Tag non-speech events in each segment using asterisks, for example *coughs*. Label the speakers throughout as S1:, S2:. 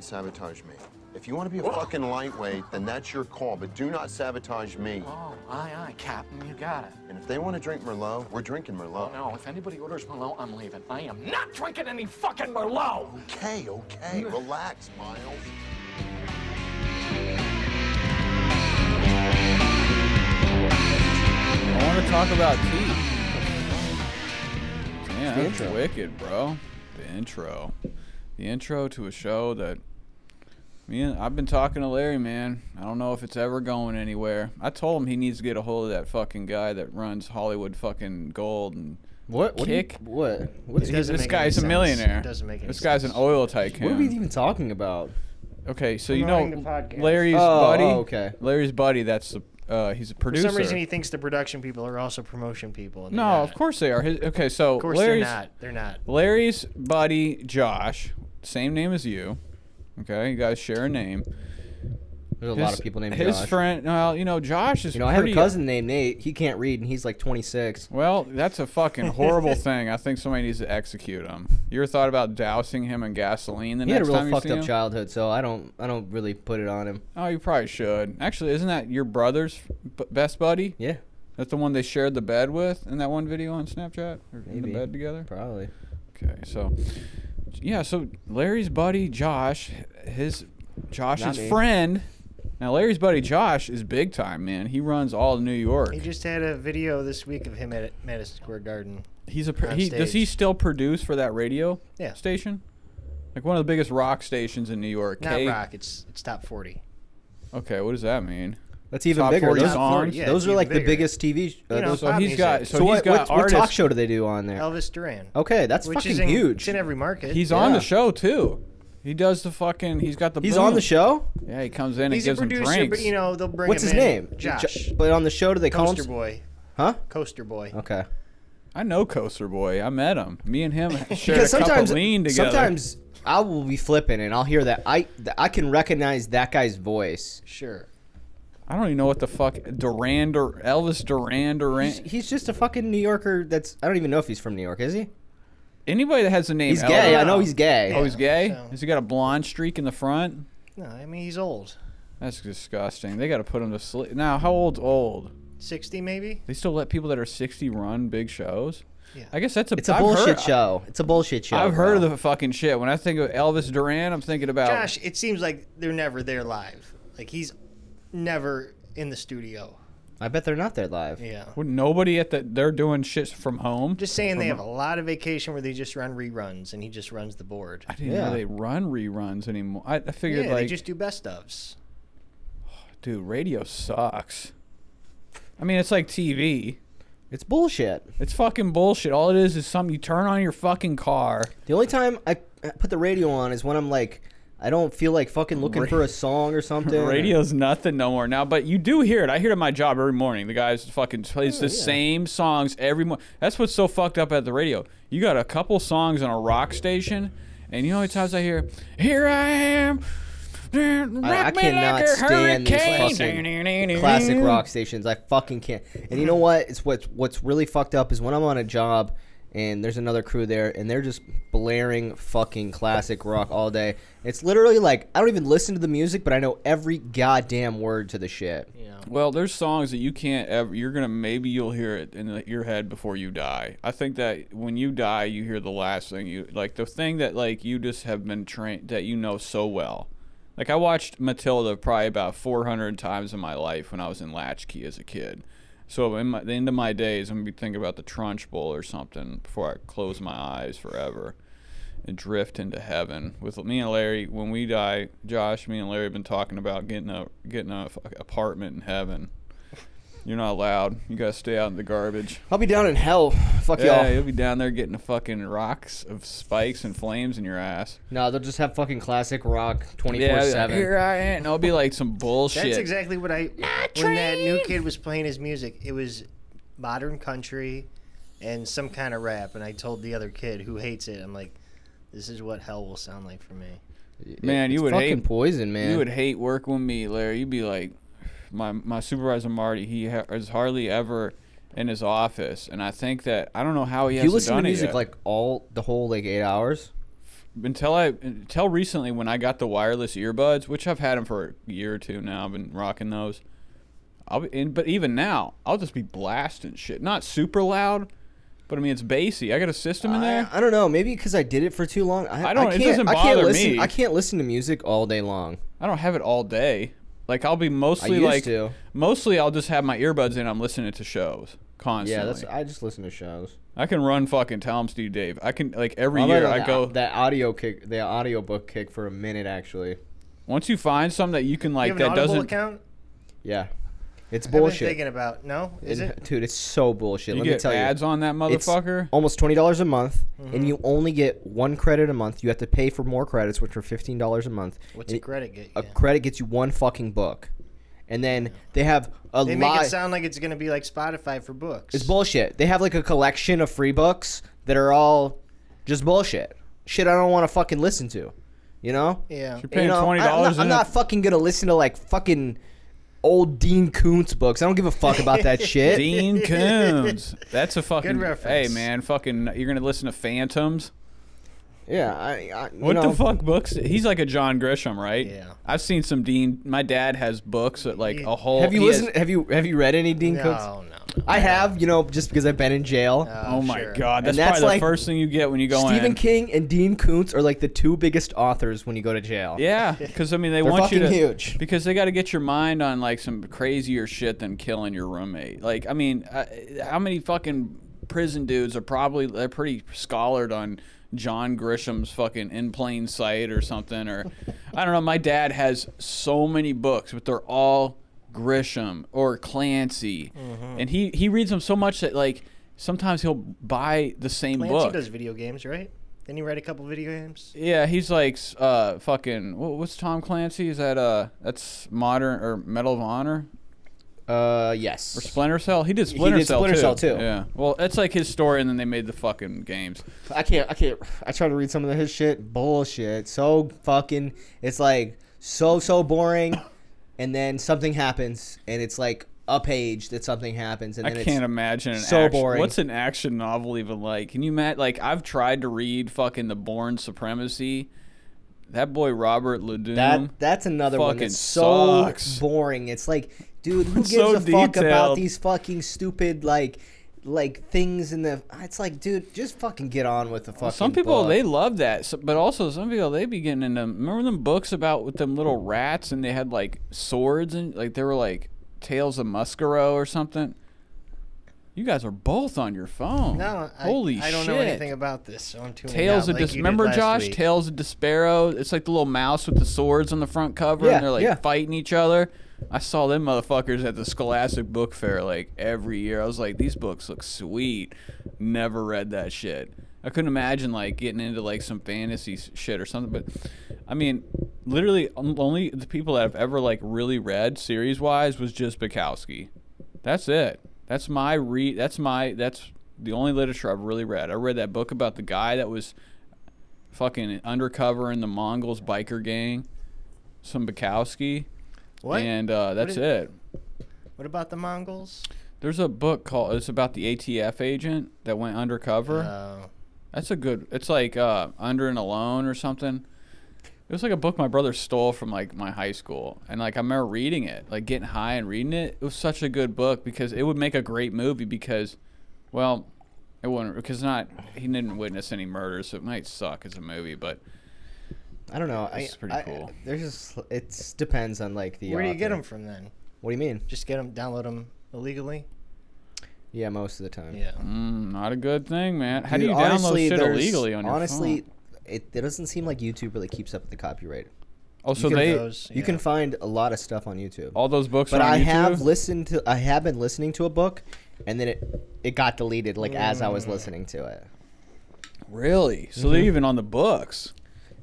S1: sabotage me. If you want to be a fucking lightweight, then that's your call, but do not sabotage me.
S2: Oh, aye, aye, Captain, you got it.
S1: And if they want to drink Merlot, we're drinking
S2: Oh,
S1: Merlot.
S2: no, if anybody orders Merlot, I'm leaving. I am not drinking any fucking Merlot!
S1: Okay,
S2: *laughs*
S1: okay, relax, Miles.
S3: I want to talk about tea. Damn,
S4: the
S3: that's
S4: intro.
S3: wicked, bro. The intro, the intro to a show that me and I've been talking to Larry, man. I don't know if it's ever going anywhere. I told him he needs to get a hold of that fucking guy that runs Hollywood fucking gold and
S4: What? What? do you-
S3: Kick?
S4: what? What,
S3: He-
S4: what
S3: this
S5: doesn't make
S3: guy's
S5: any
S3: a
S5: sense.
S3: millionaire.
S5: Doesn't make any
S3: this guy's an
S5: sense.
S3: oil tycoon.
S4: are we even talking about?
S3: okay, so you know
S5: Promoting the podcast.
S3: Larry's
S4: Oh,
S3: buddy.
S4: oh, okay.
S3: Larry's buddy. That's the uh, he's a
S5: For
S3: producer.
S5: some reason, he thinks the production people are also promotion people. and they're
S3: no,
S5: not.
S3: of course they are. His, okay, so
S5: Of course
S3: Larry's
S5: they're not. They're not.
S3: Larry's buddy Josh, same name as you. Okay, you guys share a name.
S4: There's a lot of people named
S3: his
S4: Josh.
S3: friend. Well, you know Josh is.
S4: you know, I have a
S3: pretty-
S4: cousin named Nate. He can't read, and he's like 26.
S3: Well, that's a fucking
S4: *laughs*
S3: horrible thing. I think somebody needs to execute him. You ever thought about dousing him in gasoline the
S4: He had a
S3: next
S4: real
S3: time
S4: fucked
S3: you see
S4: up
S3: him?
S4: childhood, so I don't, I don't really put it on him.
S3: Oh, you probably should. Actually, isn't that your brother's b- best buddy?
S4: Yeah,
S3: That's the one they shared the bed with in that one video on Snapchat, or in the
S4: Maybe.
S3: bed together.
S4: probably.
S3: Okay, so yeah, so Larry's buddy Josh, his
S4: Not
S3: Josh's
S4: me.
S3: friend. Now Larry's buddy Josh is big time, man. He runs all of New York.
S5: He just had a video this week of him at Madison Square Garden.
S3: He's a pr-
S5: on
S3: he, does he
S5: stage.
S3: still produce for that radio
S5: Yeah.
S3: station? Like one of the biggest rock stations in New York.
S5: Not
S3: K-
S5: rock. It's it's top forty.
S3: Okay, what does that mean?
S4: That's even
S3: Top
S4: bigger.
S3: 40
S4: Those,
S3: songs.
S5: Yeah,
S4: those
S5: it's
S4: are
S5: even
S4: like the
S5: bigger.
S4: biggest TV. sh- Uh,
S5: You know,
S4: those-
S3: So
S5: Pop
S3: he's
S5: music.
S3: got so,
S4: so
S3: he's
S4: what,
S3: got
S4: what, what talk
S3: artists.
S4: show do they do on there?
S5: Elvis Duran.
S4: Okay, that's
S5: which
S4: fucking
S5: is in,
S4: huge.
S5: It's in every market.
S3: he's on
S4: Yeah.
S3: the show too. He does the fucking. He's got the.
S4: He's on
S3: boom.
S4: the show.
S3: Yeah, he comes in
S5: He's
S3: and gives
S5: a
S3: him
S5: producer,
S3: drinks.
S5: but you know they'll bring
S4: What's
S5: him
S4: his
S5: in.
S4: name?
S5: Josh.
S4: Jo- but on the show, do they call
S5: Coaster
S4: him?
S5: boy.
S4: Huh?
S5: Coaster boy.
S4: Okay.
S3: I know Coaster Boy. I met him. Me and him *laughs* shared
S4: Because
S3: a cup
S4: sometimes,
S3: of lean together.
S4: sometimes I will be flipping and I'll hear that I th- I can recognize that guy's voice.
S5: Sure.
S3: I don't even know what the fuck Duran Dur- Elvis Duran Duran.
S4: He's, he's just a fucking New Yorker. That's I don't even know if he's from New York. Is he?
S3: Anybody that has the name
S4: He's
S3: Elvis-
S4: gay. I know he's gay.
S3: Oh, he's gay.
S5: So-
S3: Has he got a blonde streak in the front?
S5: No, I mean he's old.
S3: That's disgusting. They got to put him to sleep. Now, how old's old?
S5: Sixty maybe.
S3: They still let people that are 60 run big shows.
S5: Yeah.
S3: I guess that's a.
S4: it's a
S3: I've
S4: bullshit
S3: heard-
S4: show. It's a bullshit show.
S3: I've heard
S4: bro.
S3: of the fucking shit. When I think of Elvis Duran, I'm thinking about
S5: Josh, it seems like they're never there live. Like he's never in the studio.
S4: I bet they're not there live.
S5: Yeah.
S3: Would nobody at the they're doing shit from home.
S5: Just saying they have a
S3: Uh-huh.
S5: lot of vacation where they just run reruns and he just runs the board.
S3: I didn't
S4: Yeah.
S3: know they run reruns anymore. I, I
S5: Yeah,
S3: figured
S5: they
S3: like
S5: just do best ofs.
S3: dude, radio sucks. I mean, it's like TV.
S4: It's bullshit.
S3: It's fucking bullshit. All it is is something you turn on your fucking car.
S4: The only time I I put the radio on is when I'm like, I don't feel like fucking looking
S3: Ra-
S4: for a song
S3: *laughs*
S4: or something.
S3: Radio's nothing no more now, but you do hear it. I hear it at my job every morning. The guys plays the
S4: Oh,
S3: same songs every morning. That's what's so fucked up at the radio. You got a couple songs on a rock station, and you know how many times I hear, "Here I am."
S4: I, I
S3: I
S4: cannot stand these fucking classic rock stations. I fucking can't. And you know what? It's what's what's really fucked up is when I'm on a job and there's another crew there and they're just blaring fucking classic rock all day. It's literally like I don't even listen to the music, but I know every goddamn word to the shit.
S5: Yeah.
S3: Well, there's songs that you can't ever. You're gonna maybe you'll hear it in the- your head before you die. I think that when you die, you hear the last thing you like, the thing that like you just have been trained that you know so well. Like I watched Matilda probably about 400 times in my life when I was in latchkey as a kid. So in my, the end of my days, I'm gonna be thinking about the Trunch Bowl or something before I close my eyes forever and drift into heaven. With me and Larry, when we die, Josh, me and Larry have been talking about getting a getting a f- apartment in heaven. You're not allowed. You gotta stay out in the garbage.
S4: I'll be down in hell. Fuck
S3: Yeah,
S4: y'all.
S3: you'll be down there getting the fucking rocks of spikes and flames in your ass.
S4: No, they'll just have fucking classic rock twenty four
S3: Yeah,
S4: seven.
S3: here I am. And It'll be like some bullshit.
S5: That's exactly what I when that new kid was playing his music, it was modern country and some kind of rap and I told the other kid who hates it, I'm like, This is what hell will sound like for me.
S3: Man, you
S4: It's
S3: would
S4: fucking
S3: hate-
S4: poison, man.
S3: You would hate working with me, Larry. You'd be like, my my supervisor Marty. He ha- is hardly ever in his office, and I think that I don't know how he
S4: Do you
S3: hasn't
S4: listen to
S3: done it
S4: music
S3: yet.
S4: like all the whole like eight hours?
S3: until I until recently when I got the wireless earbuds, which I've had them for a year or two now. I've been rocking those. I'll be, and, but even now, I'll just be blasting shit. Not super loud, but I mean it's bassy. I got a system in there.
S4: I, I don't know. Maybe because I did it for too long. I,
S3: I don't-
S4: I
S3: it
S4: can't,
S3: doesn't
S4: I can't
S3: bother
S4: listen,
S3: me.
S4: I can't listen to music all day long.
S3: I don't have it all day. Like I'll be mostly
S4: used
S3: like
S4: to.
S3: mostly I'll just have my earbuds in. I'm listening to shows
S4: Yeah,
S3: constantly.
S4: that's. I just listen to shows.
S3: I can run fucking Tom Steve Dave. I can like every
S4: I
S3: year
S4: like
S3: I
S4: that-
S3: go
S4: that audio kick, the audio book kick for a minute actually.
S3: once you find some that you can
S5: You
S3: like
S5: have an
S3: that
S5: Audible
S3: doesn't
S5: account?
S4: Yeah, it's
S5: I've been
S4: bullshit.
S5: thinking about no. Is
S4: And- *laughs*
S5: it?
S4: dude, it's so
S3: you
S4: bullshit. Let me
S3: get
S4: tell
S3: ads
S4: you,
S3: on that
S4: it's
S3: motherfucker.
S4: almost twenty dollars a month,
S5: Mm-hmm.
S4: and you only get one credit a month. You have to pay for more credits, which are fifteen dollars a month.
S5: What's
S4: And
S5: a credit get?
S4: A
S5: you?
S4: credit gets you one fucking book, and then they have a
S5: They make
S4: lot.
S5: it sound like it's gonna be like Spotify for books.
S4: It's bullshit. They have like a collection of free books that are all just bullshit. Shit I don't want to fucking listen to. You know?
S5: Yeah.
S3: You're
S4: You
S3: paying
S4: know,
S3: twenty dollars.
S4: I'm, not, I'm not
S3: a,
S4: fucking gonna listen to like fucking old Dean Koontz books. I don't give a fuck
S3: *laughs*
S4: about that shit. *laughs*
S3: Dean Coons. That's a fucking
S5: reference.
S3: Hey man, fucking you're gonna listen to Phantoms.
S4: Yeah. I, I, you
S3: What
S4: know,
S3: the fuck books? He's like a John Grisham, right?
S5: Yeah.
S3: I've seen some Dean. My dad has books that like a whole.
S4: Have you
S3: he has-
S4: listened? Have you have you read any Dean
S5: No,
S4: Koontz?
S5: no. no.
S4: I have. You know, just because I've been in jail.
S3: Oh my
S5: sure.
S3: god, that's,
S4: that's
S3: probably
S4: like
S3: the first thing you get when you go
S4: Stephen
S3: in.
S4: King and Dean Koontz are like the two biggest authors when you go to jail.
S3: Yeah, because I mean they
S4: They're
S3: want you to
S4: fucking huge.
S3: because they got to get your mind on like some crazier shit than killing your roommate. Like I mean, uh, how many fucking prison dudes are probably they're pretty scholared on John Grisham's fucking In Plain Sight or something or I don't know. My dad has so many books, but they're all Grisham or Clancy,
S5: Mm-hmm.
S3: and he he reads them so much that like sometimes he'll buy the same
S5: Clancy
S3: book.
S5: does video games, right? Then he write a couple video games.
S3: Yeah, he's like s- uh fucking wha- what's Tom Clancy? Is that uh that's modern or Medal of Honor
S4: Uh, yes.
S3: or Splinter Cell? He did Splinter,
S4: did
S3: Cell,
S4: Splinter
S3: too.
S4: Cell, too.
S3: Yeah. Well, that's like his story, and then they made the fucking games.
S4: I can't. I can't. I try to read some of his shit. Bullshit. So fucking. It's like so so boring, and then something happens, and it's like a page that something happens, and
S3: I
S4: then
S3: can't imagine an
S4: so
S3: action,
S4: boring.
S3: What's an action novel even like? Can you imagine? Like I've tried to read fucking The Born Supremacy. That boy Robert Ledoux.
S4: that that's another one
S3: Fucking
S4: that's so
S3: sucks.
S4: boring. It's like,
S3: *laughs*
S4: dude, who gives
S3: So
S4: a fuck about
S3: detailed.
S4: these fucking stupid like like things in the? It's like, dude, just fucking get on with the fucking.
S3: Some people
S4: book.
S3: they love that, so, but also some people they be getting into. Remember them books about with them little rats and they had like swords and like they were like tales of Muscaro or something. You guys are both on your phone.
S5: No, I,
S3: holy
S5: I don't
S3: shit!
S5: know anything about this, so I'm tuning
S3: Tales of
S5: out like you did
S3: Dismember,
S5: last
S3: Josh.
S5: week.
S3: Tales of Despero. It's like the little mouse with the swords on the front cover,
S4: Yeah,
S3: and they're like
S4: yeah.
S3: fighting each other. I saw them motherfuckers at the Scholastic Book Fair like every year. I was like, these books look sweet. Never read that shit. I couldn't imagine like getting into like some fantasy s- shit or something. But I mean, literally, um, only the people that I've ever like really read series wise was just Bukowski. That's it. That's my read. That's my. That's the only literature I've really read. I read that book about the guy that was fucking undercover in the Mongols biker gang, some Bukowski,
S5: What?
S3: and uh, that's
S5: did-
S3: it.
S5: What about the Mongols?
S3: There's a book called. It's about the ATF agent that went undercover.
S5: Uh,
S3: That's a good. It's like uh, Under and Alone or something. It was like a book my brother stole from like my high school, and like I remember reading it, like getting high and reading it. It was such a good book because it would make a great movie because, well, it wouldn't because not he didn't witness any murders, so it might suck as a movie, but
S4: I don't know. I,
S3: It's pretty
S4: I-
S3: cool.
S4: There's just it depends on like the.
S5: where do you get
S4: author.
S5: them from then?
S4: What do you mean?
S5: Just get them, download them illegally.
S4: Yeah, most of the time.
S5: Yeah.
S3: mm, not a good thing, man. How do
S4: Dude,
S3: you download
S4: honestly,
S3: shit
S4: there's-
S3: illegally on your
S4: honestly,
S3: phone?
S4: it, it doesn't seem like YouTube really keeps up with the copyright.
S3: Oh, so
S4: can
S3: they
S5: Those,
S4: You
S5: yeah.
S4: can find a lot of stuff on YouTube.
S3: all those books
S4: but
S3: are on
S4: I
S3: YouTube?
S4: have listened to I have been listening to a book and then it it got deleted like as I was
S3: Mm.
S4: listening to it.
S3: really. So
S4: Mm-hmm.
S3: they're even on the books.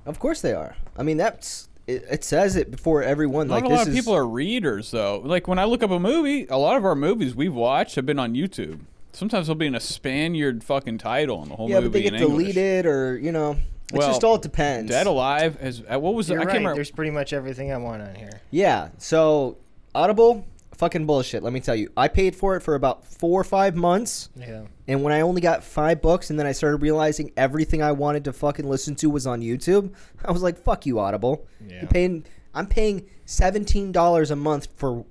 S4: Of course they are. I mean that's it, it says it before everyone
S3: Not
S4: like
S3: a
S4: this
S3: lot of
S4: is
S3: people are readers, though. Like when I look up a movie, a lot of our movies we've watched have been on YouTube. Sometimes they'll be in a Spaniard fucking title on the whole
S4: Yeah,
S3: movie
S4: but they get
S3: in English.
S4: deleted or you know it's
S3: Well,
S4: just all depends.
S3: Dead Alive is uh, what was it?
S5: You're
S3: I
S5: right.
S3: can't remember.
S5: There's pretty much everything I want on here.
S4: Yeah. So Audible, Fucking bullshit. Let me tell you. I paid for it for about four or five months.
S5: Yeah.
S4: And when I only got five books, and then I started realizing everything I wanted to fucking listen to was on YouTube, *laughs* I was like, "Fuck you, Audible."
S5: Yeah.
S4: You're paying. I'm paying seventeen dollars a month for,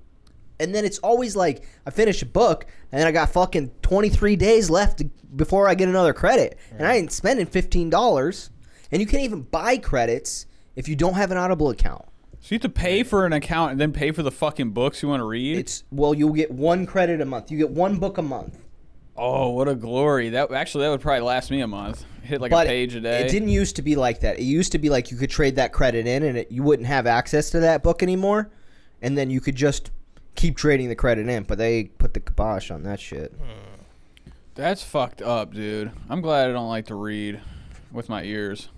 S4: and then it's always like I finish a book, and then I got fucking twenty three days left to- before I get another credit, and I ain't spending fifteen dollars. And you can't even buy credits if you don't have an Audible account.
S3: So you have to pay for an account and then pay for the fucking books you want to read.
S4: It's well, you'll get one credit a month. You get one book a month.
S3: oh, what a glory! That actually that would probably last me a month. Hit like a page a day.
S4: It didn't used to be like that. It used to be like you could trade that credit in, and it, you wouldn't have access to that book anymore, and then you could just keep trading the credit in. But they put the kibosh on that shit.
S3: That's fucked up, dude. I'm glad I don't like to read with my ears.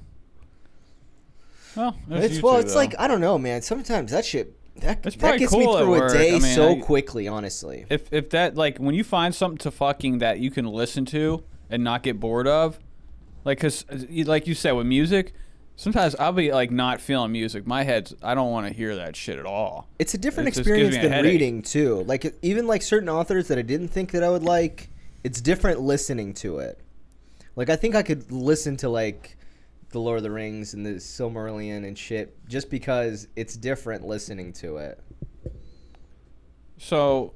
S3: Well, there's
S4: It's
S3: you
S4: well,
S3: two,
S4: it's
S3: though.
S4: like I don't know, man. Sometimes that shit that,
S3: It's
S4: that
S3: probably
S4: gets
S3: cool
S4: me
S3: at
S4: through a
S3: work.
S4: day
S3: I mean,
S4: so
S3: I-
S4: quickly. Honestly,
S3: if if that like when you find something to fucking that you can listen to and not get bored of, like cause uh, you- like you said with music, sometimes I'll be like not feeling music. My head's I don't want to hear that shit at all.
S4: it's a different
S3: It just gives
S4: experience
S3: me a
S4: than
S3: headache.
S4: reading too. Like it- even like certain authors that I didn't think that I would like, it's different listening to it. Like I think I could listen to like the Lord of the Rings and the Silmarillion and shit just because it's different listening to it.
S3: So,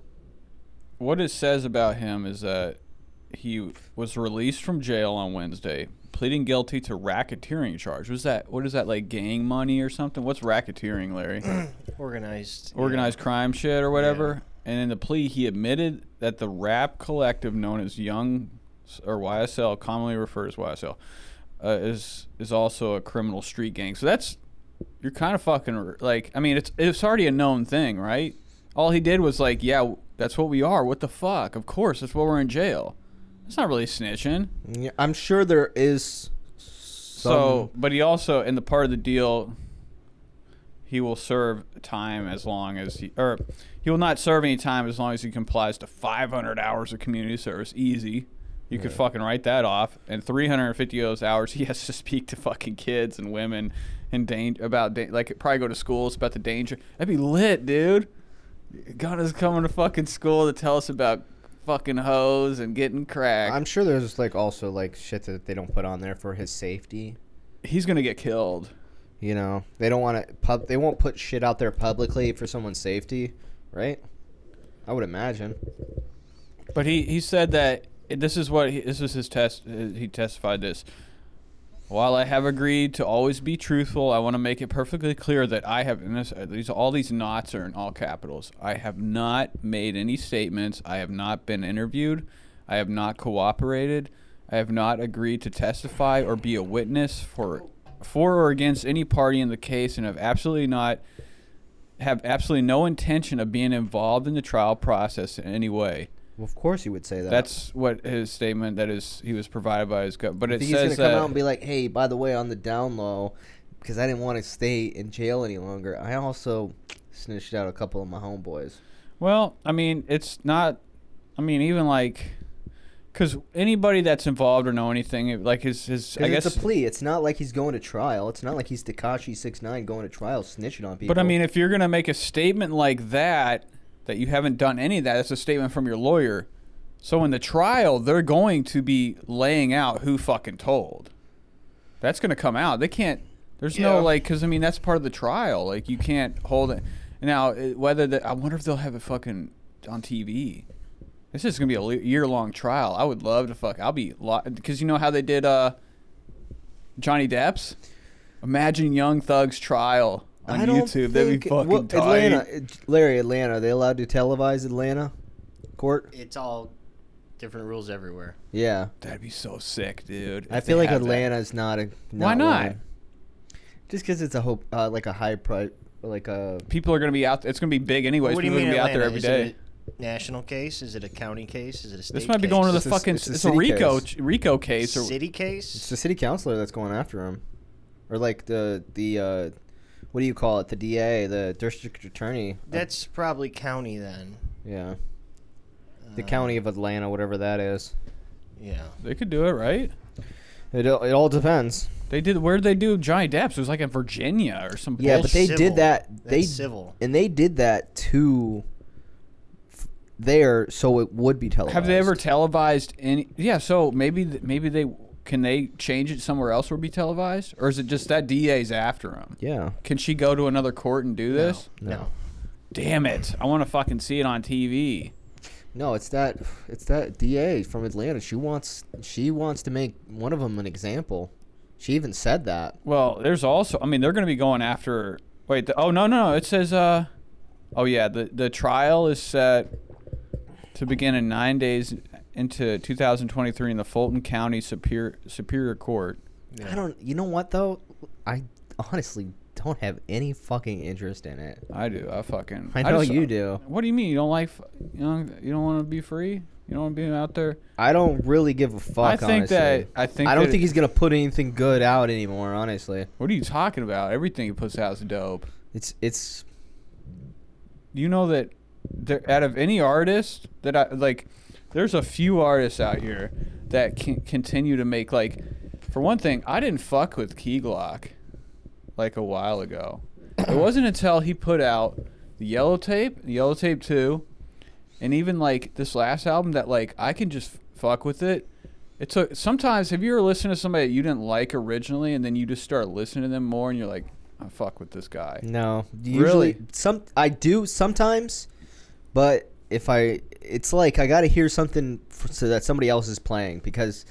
S3: what it says about him is that he was released from jail on Wednesday, pleading guilty to racketeering charge. Was that what is that like gang money or something? What's racketeering, Larry?
S5: Organized.
S3: Organized crime shit or whatever. And in the plea, he admitted that the rap collective known as Young or YSL, commonly referred as YSL, uh, is is also a criminal street gang. So that's you're kind of fucking like I mean it's it's already a known thing, right? All he did was like, yeah, w- that's what we are. What the fuck? Of course, that's why we're in jail. That's not really snitching.
S4: Yeah, I'm sure there is.
S3: So, but he also in the part of the deal, he will serve time as long as he or he will not serve any time as long as he complies to 500 hours of community service. Easy, you could fucking write that off. And 350 of those hours, he has to speak to fucking kids and women and dang about da- like probably go to schools about the danger. That'd be lit, dude. God is coming to fucking school to tell us about fucking hoes and getting cracked.
S4: I'm sure there's like also like shit that they don't put on there for his safety.
S3: He's gonna get killed.
S4: You know, they don't want to pub. They won't put shit out there publicly for someone's safety, right? I would imagine.
S3: But he, he said that this is what he, this is his test. He testified this. While I have agreed to always be truthful, I want to make it perfectly clear that I have and this, these all these knots are in all capitals. I have not made any statements. I have not been interviewed. I have not cooperated. I have not agreed to testify or be a witness for for or against any party in the case, and have absolutely not have absolutely no intention of being involved in the trial process in any way.
S4: Well, of course you would say that.
S3: That's what his statement that is he was provided by his gut. But
S4: I
S3: it
S4: think he's gonna
S3: says uh,
S4: come
S3: that
S4: out and be like, "Hey, by the way, on the down low, because I didn't want to stay in jail any longer, I also snitched out a couple of my homeboys."
S3: well, I mean, it's not I mean, even like cuz anybody that's involved or know anything it- like his his I
S4: 'Cause
S3: guess
S4: it's a plea. It's not like he's going to trial. It's not like he's Takashi six nine going to trial snitching on people.
S3: But I mean, if you're going to make a statement like that that you haven't done any of that, that's a statement from your lawyer. So in the trial, they're going to be laying out who fucking told. That's going to come out. They can't. There's
S5: Yeah.
S3: no like, because I mean, that's part of the trial. Like you can't hold it. Now, eh, whether the, I wonder if they'll have it fucking on TV. This is gonna be a year long trial. I would love to fuck. I'll be because you know how they did uh, Johnny Depp's. Imagine Young Thug's trial on
S4: I don't
S3: YouTube. That'd be
S4: think-
S3: fucking
S4: well,
S3: tight.
S4: Atlanta, it- Larry, Atlanta. Are they allowed to televise Atlanta court?
S5: It's all different rules everywhere.
S4: Yeah,
S3: That'd be so sick, dude.
S4: I
S3: if
S4: feel
S3: they
S4: like
S3: had that.
S4: Atlanta's not a.
S3: Why not?
S4: one. Just because it's a hope, uh, like a high price, like a.
S3: People are gonna be out. It's gonna be big anyways.
S5: what do you
S3: People are
S5: mean
S3: gonna be out there
S5: Atlanta?
S3: every
S5: Is
S3: day.
S5: it a national case? Is it a county case? Is it a state
S3: This might be
S5: case?
S3: going to the
S4: It's a-
S3: fucking.
S4: it's
S3: It's
S4: a
S3: a,
S4: city
S3: Rico
S4: case.
S3: ch- Rico case or
S5: city
S4: It's
S5: case?
S4: the city councilor that's going after him, or like the the uh, what do you call it? The DA, the district attorney.
S5: That's probably county then.
S4: yeah, the county of Atlanta, whatever that is.
S5: Yeah.
S3: they could do it right.
S4: It all- it all depends.
S3: They did. Where did they do Johnny Depp's? It was like in Virginia or some.
S4: Yeah,
S3: bullshit.
S4: but they
S5: Civil.
S4: did that. They
S5: That's civil.
S4: and they did that to there, so it would be televised.
S3: Have they ever televised any? Yeah, so maybe th- maybe they can they change it somewhere else or be televised, or is it just that DA's after him?
S4: Yeah.
S3: Can she go to another court and do this?
S5: No.
S3: Damn it! I want to fucking see it on TV.
S4: No, it's that it's that DA from Atlanta. She wants she wants to make one of them an example. She even said that.
S3: Well, there's also. I mean, they're going to be going after. Wait. The, oh no, no, no. It says. Uh, oh yeah. The the trial is set to begin in nine days into 2023 in the Fulton County Superior Superior Court.
S4: I don't. You know what though? I honestly don't have any fucking interest in it.
S3: I do. I fucking.
S4: I know
S3: just-
S4: you do.
S3: What do you mean you don't like? f- You know, you don't want to be free. You don't want to be out there.
S4: I don't really give a fuck.
S3: I think
S4: honestly.
S3: that- I think
S4: I don't
S3: that
S4: think
S3: it-
S4: he's gonna put anything good out anymore. Honestly,
S3: What are you talking about? Everything he puts out is dope.
S4: it's it's
S3: You know that there, out of any artist that I like, there's a few artists out here that can continue to make like. For one thing, I didn't fuck with Key Glock like a while ago. it wasn't until he put out the Yellow Tape, the Yellow Tape Two, and even like this last album that like I can just fuck with it. It took sometimes have you ever listened to somebody that you didn't like originally and then you just start listening to them more and you're like, I fuck with this guy.
S4: no.
S3: Really?
S4: Usually, some I do sometimes, but if I, it's like I gotta hear something f- so that somebody else is playing because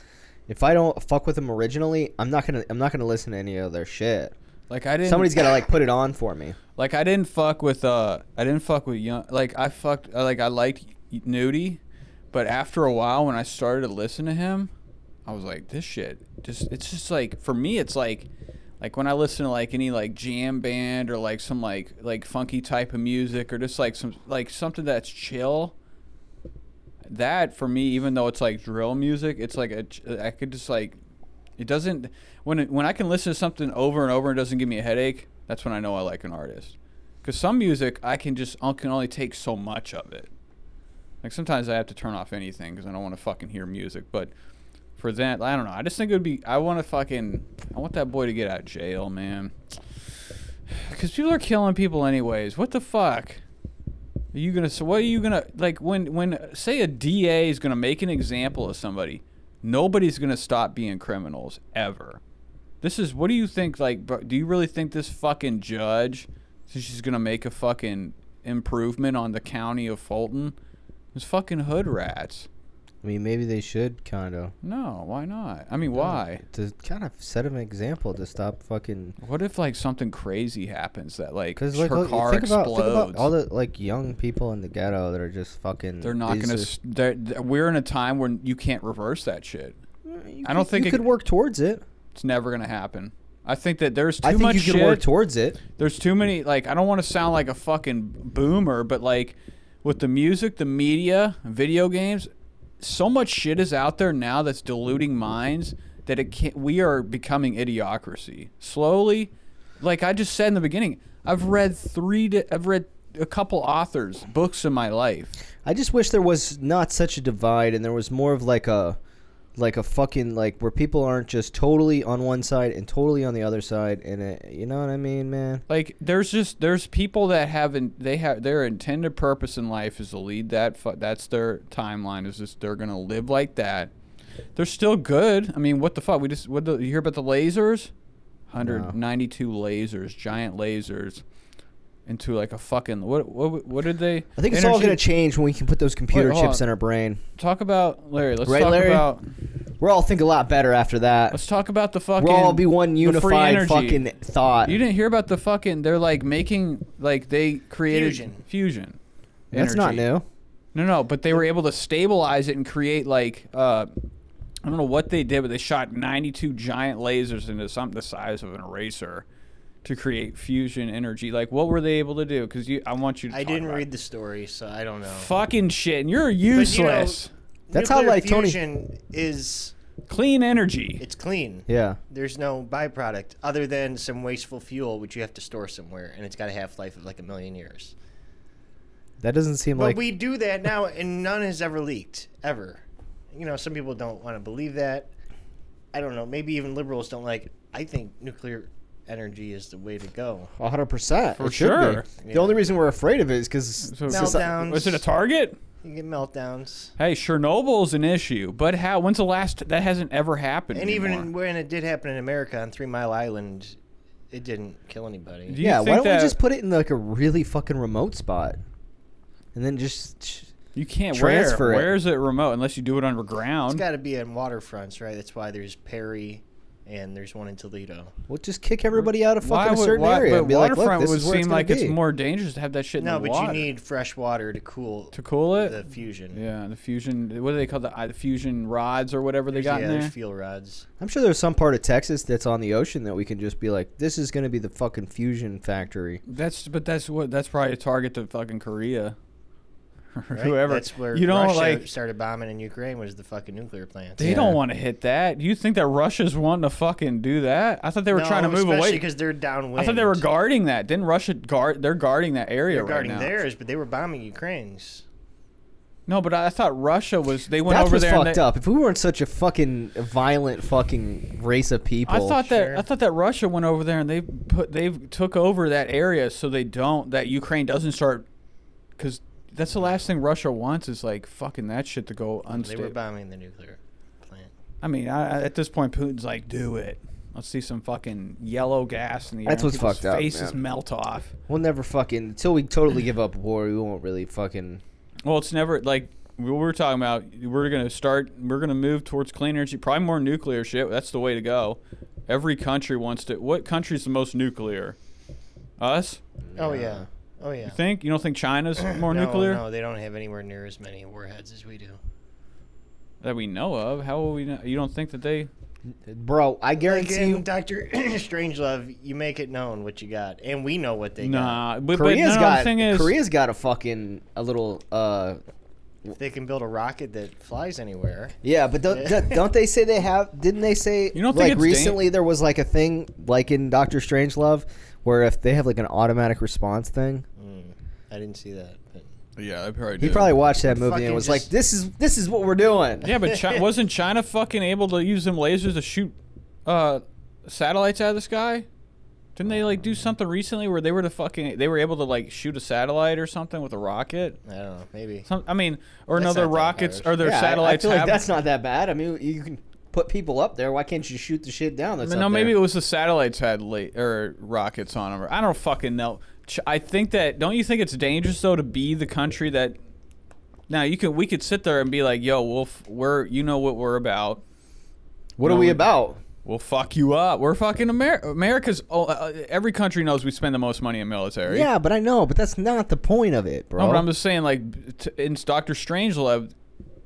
S4: if I don't fuck with them originally, I'm not gonna I'm not gonna listen to any of their shit.
S3: Like I didn't
S4: Somebody's gotta like put it on for me.
S3: Like I didn't fuck with uh I didn't fuck with young like I fucked uh, like I liked Nudie, but after a while when I started to listen to him, I was like this shit just it's just like for me it's like like when I listen to like any like jam band or like some like like funky type of music or just like some like something that's chill. That for me even though it's like drill music, it's like a ch- I could just like it doesn't when it, when I can listen to something over and over and it doesn't give me a headache. That's when I know I like an artist. Because some music I can just I can only take so much of it. Like sometimes I have to turn off anything because I don't want to fucking hear music. But for that, I don't know. I just think it would be. I want to fucking. I want that boy to get out of jail, man. Because people are killing people anyways. What the fuck? Are you gonna? So what are you gonna like when when say a DA is gonna make an example of somebody? Nobody's gonna stop being criminals ever. This is what do you think? Like, bro, do you really think this fucking judge? So she's gonna make a fucking improvement on the county of Fulton? It's fucking hood rats.
S4: I mean, maybe they should kind of
S3: No, why not? I mean, why?
S4: to kind of set him an example to stop fucking
S3: What if like something crazy happens that like,
S4: Because like
S3: her
S4: look,
S3: car
S4: think about,
S3: explodes?
S4: think about all the like young people in the ghetto that are just fucking.
S3: they're not
S4: these
S3: gonna.
S4: are-
S3: s they're, they're- we're in a time where you can't reverse that shit.
S4: You
S3: I don't
S4: could-
S3: think
S4: you
S3: it-
S4: could work towards it.
S3: It's never gonna happen. I think that there's too
S4: I think
S3: much
S4: you could
S3: shit.
S4: work towards it.
S3: There's too many. Like, I don't want to sound like a fucking boomer, but like with the music, the media, video games, so much shit is out there now that's diluting minds that it can't. We are becoming idiocracy slowly. Like I just said in the beginning, I've read three. Di- I've read a couple authors' books in my life.
S4: I just wish there was not such a divide and there was more of like a, like a fucking like where people aren't just totally on one side and totally on the other side and it, you know what I mean, man.
S3: Like there's just there's people that haven't they have their intended purpose in life is to lead that fu- that's their timeline is just they're gonna live like that. They're still good. I mean, what the fuck? We just what the, you hear about the lasers? 192 lasers, giant lasers, into like a fucking what what what did they?
S4: I think it's all
S3: energy-
S4: gonna change when we can put those computer
S3: hold
S4: chips
S3: on.
S4: in our brain.
S3: Talk about Larry. Let's
S4: Right,
S3: talk
S4: Larry?
S3: about
S4: We'll all think a lot better after that.
S3: let's talk about the fucking.
S4: We'll all be one
S3: the free
S4: unified
S3: energy.
S4: fucking thought.
S3: You didn't hear about the fucking? They're like making like they created
S5: Fusion.
S3: fusion
S4: That's not
S3: energy.
S4: new.
S3: No, no, but they were able to stabilize it and create like uh, I don't know what they did, but they shot 92 giant lasers into something the size of an eraser to create fusion energy. Like, what were they able to do? Because you, I want you. to
S5: I
S3: talk
S5: didn't
S3: about
S5: read
S3: it.
S5: the story, so I don't know.
S3: fucking shit, and you're
S5: know,
S3: useless.
S4: That's how,
S5: Nuclear
S4: like, Tony-
S5: fusion is
S3: Clean energy.
S5: it's clean.
S4: Yeah.
S5: There's no byproduct other than some wasteful fuel which you have to store somewhere, and it's got a half life of like a million years.
S4: That doesn't seem
S5: But
S4: like
S5: we do that now, and none has ever leaked ever. You know, some people don't want to believe that. I don't know. Maybe even liberals don't like. it. I think nuclear energy is the way to go.
S4: hundred percent.
S3: For
S4: it should be.
S3: sure.
S4: The only reason we're afraid of it is because
S3: So-
S5: Meltdowns.
S3: Was it a target?
S5: You get meltdowns.
S3: Hey, Chernobyl's an issue, but how? When's the last that hasn't ever happened?
S5: And even
S3: anymore.
S5: when it did happen in America on Three Mile Island, it didn't kill anybody.
S3: Do you
S4: Yeah, why
S3: think
S4: don't
S3: that-
S4: we just put it in like a really fucking remote spot, and then just
S3: You can't
S4: Transfer
S3: where,
S4: it.
S3: Where's it remote unless you do it
S5: It's
S3: underground?
S5: got to be on waterfronts, right? That's why there's Perry, and there's one in Toledo.
S4: we'll just kick everybody out of fucking a certain
S3: why-
S4: area.
S3: But
S4: and be like,
S3: waterfront
S4: look, this
S3: would
S4: is where
S3: seem
S4: it's
S3: like
S4: gonna
S3: it's
S4: be.
S3: more dangerous to have that shit in
S5: No,
S3: the
S5: but
S3: water.
S5: you need fresh water to cool
S3: to cool it.
S5: the fusion.
S3: yeah, the fusion. What do they call the, uh, the fusion rods or whatever they got
S5: There's- yeah,
S3: in there?
S5: there's fuel
S3: *laughs*
S5: rods.
S4: I'm sure there's some part of Texas that's on the ocean that we can just be like, this is gonna be the fucking fusion factory.
S3: That's but that's what that's probably a target to fucking Korea.
S5: Right?
S3: Whoever
S5: That's where
S3: you don't
S5: Russia
S3: like.
S5: started bombing in Ukraine was the fucking nuclear plant.
S3: They don't want to hit that. You think that Russia's wanting to fucking do that? I thought they were trying to move away.
S5: because they're downwind.
S3: I thought they were guarding that. Didn't Russia guard? They're guarding that area
S5: They're
S3: right
S5: guarding
S3: now.
S5: theirs, but they were bombing Ukraine's.
S3: No, but I I thought Russia was. They went
S4: That's
S3: over
S4: what's
S3: there. and
S4: fucked
S3: they-
S4: up. If we weren't such a fucking violent fucking race of people,
S3: I thought that
S5: Sure.
S3: I thought that Russia went over there and they put they took over that area so they don't that Ukraine doesn't start because that's the last thing Russia wants is like fucking that shit to go
S5: They were
S3: unstable.
S5: bombing the nuclear plant.
S3: I mean, I, I- at this point, Putin's like, do it. Let's see some fucking yellow gas in the air.
S4: That's
S3: and
S4: what's
S3: people's
S4: fucked up,
S3: Faces
S4: man.
S3: melt off.
S4: we'll never fucking until we totally give up war. We won't really fucking.
S3: Well, it's never like we were talking about. We're gonna start. We're gonna move towards clean energy. Probably more nuclear shit. That's the way to go. Every country wants to. What country's the most nuclear? Us?
S5: Oh yeah. Oh yeah.
S3: Think you don't think
S4: *clears throat*
S3: China's more
S5: no,
S3: nuclear
S5: No, they don't have anywhere near as many warheads as we do.
S3: that we know of? How will we know? You don't think that they?
S4: Bro, I guarantee
S5: Again,
S4: you,
S5: Doctor *clears throat* Strangelove, you make it known what you got, and we know what they
S3: Nah, but, but no,
S4: Korea's
S3: no, the
S4: got
S3: thing is,
S4: Korea's got a fucking a little uh
S5: got. They can build a rocket that flies anywhere.
S4: yeah, but don't, don't- don't they say they have? Didn't they say
S3: You don't think
S4: like
S3: it's dan-
S4: recently there was like a thing like in Doctor Strangelove where if they have like an automatic response thing,
S5: I didn't see that. But
S3: yeah, they probably
S4: he probably watched that movie
S5: Fucking
S4: and was
S5: just-
S4: like, "This is this is what we're doing."
S3: Yeah, but
S4: *laughs*
S3: Chi- wasn't China fucking able to use them lasers to shoot uh, satellites out of the sky? Didn't they like do something recently where they were to fucking they were able to like shoot a satellite or something with a rocket?
S5: I don't know. Maybe.
S3: Some, I mean, or
S5: That's
S3: another
S5: not that
S3: rockets
S5: hard.
S3: or their
S4: Yeah, I-
S3: satellites
S4: I feel like
S3: have-
S4: that's not that bad. I mean, you can put people up there. Why can't you shoot the shit down?
S3: I
S4: That's
S3: mean,
S4: up
S3: no, maybe
S4: there?
S3: it was the satellites had late or rockets on them. Or, I don't fucking know. Ch- I think that don't you think it's dangerous though to be the country that now you could we could sit there and be like, yo, we'll f- we're you know what we're about.
S4: What are
S3: No,
S4: we
S3: we-
S4: about?
S3: We'll fuck you up. We're fucking America. America's oh, uh, every country knows we spend the most money in military.
S4: Yeah, but I know, but that's not the point of it, bro.
S3: No, but I'm just saying, like t- in Doctor Strangelove,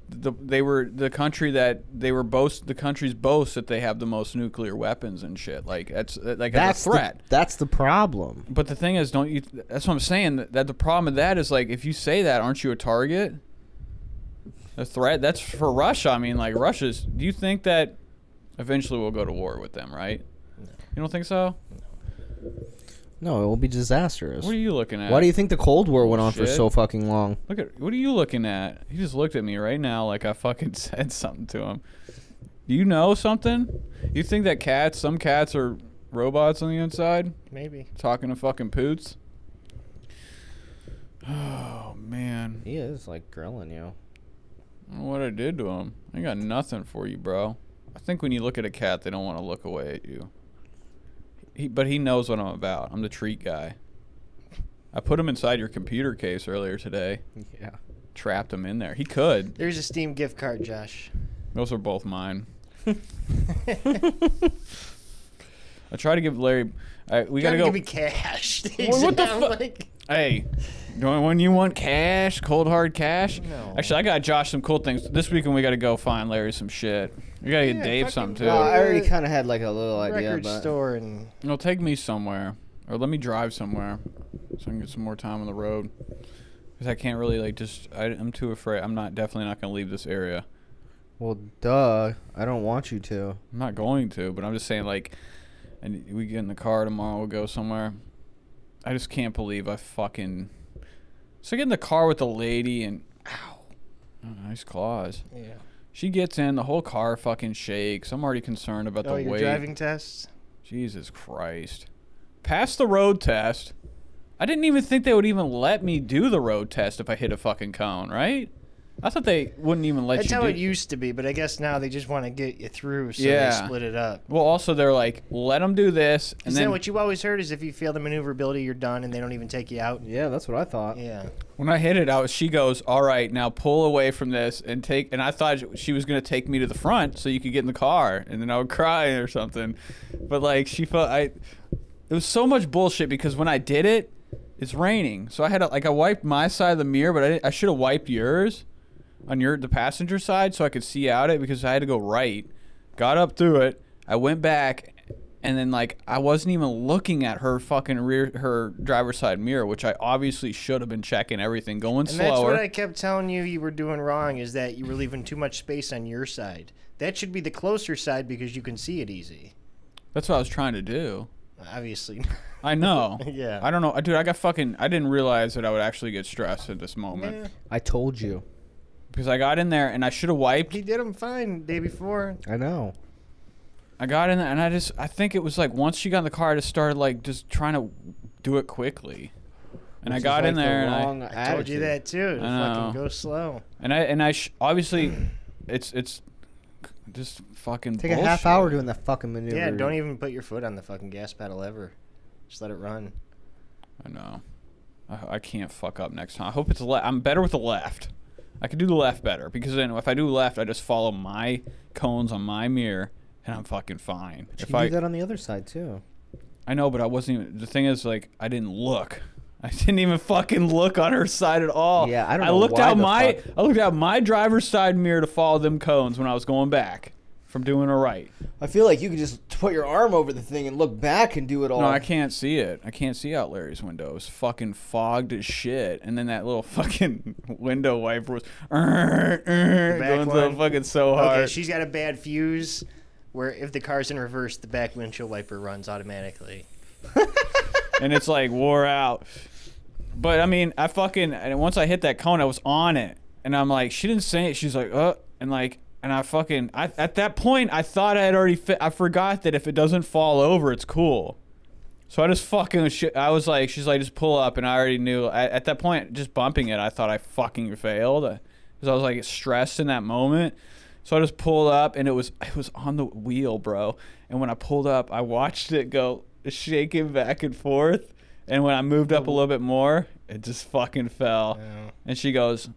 S3: the, they were the country that they were boast the countries boast that they have the most nuclear weapons and shit. Like that's uh, like
S4: that's
S3: that's a threat.
S4: The, that's the problem.
S3: but the thing is, don't you? That's what I'm saying. That, that the problem with that is like if you say that, aren't you a target? A threat. That's for Russia. I mean, like Russia's. Do you think that eventually we'll go to war with them? Right. You don't think so?
S4: No, it will be disastrous.
S3: What are you looking at?
S4: Why do you think the Cold War went on for
S3: Shit.
S4: so fucking long?
S3: Look at what are you looking at? He just looked at me right now like I fucking *laughs* said something to him. Do you know something? You think that cats, some cats are robots on the inside,
S5: Maybe.
S3: talking to fucking poots? *sighs* Oh man,
S4: He is like grilling you.
S3: I don't know what I did to him? I got nothing for you, bro. I think when you look at a cat, they don't want to look away at you. He, but he knows what I'm about. I'm the treat guy. I put him inside your computer case earlier today.
S4: Yeah.
S3: Trapped him in there. He could.
S5: There's a Steam gift card, Josh.
S3: Those are both mine. I try to give Larry. I, we
S5: Gotta
S3: gotta go.
S5: give me cash. *laughs*
S3: Well, what the
S5: I'm
S3: fu-
S5: like-
S3: hey, you want- when you want cash, cold hard cash.
S5: No.
S3: Actually, I got Josh some cool things this weekend. We gotta go find Larry some shit. We gotta get
S5: Yeah,
S3: Dave
S5: fucking
S3: something too.
S4: Well, I already
S5: Yeah.
S4: kind of had like a little idea,
S5: record
S4: but
S5: store and
S3: No, take me somewhere, or let me drive somewhere, so I can get some more time on the road. Cause I can't really like just. I, I'm too afraid. I'm not definitely not gonna leave this area.
S4: well, duh. I don't want you to.
S3: I'm not going to, but I'm just saying like, and we get in the car tomorrow. We'll go somewhere. I just can't believe I fucking. So I get in the car with the lady and ow, oh, nice claws.
S5: yeah.
S3: She gets in, the whole car fucking shakes. I'm already concerned about
S5: Oh,
S3: the
S5: your
S3: weight.
S5: driving tests.
S3: Jesus Christ. Passed the road test. I didn't even think they would even let me do the road test if I hit a fucking cone, right? I thought they wouldn't even let
S5: That's
S3: you.
S5: how
S3: do-
S5: it used to be, but I guess now they just want to get you through, so
S3: Yeah.
S5: they split it up.
S3: well, also they're like, let them do this, and
S5: Is
S3: then
S5: that what you always heard? Is if you fail the maneuverability, you're done, and they don't even take you out.
S4: Yeah, that's what I thought.
S5: Yeah.
S3: When I hit it out, she goes, "All right, now pull away from this and take." And I thought she was gonna take me to the front so you could get in the car, and then I would cry or something. But like she felt, I it was so much bullshit because when I did it, it's raining, so I had to, like I wiped my side of the mirror, but I didn't, I should have wiped yours on your the passenger side so I could see out it because I had to go right. Got up through it. I went back and then like I wasn't even looking at her fucking rear her driver's side mirror, which I obviously should have been checking everything going
S5: And that's
S3: slower.
S5: what I kept telling you you were doing wrong is that you were leaving too much space on your side. That should be the closer side because you can see it easy.
S3: that's what I was trying to do.
S5: Obviously. *laughs*
S3: I know.
S5: Yeah.
S3: I don't know. Dude, I got fucking I didn't realize that I would actually get stressed at this moment.
S4: I told you.
S3: Because I got in there and I should have wiped.
S5: He did them fine the day before.
S4: I know.
S3: I got in there and I just I think it was like once she got in the car I just started like just trying to do it quickly. And I got in there and I
S5: I told you that too. To
S3: I
S5: fucking
S3: know.
S5: go slow.
S3: And I and I sh- obviously, it's it's just fucking
S4: Take
S3: bullshit.
S4: a half hour doing the fucking maneuver.
S5: Yeah, don't even put your foot on the fucking gas pedal ever. Just let it run.
S3: I know. I, I can't fuck up next time. I hope it's le- I'm better with the left. I can do the left better because then if I do left, I just follow my cones on my mirror and I'm fucking fine.
S4: You
S3: If
S4: can
S3: I
S4: do that on the other side too.
S3: I know, but I wasn't even. The thing is, like, I didn't look. I didn't even fucking look on her side at all.
S4: Yeah, I don't
S3: I
S4: know
S3: looked
S4: why
S3: out
S4: the
S3: my
S4: fuck-
S3: I looked out my driver's side mirror to follow them cones when I was going back from doing a right.
S4: I feel like you could just put your arm over the thing and look back and do it all.
S3: No, I can't see it. I can't see out Larry's window. It's fucking fogged as shit. And then that little *laughs* fucking window wiper was *laughs* going to the
S5: one?
S3: fucking so hard.
S5: Okay, she's got a bad fuse where if the car's in reverse, the back windshield wiper runs automatically.
S3: and it's like wore out. But I mean, I fucking and once I hit that cone, I was on it, and I'm like, she didn't say it. She's like, uh, and like, and I fucking I, at that point, I thought I had already. Fi- I forgot that if it doesn't fall over, it's cool. So I just fucking shit. I was like, she's like, just pull up, and I already knew. I, at that point, just bumping it, I thought I fucking failed because I was like stressed in that moment. So I just pulled up, and it was it was on the wheel, bro. And when I pulled up, I watched it go shaking back and forth. And when I moved up a little bit more, it just fucking fell. And she goes,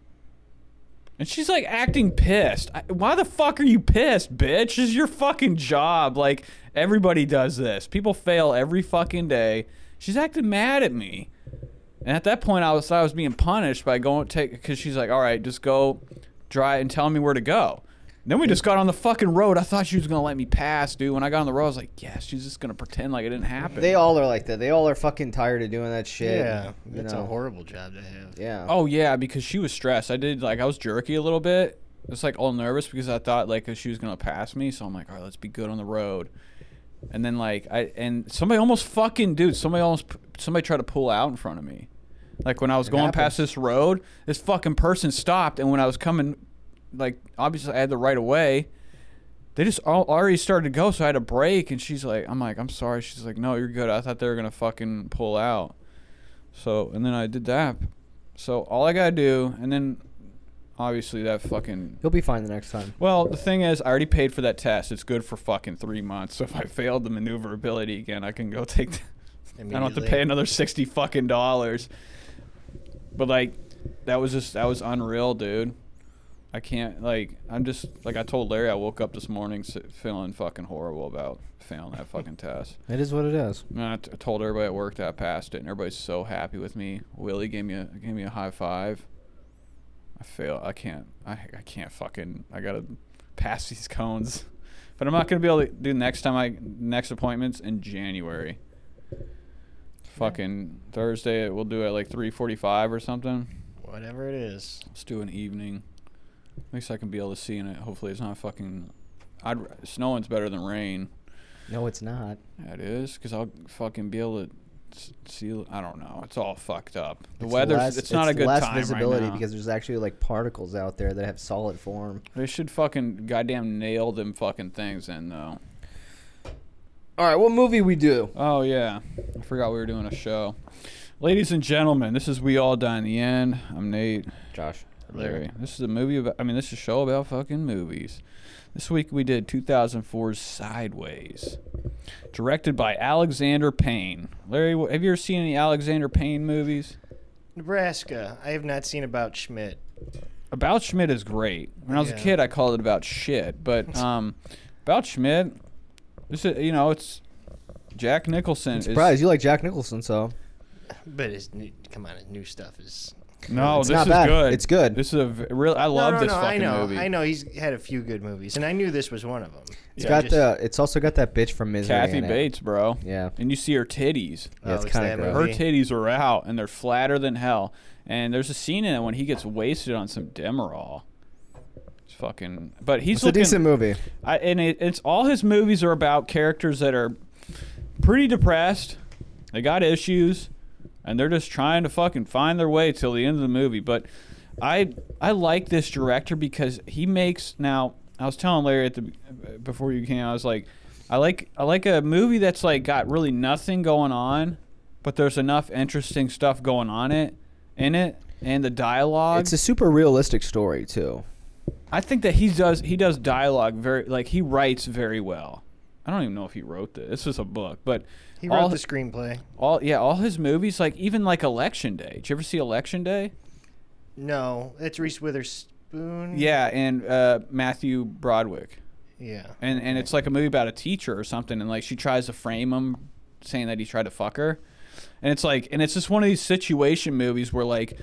S3: and she's like acting pissed. I, why the fuck are you pissed, bitch? This is your fucking job. Like everybody does this. People fail every fucking day. She's acting mad at me. And at that point, I was I was being punished by going take because she's like, all right, just go, drive and tell me where to go. And then we just got on the fucking road. I thought she was gonna let me pass, dude. When I got on the road, I was like, yeah, she's just gonna pretend like it didn't happen.
S4: They all are like that. They all are fucking tired of doing that shit.
S5: Yeah,
S4: you
S5: that's
S4: know.
S5: a horrible job to have.
S4: Yeah.
S3: Oh yeah, because she was stressed. I did like I was jerky a little bit. It's like all nervous because I thought like she was gonna pass me. So I'm like, all right, let's be good on the road. And then like I and somebody almost fucking dude, somebody almost somebody tried to pull out in front of me. Like when I was going past this road, this fucking person stopped, and when I was coming, like obviously I had the right of way. They just all already started to go, so I had to break. And she's like, "I'm like, I'm sorry." She's like, "No, you're good." I thought they were gonna fucking pull out. So and then I did that. So all I gotta do, and then obviously that fucking.
S4: You'll be fine the next time.
S3: Well, the thing is, I already paid for that test. It's good for fucking three months. So if I failed the maneuverability again, I can go take. The, I don't have to
S5: Immediately.
S3: pay another sixty fucking dollars. But like, that was just that was unreal, dude. I can't like I'm just like I told Larry I woke up this morning s- feeling fucking horrible about failing that fucking test.
S4: It is what it is.
S3: And I t- told everybody at work that I passed it, and everybody's so happy with me. Willie gave me a gave me a high five. I fail. I can't. I I can't fucking. I gotta pass *laughs* these cones. But I'm not gonna be able to do next time. I next appointments in January. Fucking Thursday. We'll do it at like 3:45 or something.
S5: Whatever it is.
S3: Let's do an evening. At least I can be able to see in it. Hopefully it's not fucking. I'd r- snowing's better than rain.
S4: No, it's not.
S3: Yeah, it is, because I'll fucking be able to s- see. I don't know. It's all fucked up. The
S4: It's
S3: weather's.
S4: less-
S3: it's not a good
S4: less
S3: time
S4: visibility
S3: right now.
S4: because there's actually like particles out there that have solid form.
S3: they should fucking goddamn nail them fucking things in though.
S4: All right, what movie we do?
S3: Oh yeah, I forgot we were doing a show. Ladies and gentlemen, this is We All Die in the End. I'm Nate.
S4: Josh.
S3: Larry. This is a movie about. I mean, this is a show about fucking movies. This week we did 2004's Sideways, directed by Alexander Payne. Larry, wh- have you ever seen any Alexander Payne movies?
S5: Nebraska. I have not seen about Schmidt.
S3: About Schmidt is great. When I was a
S5: Yeah.
S3: kid, I called it About Shit,
S5: *laughs*
S3: but um, About Schmidt, this is you know it's Jack Nicholson.
S4: Surprise, you like Jack Nicholson, so
S5: But his new, come on, his new stuff is.
S3: Is, no,
S4: It's
S3: this
S4: not
S3: is
S4: bad.
S3: good.
S4: It's good.
S3: This is a v- real. I love
S5: no, no,
S3: this
S5: no,
S3: fucking
S5: I know,
S3: movie.
S5: I know. He's had a few good movies, and I knew this was one of them.
S4: it's
S5: Yeah.
S4: got
S5: Just-
S4: the. It's also got that bitch from Misery.
S3: Kathy
S4: in it.
S3: Bates, bro.
S4: Yeah.
S3: And you see her titties.
S4: Yeah,
S5: Oh,
S4: it's
S5: it's
S4: kind of
S5: that
S4: gross.
S5: movie.
S3: Her titties are out and they're flatter than hell. And there's a scene in it when he gets wasted on some Demerol. It's fucking. But he's
S4: It's a
S3: looking.
S4: decent movie.
S3: I, and it, it's all his movies are about characters that are pretty depressed. They got issues, and they're just trying to fucking find their way till the end of the movie. But I I like this director because he makes now. I was telling Larry at the before you came. I was like, I like I like a movie that's like got really nothing going on, but there's enough interesting stuff going on it in it, and the dialogue.
S4: It's a super realistic story too.
S3: I think that he does he does dialogue very like he writes very well. I don't even know if he wrote this. This is a book, but
S5: He
S3: all,
S5: wrote the screenplay.
S3: all yeah, all his movies like even like Election Day. Did you ever see Election Day?
S5: Mm-hmm. No, it's Reese Witherspoon.
S3: Yeah, and uh, Matthew Broderick.
S5: Yeah.
S3: and and it's like a movie about a teacher or something and like she tries to frame him saying that he tried to fuck her and it's like and it's just one of these situation movies where like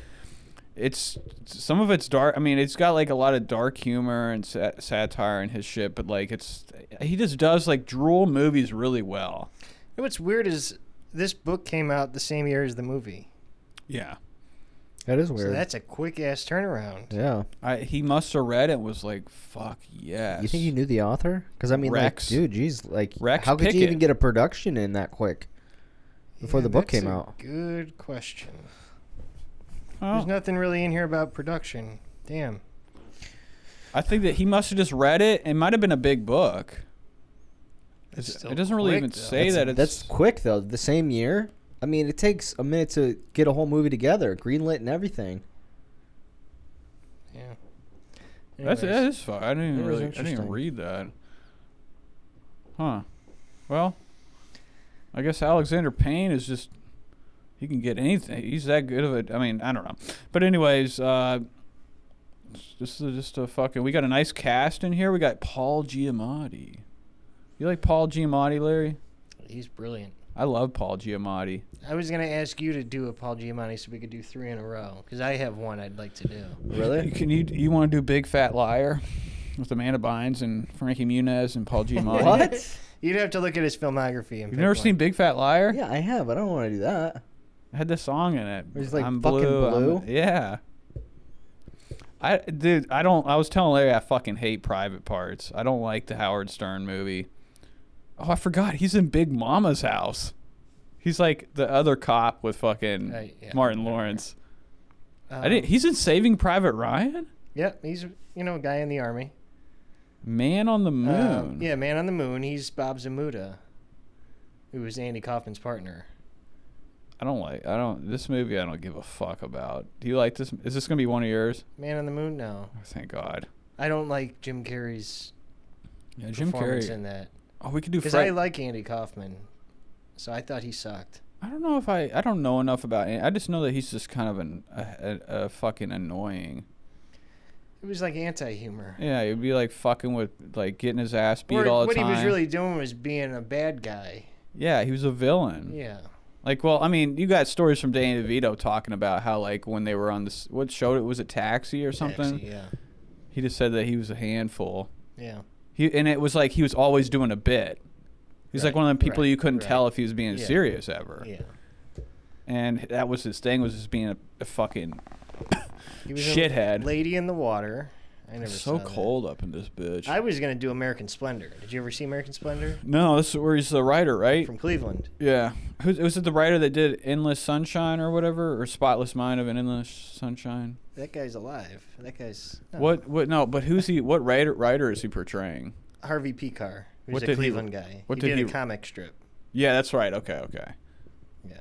S3: it's some of it's dark i mean it's got like a lot of dark humor and sat- satire and his shit but like it's he just does like drool movies really well
S5: You know what's weird is this book came out the same year as the movie.
S3: yeah
S4: That is
S5: So
S4: weird.
S5: that's a quick ass turnaround.
S4: yeah.
S3: I, he must have read it and was like fuck yes
S4: You think you knew the author? Because I mean,
S3: Rex-
S4: like, dude, geez, like,
S3: Rex
S4: how could you
S3: Pickett.
S4: even get a production in that quick before
S5: Yeah,
S4: the book
S5: that's
S4: came
S5: a
S4: out?
S5: Good question. There's
S3: Oh,
S5: nothing really in here about production. Damn.
S3: i think that he must have just read it it might have been a big book
S5: It's
S3: it
S5: still
S3: doesn't really
S5: quick,
S3: even
S5: though.
S3: say that it's
S4: That's quick though. The same year. I mean, it takes a minute to get a whole movie together, greenlit and everything.
S5: Yeah.
S3: That's
S5: Anyways.
S3: that is fine. I didn't even
S4: It was
S3: really, I didn't even
S4: interesting.
S3: read that. Huh. Well, I guess Alexander Payne is just he can get anything. He's that good of a. I mean, I don't know. But anyways, uh, s- this is just a fucking. We got a nice cast in here. We got Paul Giamatti. You like Paul Giamatti, Larry?
S5: He's brilliant.
S3: I love Paul Giamatti.
S5: I was gonna ask you to do a Paul Giamatti so we could do three in a row because I have one I'd like to do.
S4: Really? *laughs*
S3: Can you you want to do Big Fat Liar with Amanda Bynes and Frankie Muniz
S4: *laughs*
S3: and Paul Giamatti?
S4: what?
S5: You'd have to look at his filmography. And
S3: You've never seen Big Fat Liar?
S4: yeah, I have. I don't want to do that.
S3: It had this song in it.
S4: It was, like,
S3: I'm
S4: fucking
S3: blue. I'm-
S4: blue?
S3: yeah. I dude, I don't. I was telling Larry I fucking hate private parts. I don't like the Howard Stern movie. Oh, I forgot he's in Big Mama's house. He's like the other cop with fucking
S5: Uh, yeah.
S3: Martin Lawrence.
S5: Um,
S3: I didn't. He's in Saving Private Ryan.
S5: Yep, he's you know a guy in the army.
S3: Man
S4: Uh,
S3: on the Moon.
S5: Um, yeah, Man on the Moon. He's Bob Zamuda, who was Andy Kaufman's partner.
S3: I don't like. I don't. This movie I don't give a fuck about. Do you like this? Is this gonna be one of yours?
S5: Man on the Moon. No,
S3: Oh, thank God.
S5: I don't like Jim Carrey's
S3: Yeah, Jim
S5: performance
S3: Carrey.
S5: in that
S3: Oh, we could do.
S5: because
S3: Fred-
S5: I like Andy Kaufman, so I thought he sucked.
S3: I don't know if I I don't know enough about it. I just know that he's just kind of an a, a, a fucking annoying.
S5: It was like anti-humor.
S3: Yeah, he'd be like fucking with like getting his ass beat
S5: Or
S3: all the
S5: what
S3: time.
S5: he was really doing was being a bad guy.
S3: yeah, he was a villain.
S5: Yeah.
S3: Like, well, I mean, you got stories from Danny DeVito talking about how like when they were on this what show it was it Taxi or something.
S5: Actually, yeah.
S3: He just said that he was a handful.
S5: Yeah.
S3: He and it was like he was always doing a bit. He's like
S5: Right,
S3: one of them people
S5: right,
S3: you couldn't
S5: right.
S3: tell if he was being
S5: Yeah.
S3: serious ever.
S5: Yeah.
S3: And that was his thing was just being a, a fucking
S5: He in
S3: shithead.
S5: Lady in the Water. I never
S3: so
S5: saw that.
S3: cold up in this bitch.
S5: I was gonna do American Splendor. Did you ever see American Splendor?
S3: No, this is where he's the writer, right?
S5: From Cleveland.
S3: yeah. Who's, was it the writer that did Endless Sunshine or whatever, or Spotless Mind of an Endless Sunshine?
S5: That guy's alive. That guy's no,
S3: What? What? No, but who's he? What writer? Writer is he portraying?
S5: Harvey Picar. Who's
S3: What
S5: a
S3: did he-
S5: Cleveland guy.
S3: what
S5: he
S3: did
S5: did,
S3: he-
S5: a comic strip.
S3: Yeah, that's right. Okay, okay.
S5: Yeah.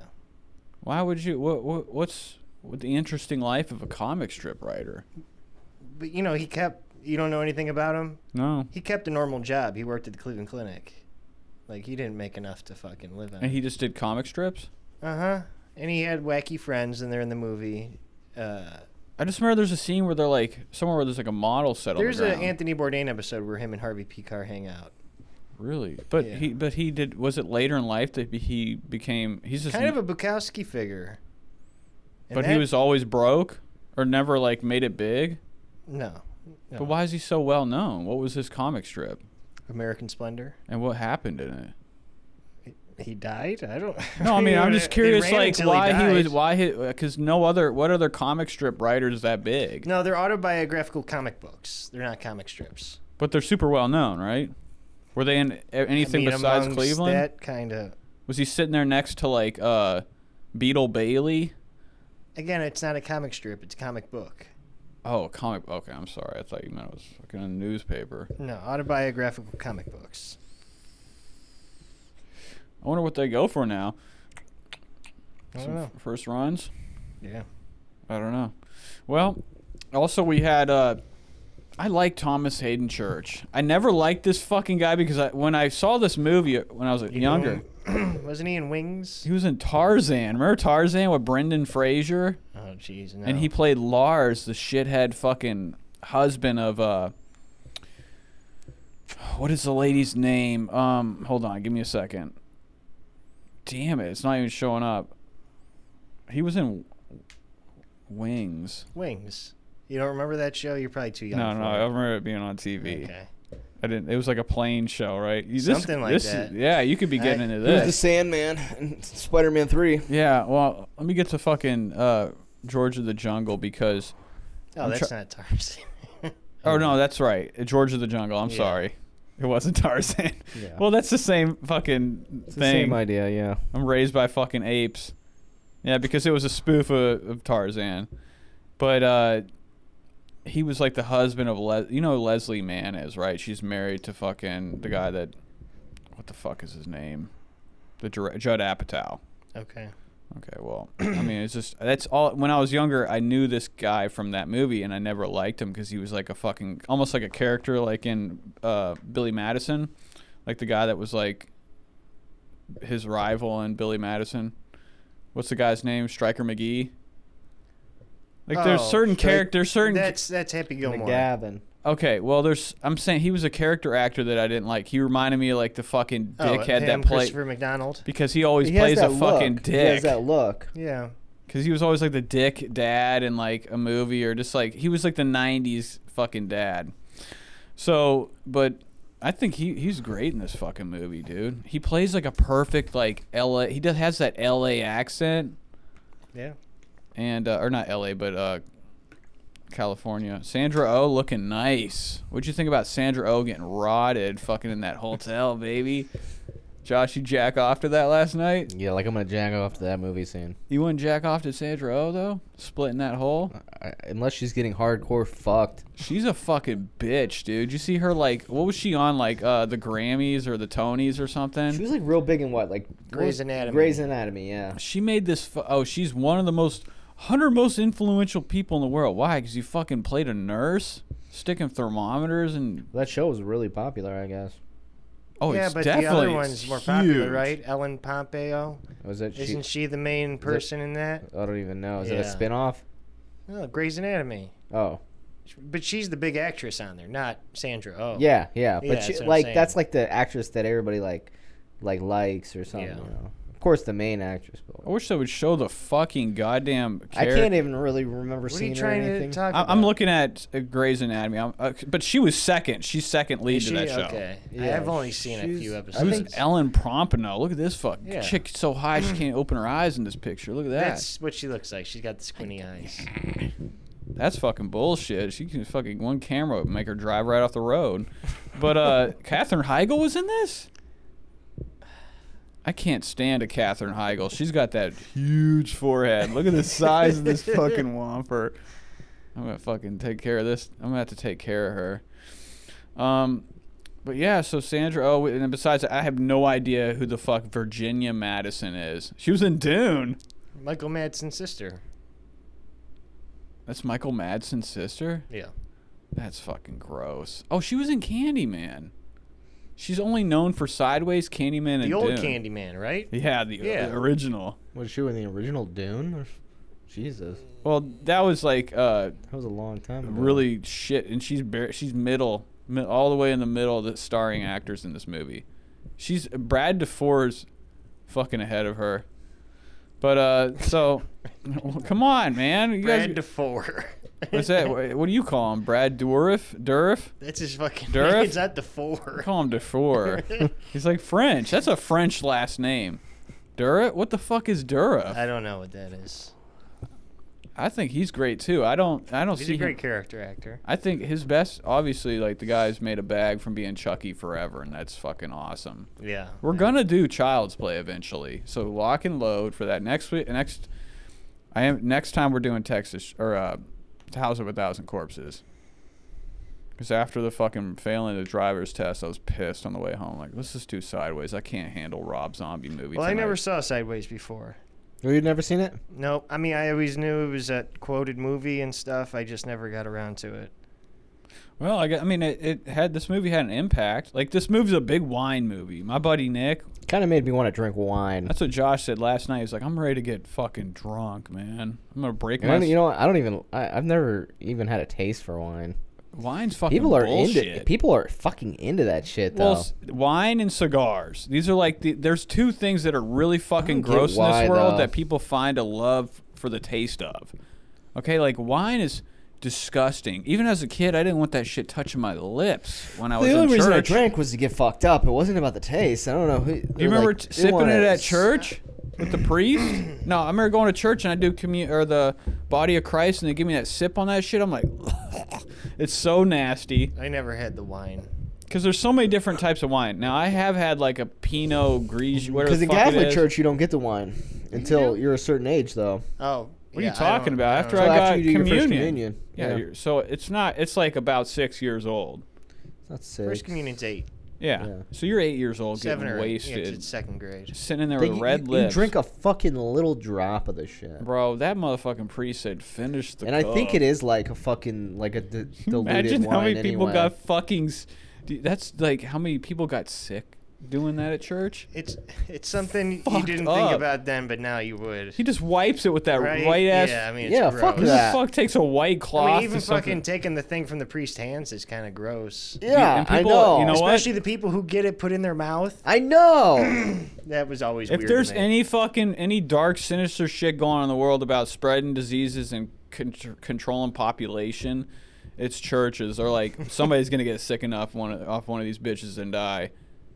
S3: Why would you? What? what what's with the interesting life of a comic strip writer?
S5: but you know, he kept. You don't know anything about him.
S3: No.
S5: He kept a normal job. He worked at the Cleveland Clinic. Like he didn't make enough to fucking live
S3: And
S5: on.
S3: he just did comic strips?
S5: Uh huh. And he had wacky friends, and they're in the movie. Uh,
S3: I just remember there's a scene where they're like somewhere where there's like a model set
S5: there's
S3: on the
S5: an
S3: ground.
S5: Anthony Bourdain episode where him and Harvey Picar hang out.
S3: really, but
S5: Yeah.
S3: he but he did. Was it later in life that he became? He's just
S5: Kind of a Bukowski figure. And
S3: but he
S5: that-
S3: was always broke or never like made it big.
S5: no, no.
S3: But why is he so well known? What was his comic strip
S5: American Splendor.
S3: and what happened in it?
S5: He died. I don't.
S3: *laughs* No, I mean
S5: *laughs*
S3: I'm
S5: It
S3: just curious,
S5: ran
S3: like
S5: until
S3: why he, was
S5: died.
S3: why he because no other what other comic strip writer is that big?
S5: No, they're autobiographical comic books. They're not comic strips.
S3: But they're super well known, right? Were they in a- anything
S5: I mean,
S3: besides
S5: amongst
S3: Cleveland?
S5: That kind of
S3: Was he sitting there next to like uh, Beetle Bailey?
S5: again, it's not a comic strip. It's a comic book.
S3: Oh, comic. Okay, I'm sorry. I thought you meant it was fucking a newspaper.
S5: No, autobiographical comic books.
S3: I wonder what they go for now.
S5: I don't
S3: Some
S5: know.
S3: f- first runs.
S5: Yeah.
S3: I don't know. Well, also we had. Uh, I like Thomas Hayden Church. I never liked this fucking guy because I, when I saw this movie uh, when I was younger,
S5: Wasn't he in Wings?
S3: he was in Tarzan. Remember Tarzan with Brendan Fraser?
S5: Oh, jeez. No.
S3: And he played Lars, the shithead fucking husband of uh what is the lady's name? Um hold on, give me a second. Damn it, it's not even showing up. He was in Wings.
S5: Wings. You don't remember that show? You're probably too young.
S3: No,
S5: for
S3: no, I
S5: it.
S3: remember it being on TV.
S5: Okay.
S3: I didn't. It was like a plane show, right? You-
S5: Something like that.
S3: Yeah, you could be
S5: I-
S3: getting into
S4: It was the
S3: this.
S4: Sandman and Spider-Man 3.
S3: Yeah. Well, let me get to fucking uh, George of the Jungle because
S5: Oh, that's not Tarzan. *laughs*
S3: Oh no, that's right. Uh, George of the Jungle. I'm
S5: Yeah.
S3: sorry, it wasn't *laughs* Tarzan.
S4: Yeah.
S3: Well, that's the same fucking
S4: It's the
S3: thing.
S4: same idea, yeah.
S3: I'm raised by fucking apes. Yeah, because it was a spoof of, of Tarzan, but uh, he was like the husband of Les. You know who Leslie Mann is right. She's married to fucking the guy that. What the fuck is his name? The dire- Judd Apatow.
S5: okay.
S3: Okay, well, *clears throat* I mean, it's just that's all. When I was younger, I knew this guy from that movie, and I never liked him because he was like a fucking, almost like a character, like in uh, Billy Madison, like the guy that was like his rival in Billy Madison. What's the guy's name? Striker McGee. Like there's
S5: Oh,
S3: certain
S5: Stri-
S3: characters, certain
S5: That's that's Happy Gilmore.
S4: McGavin.
S3: Okay, well, there's. I'm saying he was a character actor that I didn't like. He reminded me of like the fucking
S5: Oh,
S3: dickhead
S5: him,
S3: that played
S5: Christopher McDonald.
S3: because he always
S4: He
S3: plays
S4: has
S3: a
S4: that
S3: fucking
S4: look.
S3: dick.
S4: He has that look.
S5: Yeah.
S3: Because he was always like the dick dad in like a movie or just like he was like the 90s fucking dad. So, but I think he, he's great in this fucking movie, dude. He plays like a perfect like LA. He does has that LA accent
S5: Yeah.
S3: and uh, or not LA but uh California. Sandra O oh looking nice. What'd you think about Sandra O oh getting rotted fucking in that hotel, baby? Josh, you jack off to that last night?
S4: Yeah, like I'm gonna jack off to that movie soon.
S3: You wouldn't jack off to Sandra O oh, though? Splitting that hole?
S4: I, unless she's getting hardcore fucked.
S3: She's a fucking bitch, dude. You see her like what was she on like uh the Grammys or the Tonys or
S4: She
S3: something?
S4: was like real big in what, like
S5: Grey's Anatomy.
S4: Grey's Anatomy, yeah.
S3: She made this fu- oh, she's one of the most 100 most influential people in the world. Why? Cuz you fucking played a nurse, sticking thermometers and
S4: That show was really popular, I guess.
S3: oh,
S5: yeah,
S3: it's
S5: but
S3: definitely
S5: the other one's more popular,
S3: huge.
S5: right? Ellen Pompeo.
S4: Was that? She,
S5: Isn't she the main person in that?
S4: I don't even know. Is
S5: Yeah.
S4: that a spinoff?
S5: No, Grey's Anatomy.
S4: Oh,
S5: But she's the big actress on there, not Sandra Oh.
S4: yeah, yeah. But she,
S5: Yeah, that's what I'm
S4: like
S5: saying.
S4: that's like the actress that everybody like, like likes or something.
S5: Yeah.
S4: You know? Of course, the main actress. But
S3: I wish they would show the fucking goddamn
S4: I
S3: character.
S4: can't even really remember
S5: What are
S4: seeing
S5: you
S4: her or
S5: trying to
S4: anything.
S5: talk
S3: I-
S5: about?
S3: I'm looking at uh, Grey's Anatomy. I'm, uh, but she was second. She's second lead to
S5: Is she?
S3: that show.
S5: Okay.
S4: Yeah,
S5: I've only seen a
S4: she's-
S5: few
S4: I
S5: episodes.
S4: think-
S3: Ellen Prompino. Look at this fuck
S5: Yeah.
S3: chick so high
S5: *clears throat*
S3: she can't open her eyes in this picture. Look at that.
S5: That's what she looks like. She's got the squinty eyes.
S3: That's fucking bullshit. She can fucking one camera would make her drive right off the road. But uh Katherine Heigl was in this? I can't stand a Katherine Heigl. She's got that huge forehead. Look at the size of this fucking whomper. I'm gonna fucking take care of this. I'm gonna have to take care of her. Um but yeah, so Sandra oh and then besides I have no idea who the fuck Virginia Madison is. She was in Dune.
S5: Michael Madsen's sister.
S3: That's Michael Madsen's sister?
S5: Yeah.
S3: That's fucking gross. Oh, she was in Candyman. She's only known for Sideways, Candyman, and
S5: The old
S3: Dune.
S5: Candyman, right?
S3: Yeah, the
S5: Yeah.
S3: the original.
S4: Was she in the original Dune? Or? Jesus,
S3: Well, that was like uh,
S4: that was a long time ago.
S3: really shit, and she's bare, she's middle, mi- all the way in the middle of the starring actors in this movie. She's Brad DeFore's fucking ahead of her. But uh, so *laughs* well, come on, man. You guys-
S5: Brad DeFore.
S3: what's that? Wha- What do you call him? Brad Dourif? Dourif?
S5: *laughs* That's his fucking
S3: Dourif?
S5: name. It's not DeFore.
S3: Call him
S5: *laughs*
S3: DeFore. He's like French. That's a French last name. Dura? What the fuck is Dura?
S5: I don't know what that is.
S3: I think he's great too. I don't. I don't
S5: He's
S3: see
S5: a great
S3: him.
S5: character actor.
S3: I think his best, obviously, like the guy's made a bag from being Chucky forever, and that's fucking awesome.
S5: Yeah.
S3: We're gonna do Child's Play eventually, so lock and load for that next week. Next, I am next time we're doing Texas or uh, House of a Thousand Corpses. Because after the fucking failing the driver's test, I was pissed on the way home. Like, let's just do Sideways. I can't handle Rob Zombie movie.
S5: Well, I never
S3: tonight.
S5: saw Sideways before.
S4: Oh, you've never seen it?
S5: No, I mean I always knew it was a quoted movie and stuff. I just never got around to it.
S3: Well, I, gu- I mean, it, it had this movie had an impact. Like this movie's a big wine movie. My buddy Nick,
S4: Kind of made me want to drink wine.
S3: that's what Josh said last night. He's like, I'm ready to get fucking drunk, man. I'm gonna break
S4: And I
S3: my.
S4: don't- you know, what? I don't even. I, I've never even had a taste for wine.
S3: wine's fucking
S4: People are
S3: bullshit.
S4: into. People are fucking into that shit though.
S3: Well, s- wine and cigars. These are like the, there's two things that are really fucking
S4: get
S3: gross in
S4: why,
S3: this world
S4: though.
S3: that people find a love for the taste of. Okay, like wine is disgusting. Even as a kid, I didn't want that shit touching my lips when I was
S4: the
S3: in
S4: only reason I
S3: church.
S4: drank was to get fucked up. It wasn't about the taste. I don't know who.
S3: Do you remember t- sipping it at church with the
S4: *clears throat*
S3: priest? No, I remember going to church and I do commun or the body of Christ and they give me that sip on that shit. I'm like, *laughs* it's so nasty.
S5: I never had the wine.
S3: Because there's so many different types of wine. Now I have had like a Pinot Grigio. Because
S4: Because in Mm, Catholic church, you don't get the wine until you are a certain age, though.
S5: Oh,
S3: What are you talking about? After I
S4: Well,
S3: got
S4: after you do your first
S3: communion.
S4: communion,
S3: Yeah.
S4: yeah.
S3: you're- So it's not. It's like about six years old.
S4: That's sick.
S5: first communion's eight,
S3: Yeah.
S4: Yeah.
S3: So you're eight years old,
S5: seven
S3: getting
S5: or eight. Yeah,
S3: wasted,
S5: it's in second grade.
S3: sitting there
S4: They-
S3: with
S4: you-
S3: red
S4: you,
S3: lips.
S4: drink a fucking little drop of this shit.
S3: Bro, that motherfucking priest said, "Finish the."
S4: And I think
S3: cup."
S4: it is like a fucking like
S3: *laughs*
S4: a d- diluted
S3: Imagine
S4: wine
S3: how many people
S4: anyway.
S3: got fucking. s- dude, That's like how many people got sick doing that at church.
S5: It's it's something you
S3: Fucked
S5: didn't
S3: up.
S5: think about then, but now you would.
S3: He just wipes it with that
S5: Right?
S3: white ass.
S5: yeah, I mean, it's
S4: Yeah,
S5: gross.
S4: fuck
S3: who the
S4: that.
S3: fuck takes a white cloth?
S5: I mean, even
S3: to something?
S5: fucking taking the thing from the priest's hands is kind of gross.
S4: Yeah,
S3: and
S4: I
S3: people-
S4: know.
S3: you know what?
S5: Especially the people who get it put in their mouth.
S3: *clears throat*
S4: I know.
S5: That was always
S3: If
S5: weird.
S3: there's
S5: to me.
S3: any fucking any dark sinister shit going on in the world about spreading diseases and contr- controlling population, it's churches or like
S5: *laughs*
S3: somebody's gonna get sick enough one of- off one of these bitches and die.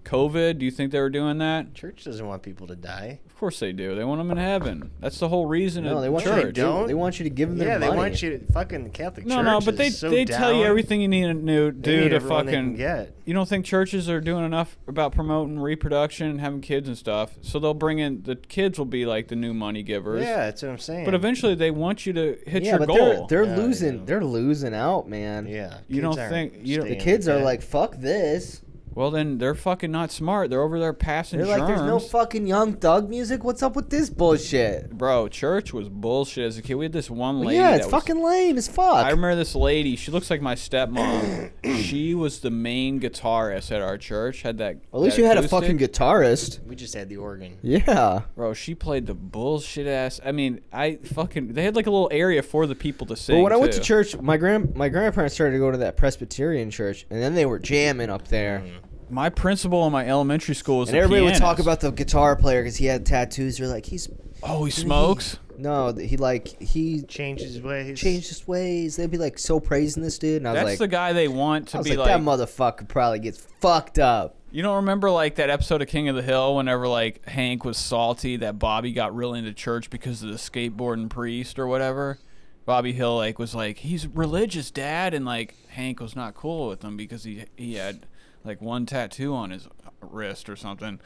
S3: COVID? Do you think they were doing that?
S5: church doesn't want people to die.
S3: Of course they do. They want them in heaven. That's the whole reason.
S4: no,
S3: of
S4: they want you to
S3: church.
S5: do-
S4: give,
S5: don't.
S4: They want you to give them
S5: yeah,
S4: their
S5: they
S4: money.
S5: want you to fucking the Catholic
S3: No,
S5: Church.
S3: no, but
S5: is
S3: they
S5: so
S3: they tell you
S5: down.
S3: everything you need to know,
S5: They
S3: do
S5: need
S3: to
S5: everyone they can
S3: fucking
S5: get.
S3: You don't think churches are doing enough about promoting reproduction and having kids and stuff? So they'll bring in the kids will be like the new money givers.
S5: Yeah, that's what I'm saying.
S3: But eventually, they want you to hit your
S4: yeah, but
S3: goal.
S4: they're
S5: Yeah,
S4: they're
S5: they
S4: losing.
S5: do.
S4: They're losing out, man.
S5: yeah,
S3: You
S5: kids
S3: don't
S5: aren't
S3: think- you don't-
S4: The
S5: staying
S4: kids
S5: with
S4: are
S5: that.
S4: like, fuck this.
S3: well, then they're fucking not smart. They're over there passing
S4: They're
S3: germs.
S4: like, there's no fucking young thug music. What's up with this bullshit?
S3: Bro, church was bullshit as a kid. We had this one
S4: Well,
S3: lady.
S4: yeah, it's
S3: that was-
S4: fucking lame as fuck.
S3: I remember this lady. She looks like my
S4: *coughs*
S3: stepmom. she was the main guitarist at our church. Had that.
S4: At least
S3: that
S4: you had a
S3: acoustic.
S4: fucking guitarist.
S5: we just had the organ.
S4: Yeah.
S3: Bro, she played the bullshit ass. I mean, I fucking. They had like a little area for the people to sing.
S4: But when I went to
S3: too.
S4: church, my grand my grandparents started to go to that Presbyterian church, and then they were jamming up there,
S3: my principal in my elementary school Mm. was.
S4: and
S3: a
S4: everybody would talk
S3: pianist.
S4: about the guitar player because he had tattoos. They're like, he's
S3: Oh, he smokes.
S4: no, th- he like he
S5: Changed his ways.
S4: changed his ways. They'd be like so praising this dude, and I was
S3: That's
S4: like,
S3: the guy they want to
S4: I was
S3: be
S4: like,
S3: like.
S4: that motherfucker probably gets fucked up.
S3: You don't remember like that episode of King of the Hill whenever like Hank was salty that Bobby got really into church because of the skateboarding priest or whatever. Bobby Hill like was like he's religious dad and like Hank was not cool with him because he he had like one tattoo on his wrist or something.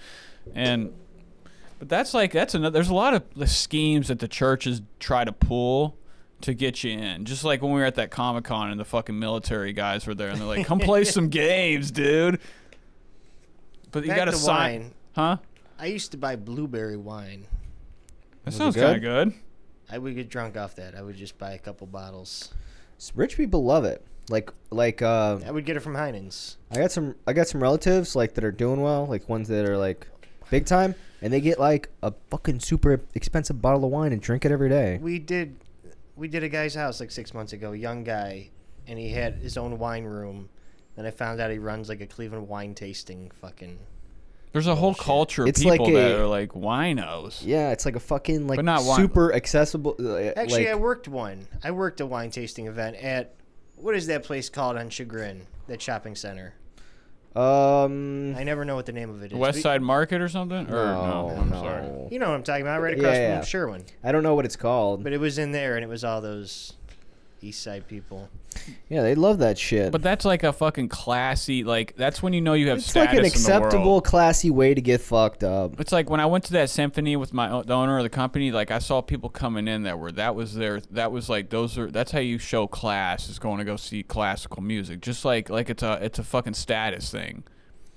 S3: And but that's like that's another there's a lot of the schemes that the churches try to pull to get you in. Just like when we were at that Comic Con and the fucking military guys were there and they're like, Come
S4: *laughs*
S3: play some games, dude. But you
S5: Back
S3: gotta
S5: to
S3: sign
S5: wine.
S3: Huh?
S5: I used to buy blueberry wine.
S3: That sounds
S4: good?
S3: kinda good.
S5: I would get drunk off that. I would just buy a couple bottles.
S4: S- Rich people love it. Like like uh,
S5: I would get it from Heinen's.
S4: I got some I got some relatives like that are doing well, like ones that are like big time, and they get like a fucking super expensive bottle of wine and drink it every day.
S5: We did, we did a guy's house like six months ago. Young guy, and he had his own wine room. Then I found out he runs like a Cleveland wine tasting fucking.
S3: There's a
S4: Oh,
S3: whole culture of
S4: It's
S3: people
S4: like
S3: that
S4: a-
S3: are like winos.
S4: Yeah, it's like a fucking like
S3: But not wine.
S4: super accessible. uh,
S5: Actually,
S4: like,
S5: I worked one. I worked a wine tasting event at what is that place called on Chagrin? That shopping center.
S4: Um,
S5: I never know what the name of it is.
S3: West
S5: but
S3: Side Market or something? Or Er, no,
S4: No,
S3: I'm
S4: no.
S3: sorry.
S5: You know what I'm talking about, right across
S4: Yeah, yeah.
S5: from Sherwin.
S4: I don't know what it's called.
S5: But it was in there, and it was all those East Side people.
S4: yeah, they love that shit.
S3: But that's like a fucking classy. Like that's when you know you have
S4: it's like
S3: status
S4: an
S3: in the
S4: acceptable,
S3: world.
S4: classy way to get fucked up.
S3: It's like when I went to that symphony with my o- the owner of the company. Like I saw people coming in that were that was their that was like those are that's how you show class is going to go see classical music. Just like like it's a it's a fucking status thing.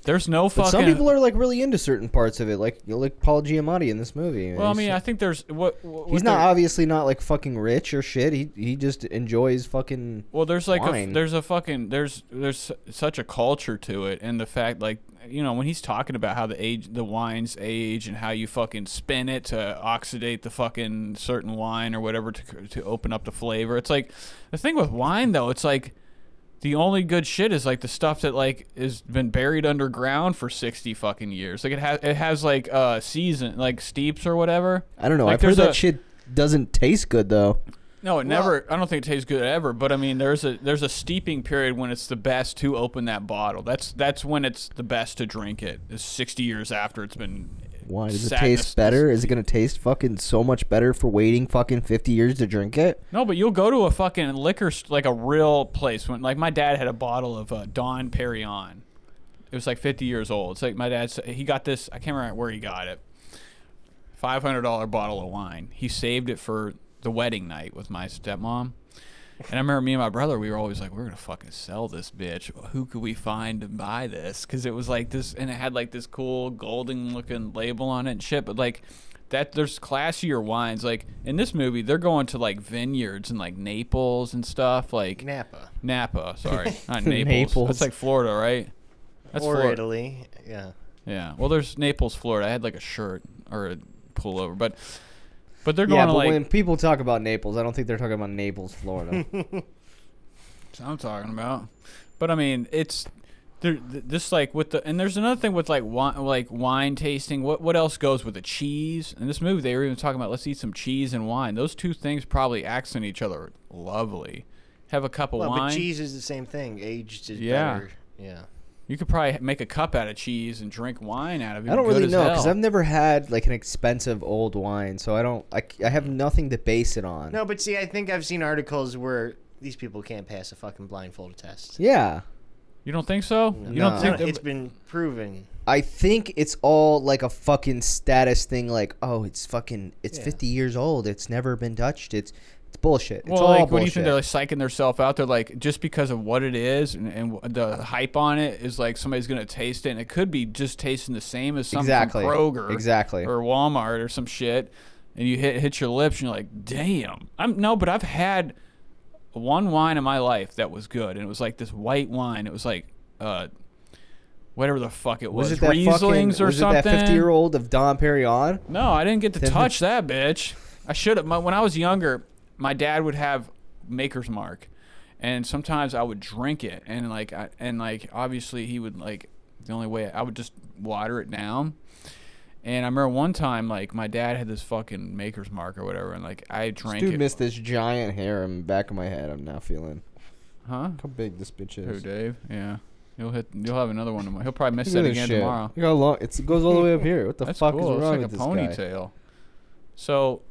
S3: There's no
S4: But
S3: fucking.
S4: some people are like really into certain parts of it, like you know, like Paul Giamatti in this movie.
S3: well, I
S4: He's-
S3: mean, I think there's what, what
S4: he's
S3: what
S4: not
S3: there-
S4: obviously not like fucking rich or shit. He he just enjoys fucking.
S3: Well, there's like a,
S4: wine.
S3: there's a fucking there's there's such a culture to it, and the fact like you know when he's talking about how the age the wines age and how you fucking spin it to oxidate the fucking certain wine or whatever to to open up the flavor. It's like the thing with wine though. It's like the only good shit is like the stuff that like has been buried underground for sixty fucking years. Like it has it has like uh season like steeps or whatever.
S4: I don't know.
S3: Like,
S4: I've heard
S3: there's
S4: that
S3: a-
S4: shit doesn't taste good though.
S3: no, it never. I don't think it tastes good ever. But I mean, there's a there's a steeping period when it's the best to open that bottle. That's that's when it's the best to drink it. Is sixty years after it's been.
S4: Why does it
S3: sat in this-
S4: taste better? Is it gonna taste fucking so much better for waiting fucking fifty years to drink it?
S3: No, but you'll go to a fucking liquor st- like a real place when like my dad had a bottle of uh, Don Perignon. It was like fifty years old. It's like my dad s- he got this. I can't remember where he got it. Five hundred dollar bottle of wine. He saved it for the wedding night with my stepmom. And I remember me and my brother, we were always like, we're going to fucking sell this bitch. Who could we find to buy this? Because it was like this, and it had like this cool golden looking label on it and shit. But like, that there's classier wines. Like, in this movie, they're going to like vineyards and like Naples and stuff. Like,
S5: Napa
S3: Napa, sorry. Not Naples.
S4: Naples.
S3: That's like Florida, right? That's
S5: or
S3: Florida.
S5: Italy. Yeah.
S3: Yeah. Well, there's Naples, Florida. I had like a shirt or a pullover, but. But they're going
S4: Yeah,
S3: to
S4: but
S3: like
S4: when people talk about Naples, I don't think they're talking about Naples, Florida. *laughs*
S3: That's what I'm talking about. But I mean, it's there. th- This like with the and there's another thing with like wine, like wine tasting. What what else goes with the cheese? In this movie, they were even talking about let's eat some cheese and wine. Those two things probably accent each other lovely. Have a cup of
S5: Well,
S3: wine.
S5: but cheese is the same thing. Aged is
S3: Yeah.
S5: better. Yeah.
S3: You could probably make a cup out of cheese and drink wine out of it.
S4: I don't
S3: Good
S4: really
S3: as
S4: know because
S3: hell.
S4: I've never had like an expensive old wine, so I don't. I, c- I have nothing to base it on.
S5: No, but see, I think I've seen articles where these people can't pass a fucking blindfold test.
S4: Yeah,
S3: You don't think so? You
S4: No.
S3: don't
S5: No,
S3: think
S5: it's
S3: that,
S5: been proven.
S4: I think it's all like a fucking status thing. Like, oh, it's fucking, it's
S5: Yeah.
S4: 50 years old. It's never been touched. It's it's bullshit. It's
S3: Well,
S4: all
S3: like,
S4: bullshit.
S3: what do you think? They're like psyching themselves out. They're like, just because of what it is and, and the hype on it is like somebody's gonna taste it, and it could be just tasting the same as something
S4: Exactly.
S3: from Kroger,
S4: Exactly.
S3: or Walmart or some shit, and you hit hit your lips, and you're like, damn. I'm no, but I've had one wine in my life that was good, and it was like this white wine. It was like, uh, whatever the fuck it was,
S4: was it that
S3: Rieslings
S4: fucking,
S3: or
S4: was
S3: something.
S4: it that 50 year old of Don Perignon?
S3: No, I didn't get to
S4: Then-
S3: touch that bitch. I should have. When I was younger, my dad would have Maker's Mark, and sometimes I would drink it, and like, I, and like, obviously he would like. The only way I would just water it down. And I remember one time, like, my dad had this fucking Maker's Mark or whatever, and like, I drank
S4: Dude
S3: it.
S4: missed this giant hair in the back of my head. I'm now feeling
S3: huh?
S4: how big this bitch
S3: Who,
S4: is.
S3: Dave? Yeah, you'll hit. You'll have another one tomorrow. He'll probably miss
S4: Look at
S3: that
S4: this
S3: again
S4: shit.
S3: tomorrow.
S4: Look how long it's, it goes all the way up here. What
S3: *laughs*
S4: the
S3: That's
S4: fuck
S3: cool.
S4: is
S3: It's
S4: wrong
S3: like
S4: with
S3: a
S4: this guy?
S3: ponytail. So,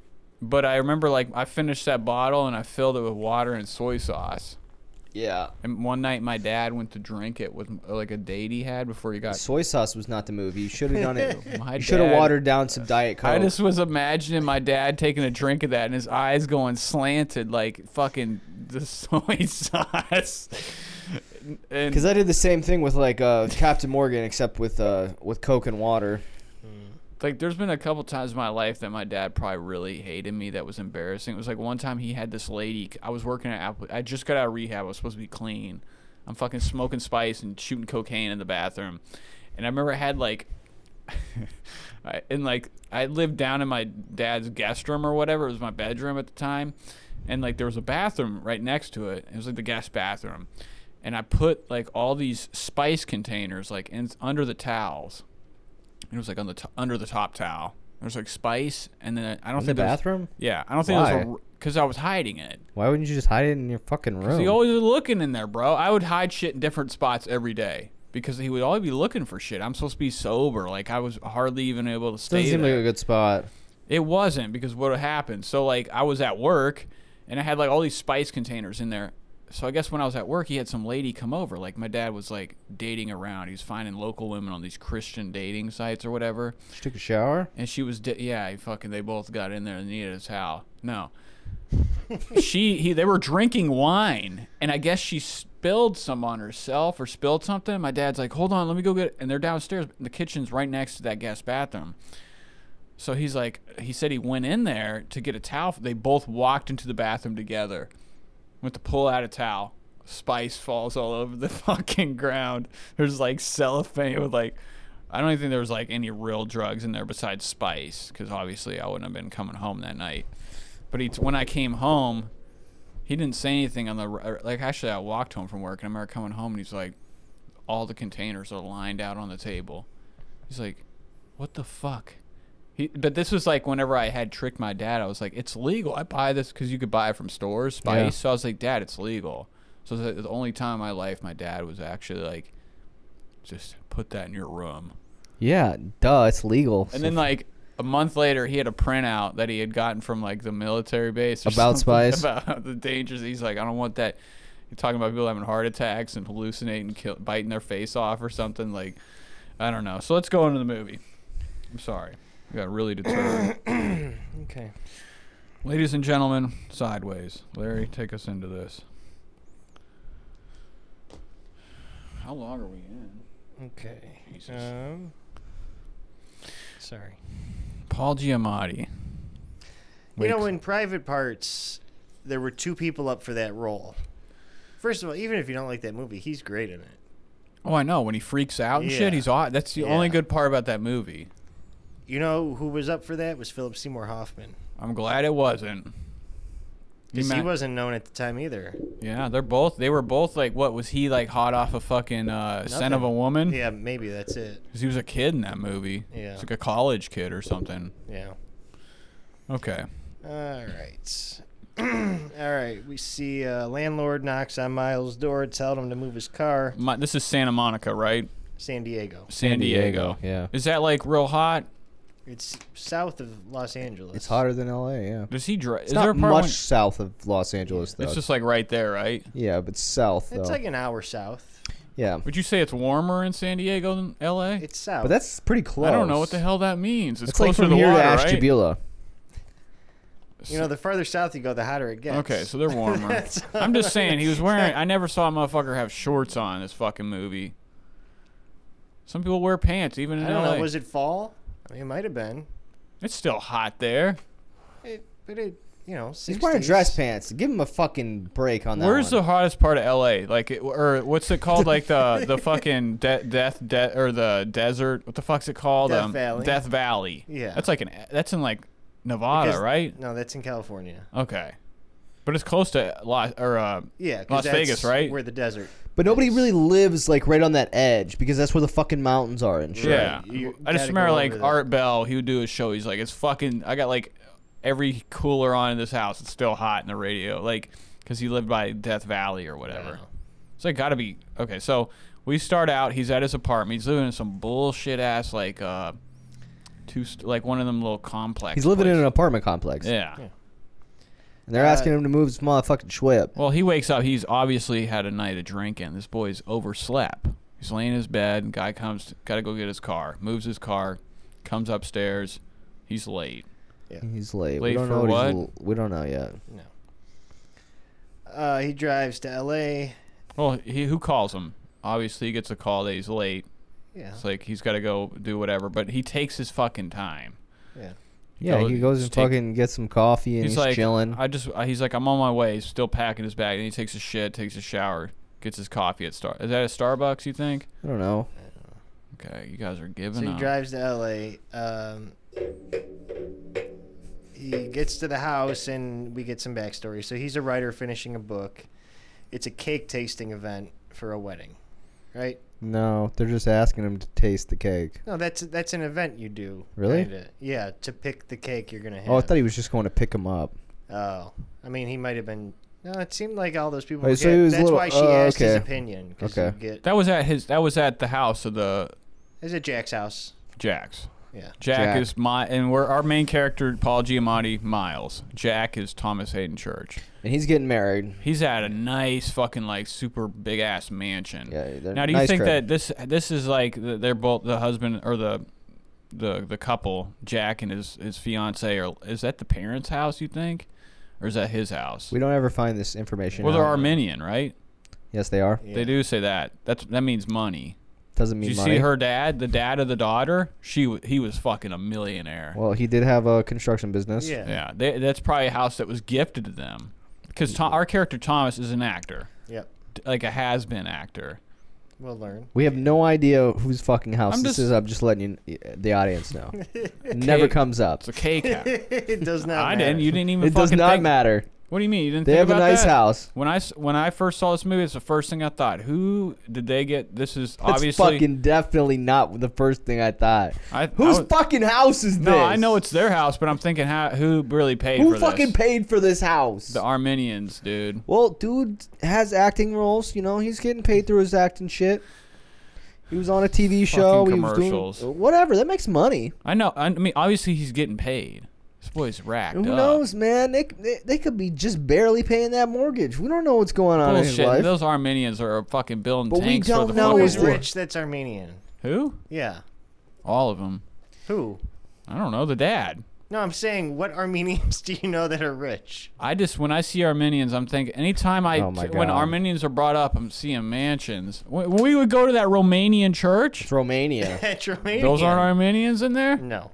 S3: but I remember like I finished that bottle and I filled it with water and soy sauce.
S4: Yeah,
S3: And one night my dad went to drink it with like a date he had before he got.
S4: soy sauce was not the movie. You should have done
S3: *laughs*
S4: it.
S3: My
S4: you should have
S3: dad-
S4: watered down some diet
S3: *laughs*
S4: coke.
S3: I just was imagining my dad taking a drink of that and his eyes going slanted like fucking the *laughs* soy sauce. And
S4: Because I did the same thing with like uh, Captain Morgan, except with uh, with Coke and water.
S3: Like, there's been a couple times in my life that my dad probably really hated me. That was embarrassing. It was like one time he had this lady. I was working at Apple. I just got out of rehab. I was supposed to be clean. I'm fucking smoking spice and shooting cocaine in the bathroom. And I remember I had like, *laughs* I, and like I lived down in my dad's guest room or whatever. It was my bedroom at the time, and like there was a bathroom right next to it. It was like the guest bathroom, and I put like all these spice containers like in, under the towels. It was like on the t- under the top towel. There was like spice, and then I don't
S4: In the
S3: think there was-
S4: bathroom?
S3: yeah, I don't think it
S4: Why?
S3: was because I was hiding it.
S4: Why wouldn't you just hide it in your fucking room?
S3: He always was looking in there, bro. I would hide shit in different spots every day because he would always be looking for shit. I'm supposed to be sober. Like I was hardly even able to stay
S4: Doesn't seem like
S3: there.
S4: a good spot.
S3: It wasn't because what happened. So like I was at work and I had like all these spice containers in there. So I guess when I was at work, he had some lady come over. Like my dad was like dating around. He was finding local women on these Christian dating sites or whatever.
S4: She took a shower.
S3: And she was, di- yeah, he fucking, they both got in there and needed his towel. No. she, he, they were drinking wine, and I guess she spilled some on herself or spilled something. My dad's like, hold on, let me go get, and they're downstairs. The kitchen's right next to that guest bathroom. So he's like, he said he went in there to get a towel. They both walked into the bathroom together, went to pull out a towel. Spice falls all over the *laughs* fucking ground. There's like cellophane with like, I don't even think there was like any real drugs in there besides spice, because obviously I wouldn't have been coming home that night. But he, when I came home, he didn't say anything on the r- er, like. Actually, I walked home from work, and I remember coming home, and he's like, all the containers are lined out on the table. He's like, what the fuck? He, but this was like whenever I had tricked my dad. I was like, "It's legal. I buy this because you could buy it from stores, spice."
S4: Yeah.
S3: So I was like, "Dad, it's legal." So the the only time in my life my dad was actually like, "Just put that in your room."
S4: Yeah, duh, it's legal.
S3: And then like a month later, he had a printout that he had gotten from like the military base or
S4: About
S3: something
S4: spice?
S3: *laughs* about the dangers. He's like, I don't want that. You're talking about people having heart attacks and hallucinating, kill, biting their face off or something. Like, I don't know. So let's go into the movie. I'm sorry, I got really deterred.
S5: Okay.
S3: Ladies and gentlemen, sideways. Larry, take us into this. How long are we in?
S5: Okay.
S3: Jesus.
S5: Um, sorry.
S3: Paul Giamatti.
S5: You know,
S3: Wakes-
S5: in Private Parts, there were two people up for that role. First of all, even if you don't like that movie, he's great in it.
S3: Oh, I know. When he freaks out and
S5: Yeah.
S3: shit, he's odd. That's the only
S5: Yeah.
S3: good part about that movie.
S5: You know who was up for that was Philip Seymour Hoffman.
S3: I'm glad it wasn't. You
S5: 'Cause he
S3: ma-
S5: wasn't known at the
S3: *laughs*
S5: time either.
S3: yeah, they're both. They were both like, what was he like? Hot off a fucking uh, scent of a
S5: Nothing.
S3: woman?
S5: Yeah, maybe that's it.
S3: 'Cause he was a kid in that movie.
S5: Yeah.
S3: He's like a college kid or something.
S5: Yeah.
S3: Okay.
S5: All right. *clears throat* All right. We see uh, landlord knocks on Miles' door, tells him to move his car.
S3: My, this is Santa Monica, right?
S5: San Diego.
S3: San Diego.
S4: Yeah.
S3: Is that like real hot?
S5: It's south of Los Angeles.
S4: It's hotter than LA, yeah.
S3: Does he drive? Is
S4: It's not
S3: there a part
S4: much
S3: when-
S4: south of Los Angeles though.
S3: It's just like right there, right?
S4: yeah, but south though.
S5: It's like an hour south.
S4: yeah.
S3: Would you say it's warmer in San Diego than L.A.?
S5: It's south.
S4: But that's pretty close.
S3: I don't know what the hell that means. It's,
S4: It's
S3: closer
S4: like from
S3: to the
S4: here
S3: water,
S4: to
S3: right?
S4: Ashtabula.
S5: you know, the farther south you go, the hotter it gets.
S3: Okay, so they're
S5: *laughs*
S3: warmer. I'm just saying he was wearing. I never saw a motherfucker have shorts on in this fucking movie. Some people wear pants even in
S5: I don't
S3: LA.
S5: know. Was it fall? I mean, it might have been.
S3: It's still hot there.
S5: It, but it, you know, 60s.
S4: He's wearing dress pants. Give him a fucking break on that.
S3: Where's the
S4: one.
S3: hottest part of LA? Like, it, or what's it called? Like
S5: *laughs*
S3: the the fucking de- death de- or the desert? What the fuck's it called? Um,
S5: Death Valley.
S3: Death Valley.
S5: Yeah.
S3: That's like an. That's in like Nevada,
S5: 'Cause-
S3: right?
S5: No, that's in California.
S3: Okay. But it's close to Las or uh,
S5: Yeah, 'cause
S3: Las
S5: that's
S3: Vegas, right?
S5: Where the desert.
S4: But nobody really lives like right on that edge because that's where the fucking mountains are and shit.
S3: Yeah,
S5: You
S3: I just
S5: gotta
S3: remember
S5: go
S3: like
S5: over there.
S3: Art Bell. He would do his show. He's like, it's fucking. I got like every cooler on in this house. It's still hot in the radio, like because he lived by Death Valley or whatever. So it got to be okay. So we start out. He's at his apartment. He's living in some bullshit ass like uh, two st- like one of them little complex.
S4: He's living in an
S3: places.
S4: apartment complex.
S3: yeah.
S4: And they're asking him to move his motherfucking Schwip.
S3: Well, he wakes up. He's obviously had a night of drinking. This boy's overslept. He's laying in his bed. Guy comes, got to go get his car. Moves his car, comes upstairs. He's late.
S4: He's late.
S3: Late
S4: we don't
S3: for
S4: know he's
S3: what?
S4: l- we don't know yet.
S5: Uh, he drives to L.A.
S3: Well, he, who calls him? Obviously, he gets a call that he's late.
S5: Yeah.
S3: It's like he's got to go do whatever, but he takes his fucking time.
S5: Yeah.
S4: Yeah,
S3: goes-
S4: he goes and
S3: just take-
S4: fucking gets some coffee and
S3: He's,
S4: he's,
S3: like,
S4: chilling.
S3: I just, I- he's like, I'm on my way. He's still packing his bag, and he takes a shit, takes a shower, gets his coffee at Star. Is that a Starbucks? You think?
S4: I don't know.
S3: Okay, you guys are
S5: So
S3: giving
S5: he
S3: up.
S5: drives to LA. Um, he gets to the house, and we get some backstory. So he's a writer finishing a book. It's a cake tasting event for a wedding, right?
S4: No, they're just asking him to taste the cake.
S5: No, that's that's an event you do.
S4: Really?
S5: kinda. Yeah, to pick the cake you're gonna have.
S4: Oh, I thought he was just going to pick him up.
S5: Oh, I mean, he might have been. No, it seemed like all those people.
S4: Wait,
S5: were
S4: so
S5: gay.
S4: he was
S5: that's
S4: little-
S5: why she
S4: oh,
S5: asked his
S4: okay.
S5: opinion. 'cause
S4: Okay.
S5: you Get,
S3: that was at his. That was at the house of the
S5: it's at Jack's house.
S3: Jacks.
S5: Yeah.
S3: Jack,
S4: Jack.
S3: is my, and we're our main character, Paul Giamatti, Miles. Jack is Thomas Hayden Church.
S4: And he's getting married.
S3: He's at a nice fucking like super big ass mansion.
S4: Yeah, they're
S3: now, do you
S4: nice
S3: think that
S4: crowd.
S3: this this is like the, they're both the husband or the the the couple, Jack and his his fiance, or is that the parents' house? You think, or is that his house?
S4: We don't ever find this information.
S3: well, they're
S4: out.
S3: Armenian, right?
S4: Yes, they are.
S5: Yeah.
S3: They do say that. That's that means money.
S4: Doesn't
S3: Did
S4: mean
S3: you
S4: money.
S3: see her dad, the dad of the daughter? She w- he was fucking a millionaire.
S4: Well, he did have a construction business.
S5: Yeah.
S3: Yeah, they, that's probably a house that was gifted to them. Because our character Thomas is an actor,
S5: Yep.
S3: t- like a has been actor.
S5: We'll learn. *laughs*
S4: We have no idea whose fucking house
S3: I'm
S4: this
S3: just-
S4: is. I'm just letting you, the audience know. Never
S3: Cake.
S4: comes up.
S3: It's a cake house.
S5: it does not.
S3: I
S5: matter.
S3: didn't. You didn't even.
S4: It does
S3: fucking
S4: not
S3: think-
S4: matter.
S3: What do you mean? You didn't
S4: They
S3: think
S4: have a
S3: about
S4: nice
S3: that?
S4: house.
S3: When I s- when I first saw this movie, it's the first thing I thought. Who did they get? This is
S4: That's
S3: obviously.
S4: fucking definitely not the first thing I thought.
S3: I-
S4: Whose
S3: I was-
S4: fucking house is this?
S3: no, I know it's their house, but I'm thinking how who really paid
S4: Who
S3: for
S4: fucking
S3: this?
S4: paid for this house?
S3: the Armenians, dude.
S4: well, dude has acting roles. You know, he's getting paid through his acting shit. He was on a TV show.
S3: Fucking
S4: He was
S3: commercials.
S4: doing whatever. That makes money.
S3: I know. I, I mean, obviously he's getting paid. This boy's racked.
S4: Who
S3: up.
S4: knows, man? They, they they could be just barely paying that mortgage. We don't know what's going on in his
S3: Bullshit.
S4: life.
S3: Those Armenians are fucking building
S4: But we
S3: tanks
S4: don't
S3: for the
S4: know
S5: Who
S3: fucking
S5: is
S4: his-
S3: war.
S5: rich? That's Armenian.
S3: Who?
S5: Yeah.
S3: All of them.
S5: Who?
S3: I don't know. The dad.
S5: No, I'm saying what Armenians *laughs* do you know that are rich? *laughs*
S3: I just when I see Armenians, I'm thinking anytime I
S4: Oh my
S3: when
S4: God.
S3: Armenians are brought up, I'm seeing mansions. When when we would go to that Romanian church. *laughs*
S4: It's Romania.
S5: That's Romanian.
S3: Those aren't Armenians in there.
S5: No,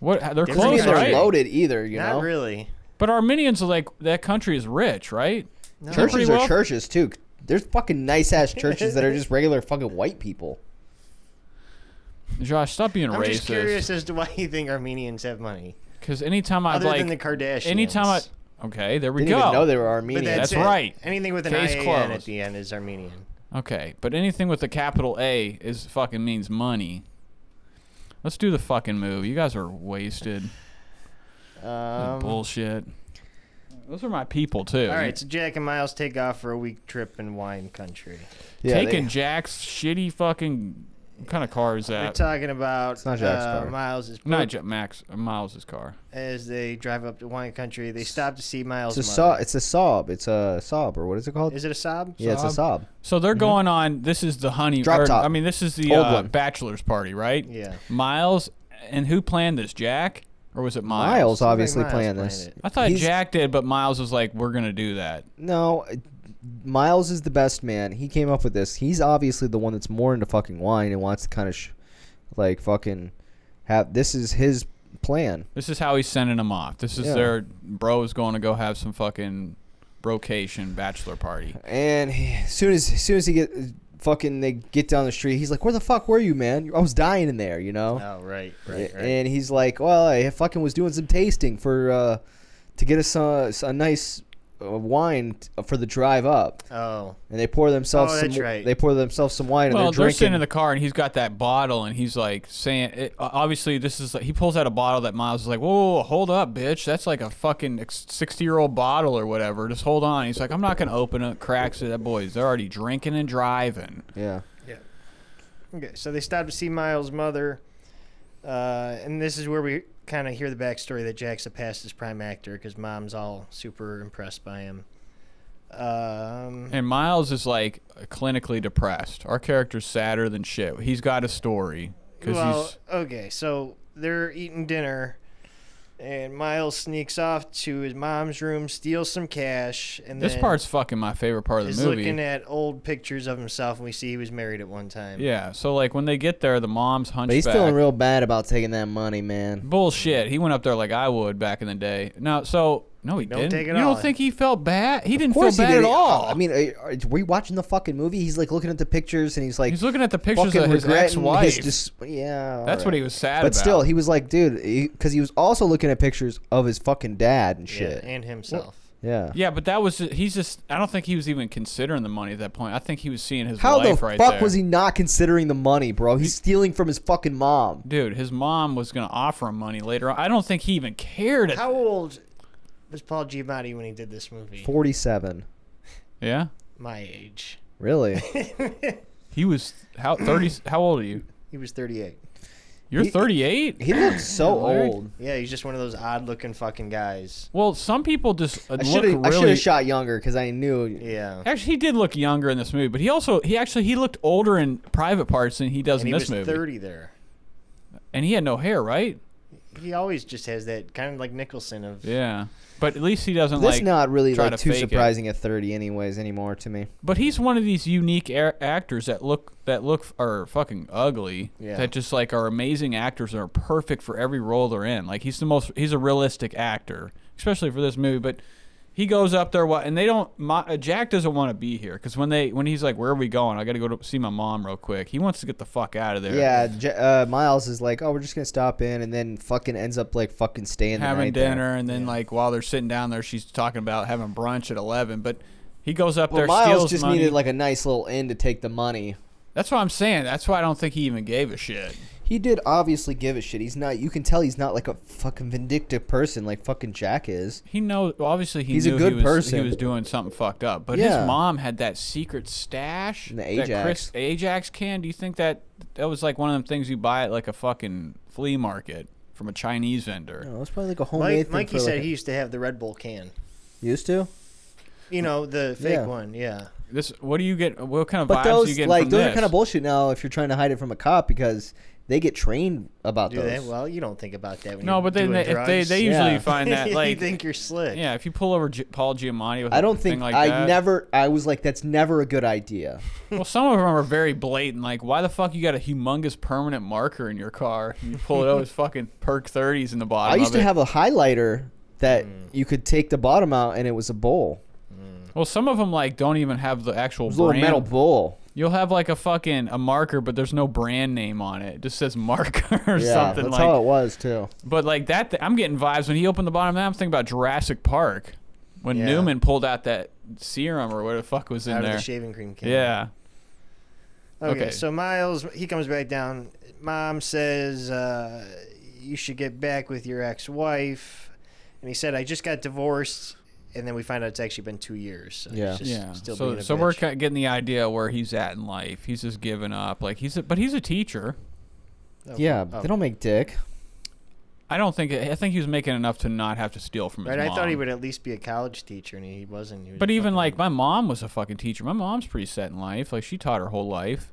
S3: What? They're
S4: Doesn't
S3: close,
S4: mean they're
S3: right?
S5: right?
S4: loaded either. You
S5: not
S4: know,
S5: really.
S3: But Armenians are like that country is rich, right?
S5: No.
S4: churches
S3: Pretty
S4: are
S3: well-
S4: churches too. There's fucking nice ass churches that are just regular fucking white people.
S3: Josh, stop being
S5: I'm just
S3: racist.
S5: curious as to why you think Armenians have money,
S3: Because anytime I
S5: other than the
S3: like,
S5: Kardashians.
S3: anytime I, okay, there we
S4: Didn't even know
S3: go.
S4: they were
S5: But
S4: Armenian.
S3: that's right.
S5: Anything with an
S3: Case
S5: IAN at
S3: closed.
S5: the end is Armenian.
S3: Okay, but anything with a capital A is fucking means money. Let's do the fucking move. You guys are wasted.
S5: Um, all
S3: Bullshit. Those are my people too.
S5: right, so Jack and Miles take off for a week trip in wine country.
S4: Yeah, they-
S3: taking Jack's shitty fucking what kind of car is
S5: They're
S3: that?
S5: talking about
S4: not Jack's
S5: uh,
S4: car.
S5: Miles' book
S3: Not Jack Max uh, Miles's car.
S5: as they drive up to wine country. They stop to see Miles.
S4: it's a saw. It's a sob. It's a sob or what is it called?
S5: Is it a sob?
S4: yeah, it's a sob.
S3: So they're going on. This is the honey.
S4: Mm-hmm. Drop
S3: or,
S4: top.
S3: I mean, this is the
S4: Old
S3: uh,
S4: one.
S3: bachelor's party, right?
S5: Yeah.
S3: Miles and who planned this? Jack or was it Miles?
S4: Miles obviously
S5: Miles
S4: playing
S5: playing
S4: this.
S5: it.
S3: I thought
S4: He's-
S3: Jack did, but Miles was like, "We're gonna do that."
S4: No, uh, Miles is the best man. He came up with this. He's obviously the one that's more into fucking wine and wants to kind of, sh- like, fucking have. This is his plan.
S3: This is how he's sending them off. This is
S4: Yeah.
S3: their bro's going to go have some fucking brocation bachelor party.
S4: And he- as soon as, as soon as he get fucking, they get down the street. He's like, "Where the fuck were you, man? I was dying in there, you know."
S5: Oh, right, right, right.
S4: And he's like, "Well, I fucking was doing some tasting for uh, to get us a, a nice uh, wine t- for the drive up."
S5: oh,
S4: And they pour themselves
S5: Oh,
S4: some.
S5: that's right.
S4: They pour themselves some wine
S3: Well,
S4: and
S3: they're,
S4: they're drinking.
S3: sitting in the car, and he's got that bottle, and he's like saying, it, uh, obviously, this is like, he pulls out a bottle that Miles is like, whoa, whoa, hold up, bitch. That's like a fucking 60 year old bottle or whatever. Just hold on. He's like, I'm not going to open it. Cracks it. That boy's, they're already drinking and driving.
S4: yeah.
S5: okay. So they stop to see Miles' mother, uh, and this is where we kind of hear the backstory that Jack's a past his prime actor because mom's all super impressed by him. Um,
S3: And Miles is like clinically depressed. Our character's sadder than shit. He's got a story. Because
S5: well,
S3: he's.
S5: okay, so they're eating dinner, And Miles sneaks off to his mom's room, steals some cash, and
S3: This
S5: then
S3: part's fucking my favorite part of
S5: is
S3: the movie.
S5: looking at old pictures of himself, and we see he was married at one time.
S3: yeah, so like when they get there, the mom's hunchback.
S4: But he's feeling real bad about taking that money, man.
S3: Bullshit. He went up there like I would back in the day. No, so no, he didn't.
S5: take it
S3: you don't
S5: all.
S3: think he felt bad? He didn't
S4: Of course
S3: feel bad
S4: he
S3: at
S4: did.
S3: all.
S4: I mean, uh, uh, were you watching the fucking movie? He's like looking at the pictures, and he's like,
S3: he's looking at the pictures
S4: fucking
S3: of his
S4: regretting his
S3: ex-wife.
S4: dis- yeah,
S3: That's what he was sad
S4: But
S3: about.
S4: still, he was like, dude, because he, was also looking at pictures of his fucking dad and
S5: Yeah,
S4: shit. Yeah,
S5: and himself.
S3: yeah, but that was he's just. I don't think he was even considering the money at that point. I think he was seeing his
S4: How the
S3: life
S4: fuck
S3: right there.
S4: was he not considering the money, bro? He's stealing from his fucking mom.
S3: Dude, his mom was gonna offer him money later on. I don't think he even cared. At,
S5: How old was Paul Giamatti when he did this movie?
S4: Forty-seven.
S3: yeah,
S5: My age.
S4: Really?
S3: he was how thirty. how old are you?
S5: He was 38.
S3: You're
S4: He-
S3: thirty eight.
S4: he
S3: *laughs*
S4: looked so
S3: Larry?
S4: old.
S5: Yeah, he's just one of those odd-looking fucking guys.
S3: Well, some people just uh,
S4: I
S3: look
S4: should have I should
S3: really.
S4: have shot younger because I knew.
S5: Yeah.
S3: Actually, he did look younger in this movie, but he also he actually he looked older in Private Parts than he does
S5: And
S3: in
S5: he
S3: this
S5: was
S3: movie.
S5: 30 there.
S3: And he had no hair, right?
S5: He always just has that kind of like Nicholson of
S3: Yeah, but at least he doesn't
S4: That's
S3: like.
S4: not really
S3: try to
S4: like too
S3: fake it.
S4: surprising at thirty, anyways, anymore to me.
S3: But he's one of these unique a- actors that look that look f- are fucking ugly.
S5: Yeah.
S3: That just like are amazing actors and are perfect for every role they're in. Like he's the most he's a realistic actor, especially for this movie. But he goes up there, wa- and they don't. My, uh, Jack doesn't want to be here because when they when he's like, "Where are we going? I got to go to see my mom real quick." He wants to get the fuck out of there.
S4: Yeah, J- uh, Miles is like, oh, we're just gonna stop in, and then fucking ends up like fucking staying the
S3: having
S4: night there.
S3: dinner, and then like while they're sitting down there, she's talking about having brunch at eleven. But he goes up
S4: Well,
S3: there,
S4: Miles
S3: steals
S4: just
S3: money.
S4: needed like a nice little inn to take the money.
S3: That's what I'm saying. That's why I don't think he even gave a shit.
S4: He did obviously give a shit. He's not. You can tell he's not like a fucking vindictive person like fucking Jack is.
S3: He knows. well, Obviously, he
S4: He's a
S3: knew
S4: good
S3: he was, He
S4: person.
S3: was doing something fucked up. But
S4: Yeah.
S3: his mom had that secret stash.
S4: And the
S3: That Chris,
S4: Ajax.
S3: Ajax can. Do you think that that was like one of them things you buy at like a fucking flea market from a Chinese vendor?
S4: No, it's probably like a homemade
S5: Mike,
S4: thing.
S5: Mikey
S4: for, like,
S5: said
S4: a-
S5: he used to have the Red Bull can.
S4: used to.
S5: You know, the fake
S4: Yeah.
S5: one, yeah.
S3: This. What do you get? What kind of
S4: But
S3: vibes
S4: those
S3: you get
S4: like
S3: from
S4: those
S3: this?
S4: are kind of bullshit now if you're trying to hide it from a cop because they get trained about
S5: Do
S4: those.
S5: they? Well, you don't think about that when
S3: no,
S5: you're
S3: but then
S5: doing
S3: they, if they
S5: drugs.
S3: they usually
S4: Yeah.
S5: *laughs*
S3: find that
S5: you
S3: like
S5: think you're slick.
S3: Yeah, if you pull over G- Paul Giamatti with
S4: I don't
S3: a thing
S4: think
S3: like
S4: I
S3: that.
S4: never. I was like, that's never a good idea.
S3: well, some of them are very blatant. Like, why the fuck you got a humongous permanent marker in your car? And you pull it out, it's fucking perk thirties in the
S4: I,
S3: bottom.
S4: used
S3: of
S4: to
S3: it.
S4: have a highlighter that you could take the bottom out and it was a bowl.
S3: Well, some of them like don't even have the actual
S4: It was a little
S3: brand.
S4: metal bowl.
S3: You'll have like a fucking a marker, but there's no brand name on it. It just says marker *laughs* or
S4: Yeah,
S3: something
S4: that's
S3: like.
S4: how it was too.
S3: But like that, th- I'm getting vibes when he opened the bottom. Of that, I'm thinking about Jurassic Park when
S5: Yeah.
S3: Newman pulled out that serum or what the fuck was in
S5: Out of
S3: there.
S5: the shaving cream can.
S3: yeah.
S5: Okay,
S3: Okay.
S5: so Miles, he comes back down. Mom says, uh, You should get back with your ex wife. And he said, I just got divorced. And then we find out it's actually been two years. So he's
S4: Yeah.
S5: just
S3: yeah.
S5: Still
S3: so
S5: being a
S3: so we're
S5: bitch.
S3: kind of getting the idea where he's at in life. He's just giving up. Like he's a, but he's a teacher.
S5: Oh,
S4: Yeah,
S5: oh.
S4: they don't make dick.
S3: I don't think I think he was making enough to not have to steal from his
S5: Right, I thought he
S3: mom.
S5: would at least be a college teacher, and he wasn't. He was
S3: But
S5: a
S3: even
S5: fucking-
S3: like my mom was a fucking teacher. My mom's pretty set in life. Like she taught her whole life.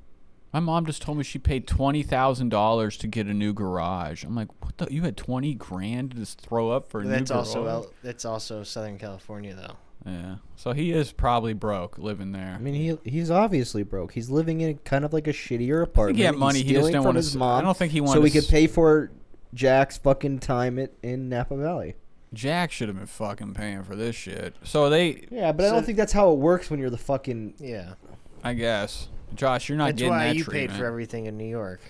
S3: My mom just told me she paid twenty thousand dollars to get a new garage. I'm like, what the? You had twenty grand to just throw up for a
S5: But that's
S3: new
S5: also
S3: garage?
S5: out- that's also Southern California though.
S3: yeah. So he is probably broke living there.
S4: I mean, he he's obviously broke. He's living in kind of like a shittier apartment.
S3: he had
S4: He's
S3: money, he just
S4: stealing
S3: didn't
S4: from
S3: wanna
S4: his
S3: s- I
S4: mom.
S3: don't think he wanted
S4: So we
S3: to
S4: could
S3: s-
S4: pay for Jack's fucking time at, in Napa Valley.
S3: Jack should have been fucking paying for this shit. So they,
S4: Yeah, but I don't think that's how it works when you're the fucking.
S5: Yeah,
S3: I guess. Josh, you're not
S5: that's
S3: getting
S5: why
S3: that
S5: you
S3: treatment.
S5: paid for everything in New York.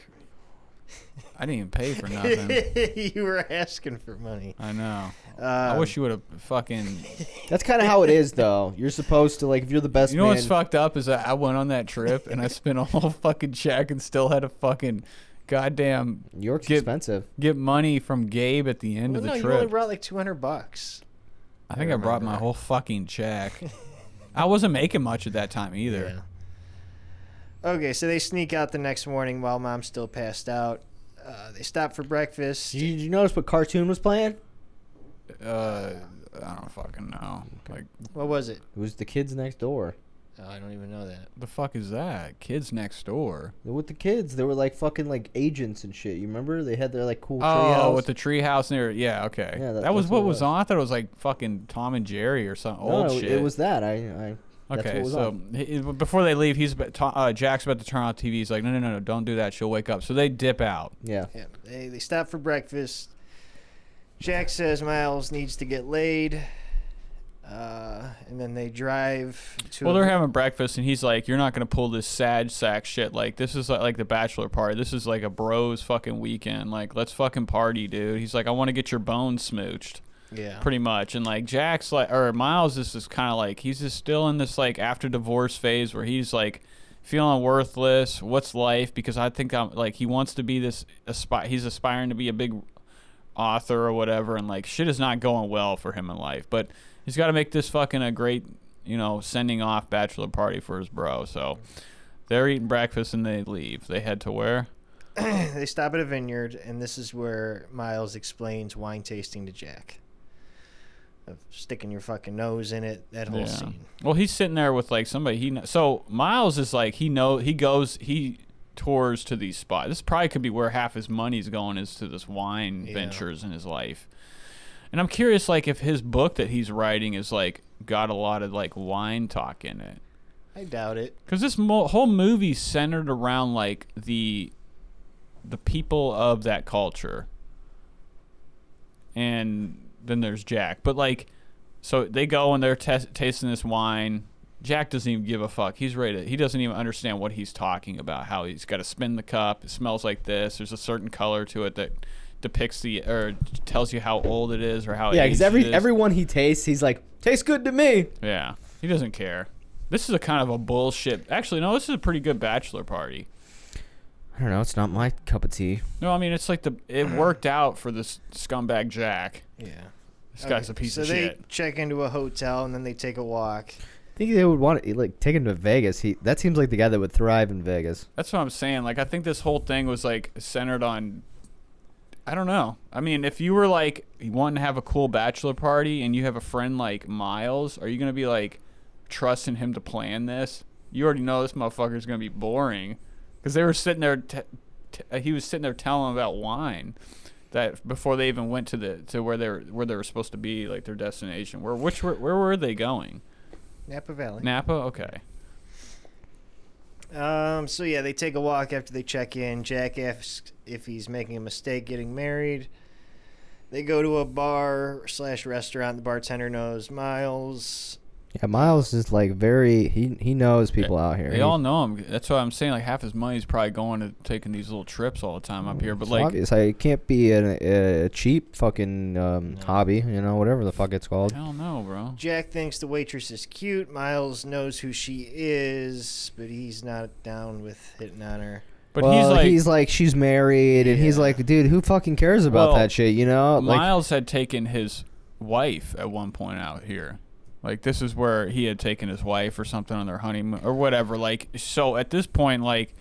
S3: I didn't even pay
S5: *laughs*
S3: for nothing.
S5: you were asking for money.
S3: I know. I
S5: Um,
S3: wish you would have
S5: *laughs*
S3: fucking.
S4: That's kind of how it is, though. You're supposed to like if you're the best
S3: You know
S4: man.
S3: what's fucked up is that I went on that trip and
S5: *laughs*
S3: I spent a whole fucking check and still had a fucking goddamn
S4: New York's
S3: Get-
S4: expensive.
S3: get money from Gabe at the end
S5: Well,
S3: of the
S5: no, you only
S3: trip.
S5: brought like two hundred bucks.
S3: I think I, brought my whole fucking check.
S5: *laughs*
S3: I wasn't making much at that time either.
S5: Okay, so they sneak out the next morning while mom's still passed out. Uh, they stop for breakfast.
S4: Did you, did you notice what cartoon was playing?
S3: Uh, I don't fucking know. Like
S5: What was it?
S4: It was the kids next door.
S5: Oh, I don't even know that.
S3: The fuck is that? Kids next door.
S4: With the kids, they were like fucking like agents and shit. You remember? They had their like cool.
S3: Oh,
S4: treehouse.
S3: with the treehouse near. Yeah, okay.
S4: Yeah, that-
S3: that was
S4: that's what
S3: what
S4: it
S3: was
S4: was.
S3: on. I thought it was like fucking Tom and Jerry or something
S4: No,
S3: old
S4: no,
S3: shit.
S4: It was that. I. I that's
S3: Okay,
S4: what was
S3: so
S4: on.
S3: he- he- before they leave, he's about- Tom- uh, Jack's about to turn on TV. He's like, "No, no, no, no! Don't do that. She'll wake up." So they dip out.
S4: Yeah.
S5: Yeah, they, they stop for breakfast. Jack says Miles needs to get laid. Uh, and then they drive to.
S3: Well,
S5: a-
S3: they're having breakfast, and he's like, "You're not gonna pull this sad sack shit. Like, this is like, like the bachelor party. This is like a bros fucking weekend. Like, let's fucking party, dude." He's like, "I want to get your bones smooched."
S5: yeah.
S3: pretty much. And like Jack's like or Miles is just kind of like he's just still in this like after divorce phase where he's like feeling worthless. What's life? Because I think I'm like he wants to be this aspi- he's aspiring to be a big author or whatever and like shit is not going well for him in life. But he's got to make this fucking a great, you know, sending off bachelor party for his bro. So they're eating breakfast and they leave. They head to where?
S5: *laughs* They stop at a vineyard, and this is where Miles explains wine tasting to Jack. Of sticking your fucking nose in it, that whole
S3: Yeah.
S5: scene.
S3: Well, he's sitting there with like somebody he. kn- So Miles is like he know he goes he tours to these spots. This probably could be where half his money's going is to this wine ventures in his life. And I'm curious, like if his book that he's writing is like got a lot of like wine talk in it,
S5: I doubt it.
S3: because this mo- whole movie's centered around like the the people of that culture. And then there's Jack. But like, so they go and they're tes- tasting this wine. Jack doesn't even give a fuck. He's ready. To, he doesn't even understand what he's talking about. How he's got to spin the cup. It smells like this. There's a certain color to it that depicts the or tells you how old it is or how
S4: Yeah,
S3: aged
S4: because
S3: it
S4: every
S3: is.
S4: everyone he tastes, he's like, tastes good to me.
S3: yeah he doesn't care. This is a kind of a bullshit. Actually, no. This is a pretty good bachelor party.
S4: I don't know. It's not my cup of tea.
S3: No, I mean it's like the it worked out for this scumbag Jack.
S5: Yeah.
S3: This guy's a piece
S5: so
S3: of
S5: they
S3: shit.
S5: check into a hotel, and then they take a walk.
S4: I think they would want to like take him to Vegas. He that seems like the guy that would thrive in Vegas.
S3: That's what I'm saying. Like I think this whole thing was like centered on I don't know. I mean, if you were like you wanting to have a cool bachelor party and you have a friend like Miles, are you gonna be like trusting him to plan this? You already know this motherfucker's gonna be boring because they were sitting there. T- t- uh, he was sitting there telling about wine that before they even went to the to where they were where they were supposed to be, like their destination. Where which were, where were they going?
S5: Napa Valley.
S3: Napa. Okay.
S5: Um, so yeah, they take a walk after they check in. Jack asks if he's making a mistake getting married. They go to a bar slash restaurant. The bartender knows Miles.
S4: Yeah, Miles is like very he he knows people out here.
S3: They all know him. That's why I'm saying like half his money's probably going to taking these little trips all the time up here. But
S4: It's
S3: like,
S4: obvious. I it can't be a, a cheap fucking um, hobby, you know, whatever the fuck it's called.
S3: hell no, bro.
S5: Jack thinks the waitress is cute. Miles knows who she is, but he's not down with hitting on her.
S3: But
S4: well,
S3: he's like,
S4: she's married, and he's
S5: Yeah.
S4: like, dude, who fucking cares about
S3: Well,
S4: that shit, you know? Like,
S3: Miles had taken his wife at one point out here. Like this is where he had taken his wife or something on their honeymoon or whatever. Like so at this point, like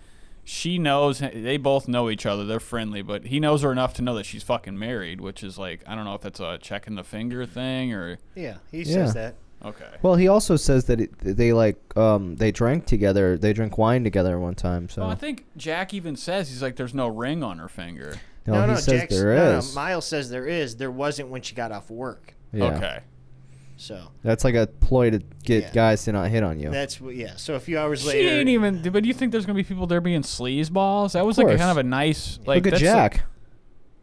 S3: she knows they both know each other. They're friendly, but he knows her enough to know that she's fucking married, which is like I don't know if that's a checking the finger thing or
S5: Yeah, he
S4: Yeah.
S5: says that.
S3: okay.
S4: well, he also says that it, they like um they drank together, they drank wine together one time. So
S3: Well, Oh, I think Jack even says he's like, "There's no ring on her finger."
S4: no, he says
S5: Jack's-
S4: there
S5: no, no,
S4: is.
S5: Miles says there is. There wasn't when she got off work.
S4: yeah.
S3: Okay.
S5: So
S4: That's like a ploy to get
S5: Yeah.
S4: guys to not hit on you.
S5: that's what. Yeah. So a few hours
S3: She
S5: later,
S3: ain't even. But do you think there's gonna be people there being sleazeballs? That was like a
S4: course.
S3: kind of a nice like.
S4: Look at
S3: that's
S4: Jack.
S3: like-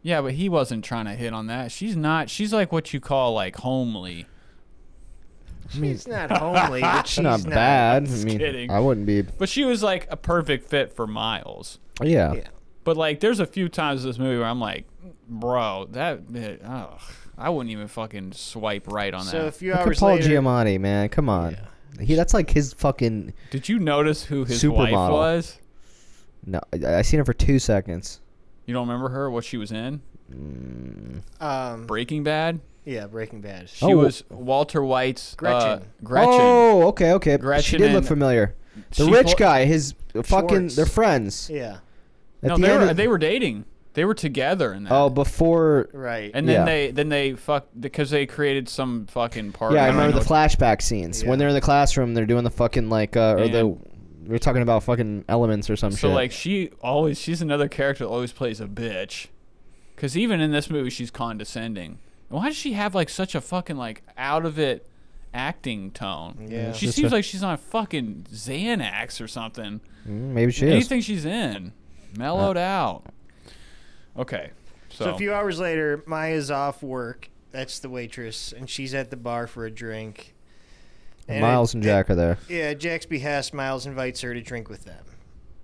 S3: yeah, but he wasn't trying to hit on that. She's not. She's like what you call like homely.
S5: she's
S4: *laughs*
S5: not homely. But she's
S4: not bad. I mean,
S3: kidding.
S4: I wouldn't be.
S3: But she was like a perfect fit for Miles.
S4: Yeah.
S5: Yeah.
S3: But like, there's a few times in this movie where I'm like, bro, that. ugh, I wouldn't even fucking swipe right on
S5: So a
S3: that.
S5: few
S4: Look at
S5: hours
S4: Paul
S5: later,
S4: Giamatti, man. Come on. He, that's like his fucking.
S3: Did you notice who his wife
S4: Supermodel.
S3: was?
S4: No, I, I seen it for two seconds.
S3: You don't remember her? What she was in?
S5: um,
S3: Breaking Bad.
S5: yeah, Breaking Bad.
S3: She
S4: Oh.
S3: was Walter White's uh,
S5: Gretchen.
S3: Gretchen.
S4: Oh, okay, okay.
S3: Gretchen
S4: she did look
S3: and-
S4: familiar. The
S3: She
S4: rich
S3: pl-
S4: guy, his fucking,
S5: Schwartz.
S4: they're friends.
S5: Yeah,
S4: At
S3: no,
S4: the
S3: they
S4: end
S3: were,
S4: of-
S3: they were dating. They were together in that.
S4: Oh, before.
S5: Right.
S3: and then
S4: yeah.
S3: they then they fuck because they created some fucking party.
S4: Yeah, I
S3: don't
S4: remember
S3: know
S4: the flashback scenes when they're in the classroom. They're doing the fucking like, uh, or the we're talking about fucking elements or some
S3: So
S4: shit.
S3: like she always she's another character that always plays a bitch. Cause even in this movie she's condescending. And Why does she have like such a fucking like out of it acting tone?
S5: Yeah.
S3: She seems like she's on fucking Xanax or something.
S4: Mm, maybe she is. Uh,
S3: Anything she's in. Mellowed out. Okay. So,
S5: So a few hours later, Maya's off work. That's the waitress, and she's at the bar for a drink. And
S4: Miles
S5: it-
S4: and Jack are there.
S5: Yeah, Jack's behest, Miles invites her to drink with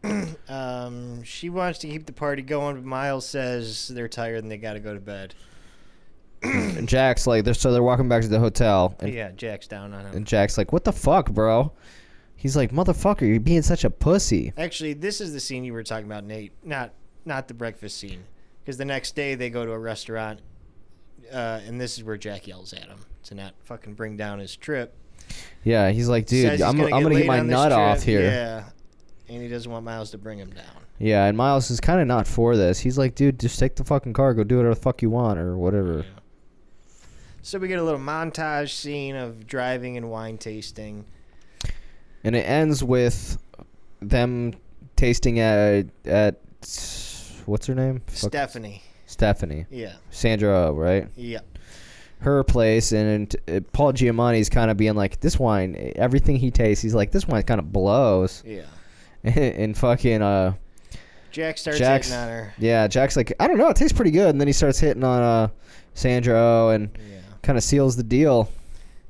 S5: them. *clears throat* um, she wants to keep the party going, but Miles says they're tired and they got to go to bed.
S4: And Jack's like, they're so they're walking back to the hotel, and,
S5: Yeah, Jack's down on him.
S4: and Jack's like, "What the fuck, bro?" He's like, "Motherfucker, you're being such a pussy."
S5: Actually, this is the scene you were talking about, Nate. Not not the breakfast scene, because the next day they go to a restaurant, uh, and this is where Jack yells at him to not fucking bring down his trip.
S4: Yeah, he's like, "Dude,
S5: Says he's
S4: I'm I'm gonna
S5: laid
S4: get my
S5: on this
S4: nut
S5: trip.
S4: off here."
S5: Yeah, and he doesn't want Miles to bring him down.
S4: Yeah, and Miles is kind of not for this. He's like, dude, just take the fucking car, go do whatever the fuck you want or whatever.
S5: So we get a little montage scene of driving and wine tasting.
S4: And it ends with them tasting at at what's her name? Fuck-
S5: Stephanie.
S4: Stephanie.
S5: Yeah.
S4: Sandra, oh, right?
S5: Yeah.
S4: Her place, and, and uh, Paul Giamatti's kind of being like, this wine, e, everything he tastes, he's like, this wine kind of blows.
S5: Yeah.
S4: *laughs* and fucking uh,
S5: Jack starts
S4: Jack's,
S5: hitting on her.
S4: yeah, Jack's like, I don't know, it tastes pretty good, and then he starts hitting on uh, Sandra, oh, and
S5: Yeah.
S4: kind of seals the deal.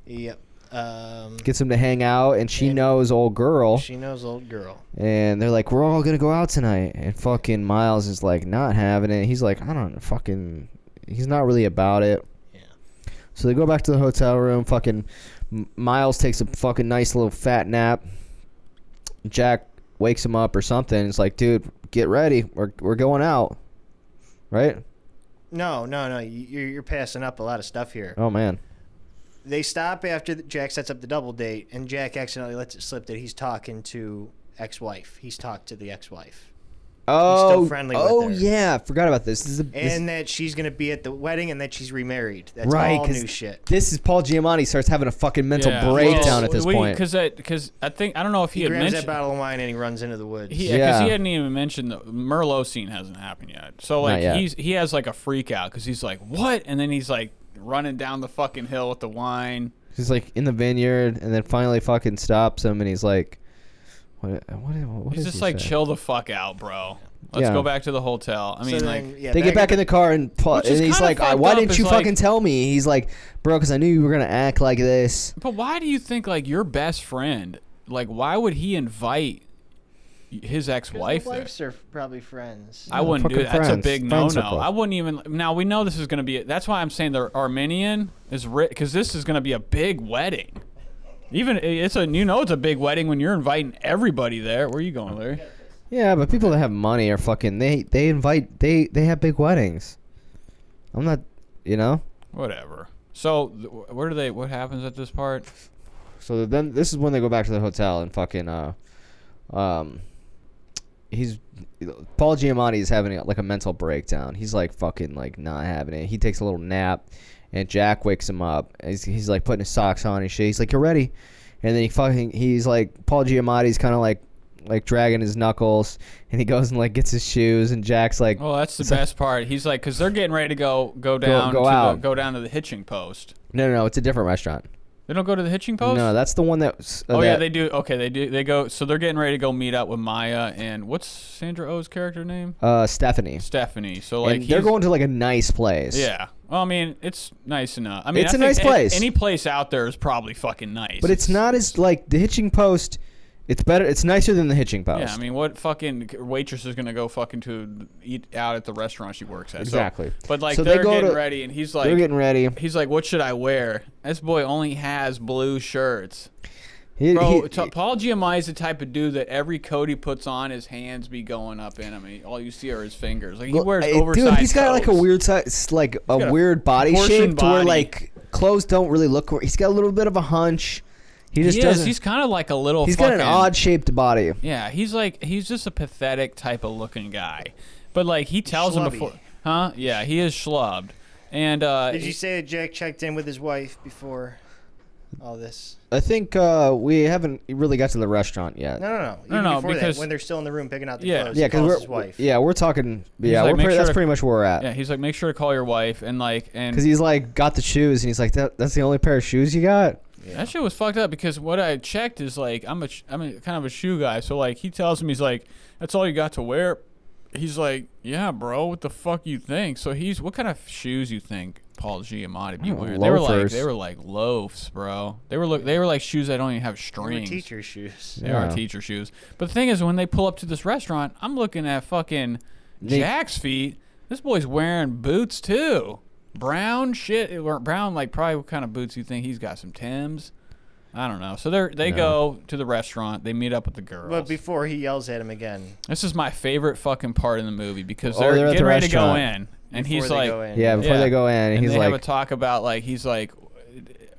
S5: Yep. Um,
S4: gets them to hang out, and she
S5: And-
S4: knows old girl,
S5: she knows old girl.
S4: and they're like, "We're all gonna go out tonight." And fucking Miles is like, not having it. He's like, "I don't fucking." He's not really about it.
S5: Yeah.
S4: So they go back to the hotel room. Fucking M- Miles takes a fucking nice little fat nap. Jack wakes him up or something. It's like, dude, get ready. We're we're going out, right?
S5: No, no, no. you- You're, you're passing up a lot of stuff here.
S4: Oh man.
S5: They stop after th- Jack sets up the double date, and Jack accidentally lets it slip that he's talking to ex-wife. He's talked to the ex-wife,
S4: Oh,
S5: still friendly with
S4: oh
S5: her.
S4: yeah, forgot about this. This is a, this,
S5: and that she's gonna be at the wedding, and that she's remarried. That's
S4: Right,
S5: all
S4: 'cause
S5: new shit.
S4: this is Paul Giamatti starts having a fucking mental
S3: yeah.
S4: breakdown
S3: Well,
S4: at this
S3: we-
S4: point.
S3: Cause I, cause I think I don't know if he,
S5: He
S3: had
S5: grabs that
S3: mentioned
S5: bottle of wine and he runs into the woods.
S3: He, yeah, because
S4: Yeah.
S3: he hadn't even mentioned the Merlot scene hasn't happened yet. So like
S4: yet.
S3: he's he has like a freak out because he's like what, and then he's like running down the fucking hill with the wine.
S4: He's like in the vineyard, and then finally fucking stops him, and he's like, "What? What? what
S3: He's
S4: does
S3: just
S4: he
S3: like
S4: say?
S3: chill the fuck out, bro. Let's
S4: Yeah.
S3: go back to the hotel. I mean,
S5: So
S3: like
S5: then, yeah,
S4: They get back in the car, and Paul,
S3: Which is
S4: and he's
S3: kinda
S4: like, "I-
S3: fucked
S4: "Why
S3: up,
S4: didn't
S3: is
S4: you
S3: like-
S4: fucking tell me?" He's like, "Bro, because I knew you were gonna act like this."
S3: But why do you think like your best friend, like why would he invite his ex-wife there?
S5: Wives are probably friends.
S3: I wouldn't do
S4: fucking
S3: that.
S4: friends.
S3: That's a big no
S4: Friend
S3: no.
S4: circle.
S3: I wouldn't even. Now we know this is going to be. That's why I'm saying the Armenian is because this is going to be a big wedding. Even it's a you know it's a big wedding when you're inviting everybody there. Where are you going, Larry?
S4: Yeah, but people that have money are fucking. They they invite they they have big weddings. I'm not, you know.
S3: Whatever. So th- where do they? What happens at this part?
S4: So then this is when they go back to the hotel and fucking uh, um, he's Paul Giamatti is having like a mental breakdown. He's like fucking like not having it. He takes a little nap, and Jack wakes him up. He's, he's like putting his socks on and shit. He's like, "You're ready," and then he fucking he's like Paul Giamatti's kind of like like dragging his knuckles, and he goes and like gets his shoes, and Jack's like,
S3: Well, that's the best part. He's like because they're getting ready to go go down
S4: go
S3: to The,
S4: out.
S3: go down to the hitching post.
S4: "No, no, no, it's a different restaurant.
S3: They don't go to the hitching post.
S4: No, that's the one that." s-
S3: Oh yeah,
S4: that-
S3: they do. Okay, they do. They go. So they're getting ready to go meet up with Maya and what's Sandra O's character name?
S4: uh Stephanie.
S3: Stephanie. So like
S4: and they're
S3: he's-
S4: going to like a nice place.
S3: Yeah. Well, I mean, it's nice enough. I mean,
S4: It's
S3: I
S4: a
S3: think
S4: nice
S3: a-
S4: place.
S3: Any place out there is probably fucking nice.
S4: But it's not as like the hitching post. It's better. It's nicer than the hitching post.
S3: Yeah, I mean, what fucking waitress is gonna go fucking to eat out at the restaurant she works at? So-
S4: Exactly.
S3: but like,
S4: So they
S3: they're
S4: go
S3: getting
S4: to-
S3: ready, and he's
S4: they're
S3: like,
S4: getting ready.
S3: he's like, "What should I wear?" This boy only has blue shirts.
S4: He,
S3: Bro,
S4: he-
S3: t- Paul Giamatti is the type of dude that every coat he puts on, his hands be going up in him, and all you see are his fingers. Like he wears
S4: Hey,
S3: oversized.
S4: Dude, he's got like a
S3: coats.
S4: weird size, like a
S3: got a
S4: weird body
S3: proportioned
S4: shape to where
S3: body.
S4: like clothes don't really look. He's got a little bit of a hunch. He just
S3: He is.
S4: doesn't.
S3: He's kind of like a little.
S4: he's got an
S3: fucking-
S4: odd shaped body.
S3: Yeah, he's like he's just a pathetic type of looking guy. But like he tells him
S5: Schlubby.
S3: before, huh? Yeah, he is schlubbed. And uh,
S5: Did you say that Jack checked in with his wife before all this?
S4: I think uh, we haven't really got to the restaurant yet.
S5: No, no, no. Even
S3: no,
S5: before
S3: because-
S5: that, when they're still in the room picking out the
S3: Yeah.
S5: clothes,
S4: Yeah,
S5: he calls
S4: because
S5: his
S4: we're
S5: wife.
S4: yeah we're talking yeah
S3: like,
S4: we're
S3: "Make
S4: pretty,
S3: sure
S4: that's
S3: to-
S4: pretty much where we're at.
S3: yeah, he's like, make sure to call your wife and like and
S4: Because he's like got the shoes, and he's like, that, "That's the only pair of shoes you got."
S3: That shit was fucked up because what I checked is like I'm a sh- I'm a, kind of a shoe guy, so like he tells him he's like that's all you got to wear. He's like, yeah, bro, what the fuck you think? So he's what kind of shoes you think Paul Giamatti be
S4: don't know,
S3: wearing? They were like
S4: loafers.
S3: they were like loafs, bro. They were look they were like shoes that don't even have
S5: They were
S3: strings.
S5: teacher shoes.
S3: They
S4: Yeah.
S3: are teacher shoes. But the thing is, when they pull up to this restaurant, I'm looking at fucking Jack's feet. This boy's wearing boots too. Brown shit, or brown like probably what kind of boots you think he's got? Some Tims. I don't know. So they they go to the restaurant. They meet up with the girls.
S5: But before he yells at him again,
S3: this is my favorite fucking part in the movie because
S4: Oh,
S3: they're,
S4: they're at the
S3: getting ready to go in,
S4: restaurant.
S3: and
S5: before
S3: he's
S5: they
S3: like,
S5: go in.
S4: Yeah, before
S3: Yeah.
S4: they go in, and
S3: and
S4: he's
S3: they have a
S4: like,
S3: talk about like he's like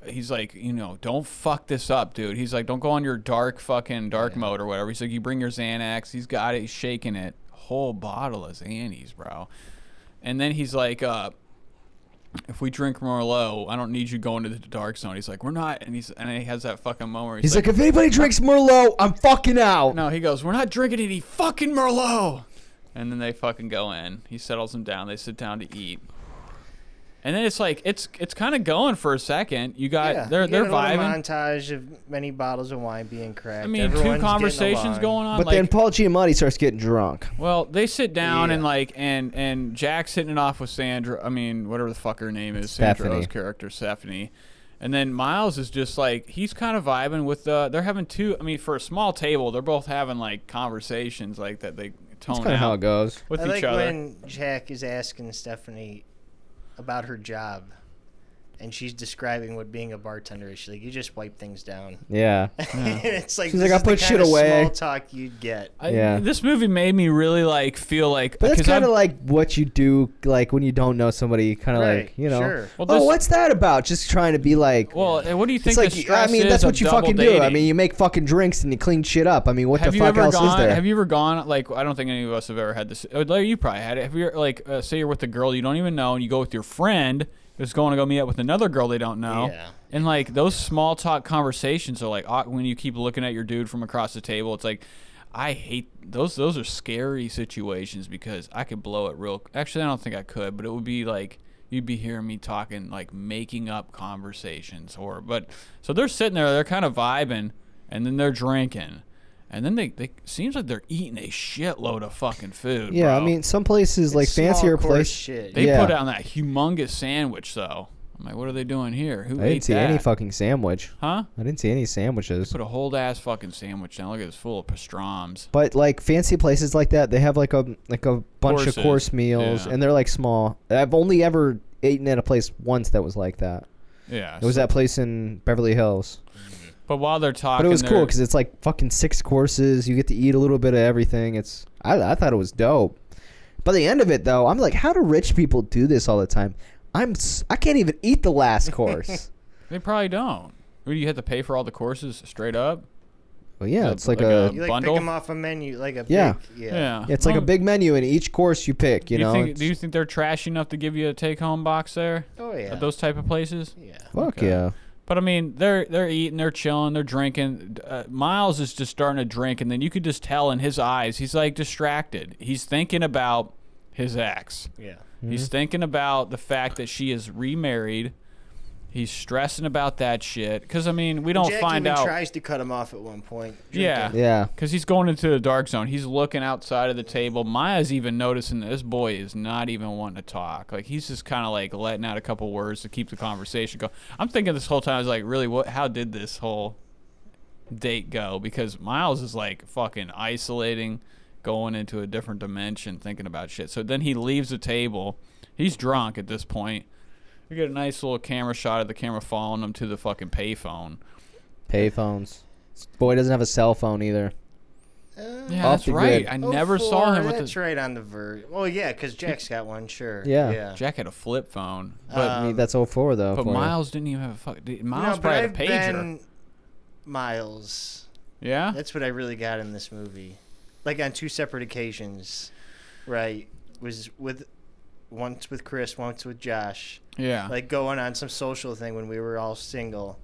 S3: he's like you know don't fuck this up dude he's like don't go on your dark fucking dark mode or whatever he's like you bring your xanax he's got it he's shaking it whole bottle of xannies bro and then he's like uh if we drink Merlot, I don't need you going to the dark zone. He's like, we're not, and he's and he has that fucking moment. Where he's,
S4: he's like, "If anybody drinks Merlot, I'm fucking out."
S3: no, he goes, We're not drinking any fucking Merlot. And then they fucking go in. He settles them down. They sit down to eat. And then it's like it's it's kind of going for a second. You got
S5: yeah,
S3: they're
S5: you
S3: they're
S5: get a little
S3: vibing.
S5: montage of many bottles of wine being cracked.
S3: I mean,
S5: Everyone's
S3: two
S5: getting
S3: conversations
S5: along.
S3: going on.
S4: But
S3: like,
S4: then Paul Giamatti starts getting drunk.
S3: well, they sit down and
S5: Yeah.
S3: like and and Jack's hitting it off with Sandra. I mean, whatever the fuck her name is,
S4: Stephanie.
S3: Sandra's character, Stephanie. And then Miles is just like he's kind of vibing with the. They're having two. I mean, for a small table, they're both having like conversations like that. They tone
S4: Kind of
S3: out
S4: how it goes.
S3: with
S5: I
S3: each
S5: like
S3: other.
S5: when Jack is asking Stephanie about her job, and she's describing what being a bartender is. She's like, "You just wipe things down." *laughs*
S3: *laughs*
S4: Yeah,
S5: and it's like
S4: She's like,
S5: this
S4: "I
S5: is the
S4: put shit
S5: kind of
S4: away."
S5: Small talk you'd get.
S3: I,
S4: Yeah.
S3: This movie made me really like feel like
S4: but that's
S3: 'cause
S4: kind of
S3: I'm-
S4: like what you do, like when you don't know somebody, kind of
S5: Right,
S4: like you know.
S5: sure.
S3: Well,
S4: oh,
S3: this-
S4: what's that about? Just trying to be like.
S3: well, and what do you
S4: it's
S3: think?
S4: like
S3: the
S4: I
S3: stress
S4: mean,
S3: is
S4: that's
S3: of
S4: what you
S3: double
S4: fucking
S3: dating?
S4: do. I mean, you make fucking drinks and you clean shit up. I mean, what
S3: have
S4: the
S3: you
S4: fuck
S3: ever
S4: else
S3: gone?
S4: is there?
S3: Have you ever gone? Like, I don't think any of us have ever had this. uh, Larry, you probably had it. Have you like, uh, say you're with a girl you don't even know, and you go with your friend who's going to go meet up with another girl they don't know,
S5: Yeah.
S3: and like those small talk conversations are like aw- when you keep looking at your dude from across the table, it's like. I hate those. Those are scary situations because I could blow it real. Actually, I don't think I could, but it would be like you'd be hearing me talking like making up conversations or but so they're sitting there, they're kind of vibing, and then they're drinking, and then they they seems like they're eating a shitload of fucking food.
S4: yeah, I
S3: bro.
S4: mean, some places like
S5: Small
S4: fancier
S5: course
S4: places.
S5: Shit.
S3: they
S4: yeah.
S3: put out that humongous sandwich though. I'm like, what are they doing here? Who
S4: I
S3: ate
S4: didn't see
S3: that?
S4: any fucking sandwich.
S3: huh?
S4: I didn't see any sandwiches.
S3: Put a whole ass fucking sandwich down. Look at this, full of pastrams.
S4: But like fancy places like that, they have like a like a bunch
S3: Courses,
S4: of course meals,
S3: yeah.
S4: and they're like small. I've only ever eaten at a place once that was like that.
S3: Yeah.
S4: It was that place in Beverly Hills,
S3: but while they're talking,
S4: but it was cool
S3: they're-
S4: because it's like fucking six courses. You get to eat a little bit of everything. It's I, I thought it was dope. By the end of it though, I'm like, how do rich people do this all the time? I'm s- I can't even eat the
S3: *laughs*
S4: last course.
S3: they probably don't. Who do you have to pay for all the courses straight up?
S4: well, yeah,
S3: Yeah,
S4: it's like,
S3: like
S4: a,
S5: You like
S3: Bundle?
S5: pick them off a menu, like a
S4: Yeah.
S5: pick- yeah.
S3: Yeah.
S4: it's like a
S3: Well,
S4: big menu, and each course you pick. You
S3: do
S4: know,
S3: you think,
S4: It's-
S3: do you think they're trashy enough to give you a take-home box there?
S5: Oh yeah.
S3: At those type of places?
S5: yeah.
S4: fuck
S3: okay.
S4: yeah.
S3: But I mean, they're they're eating, they're chilling, they're drinking. Uh, Miles is just starting to drink, and then you could just tell in his eyes, he's like distracted. He's thinking about his ex.
S5: Yeah.
S3: He's thinking about the fact that she is remarried. He's stressing about that shit because I mean, we don't
S5: Jack
S3: find
S5: even
S3: out.
S5: tries to cut him off at one point.
S3: yeah,
S4: Yeah.
S3: Because he's going into the dark zone. He's looking outside of the table. Maya's even noticing that this boy is not even wanting to talk. Like he's just kind of like letting out a couple words to keep the conversation going. I'm thinking this whole time I was like, really, what? How did this whole date go? Because Miles is like fucking isolating, going into a different dimension, thinking about shit. So then he leaves the table. He's drunk at this point. We get a nice little camera shot of the camera following him to the fucking payphone.
S4: Payphones. Boy doesn't have a cell phone either.
S3: Yeah,
S4: Off
S3: that's
S4: the
S3: right.
S4: grid.
S3: I Oh, never saw him with
S5: Oh, That's
S3: the
S5: right on the verge. Well, yeah, because Jack's got one, sure.
S4: Yeah.
S5: Yeah.
S3: Jack had a flip phone, but
S4: I mean, that's 04 though.
S3: Um, but
S4: for you.
S3: Miles didn't even have a fuck. Did,
S5: Uh, No,
S3: Miles
S5: but
S3: probably had
S5: I've
S3: a pager.
S5: been Miles.
S3: yeah,
S5: That's what I really got in this movie, like on two separate occasions, right? was with once with Chris, once with Josh,
S3: Yeah.
S5: like going on some social thing when we were all single,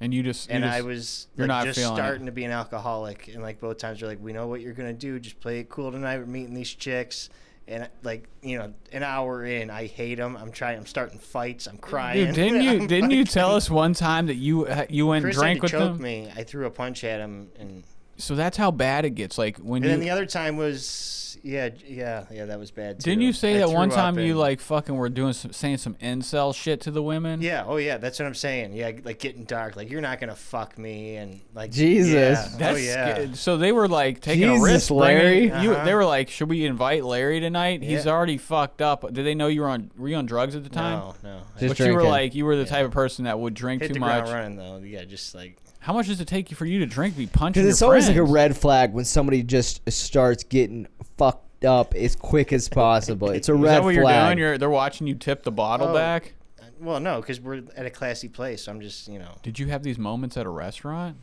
S3: and you just you
S5: and I
S3: just-
S5: was
S3: you're
S5: like,
S3: not
S5: just
S3: feeling it.
S5: starting to be an alcoholic, and like both times you're like, we know what you're gonna do, just play it cool tonight. We're meeting these chicks. And like you know, an hour in, I hate them. I'm trying. I'm starting fights. I'm crying. *laughs*
S3: Dude, didn't you
S5: I'm
S3: didn't you
S5: like-
S3: tell
S5: *laughs*
S3: us one time that you you went and
S5: Chris
S3: drank
S5: had
S3: with
S5: to choke
S3: them?
S5: me. I threw a punch at him, and
S3: So that's how bad it gets. Like when
S5: And then
S3: you
S5: the other time was yeah, yeah, yeah. That was bad too.
S3: didn't you say
S5: I
S3: that
S5: threw
S3: one
S5: up
S3: time you
S5: and-
S3: like fucking were doing some saying some incel shit to the women?
S5: Yeah, oh yeah, that's what I'm saying. Yeah, like getting dark. Like you're not gonna fuck me, and like
S6: Jesus.
S5: yeah,
S3: That's
S5: oh yeah.
S3: sca- So they were like taking a
S6: Jesus,
S3: risk, bringing-
S6: Larry.
S3: You,
S5: Uh-huh.
S3: they were like, "Should we invite Larry tonight? He's
S5: Yeah.
S3: already fucked up." Did they know you were on? Were you on drugs at the time?
S5: No, no. I
S6: Just
S3: but you were
S6: drinking.
S3: like, you were the type of person that would drink
S5: hit
S3: too
S5: the
S3: much.
S5: ground running though. Yeah, just like
S3: How much does it take you for you to drink? Be punching
S6: Because
S3: your
S6: it's always like a
S3: friends?
S6: red flag when somebody just starts getting fucked up as quick as possible. It's a
S3: Is
S6: red
S3: that what you're
S6: flag.
S3: doing? You're they're watching you tip the bottle
S5: Oh.
S3: back.
S5: well, no, because we're at a classy place. So I'm just you know,
S3: Did you have these moments at a restaurant?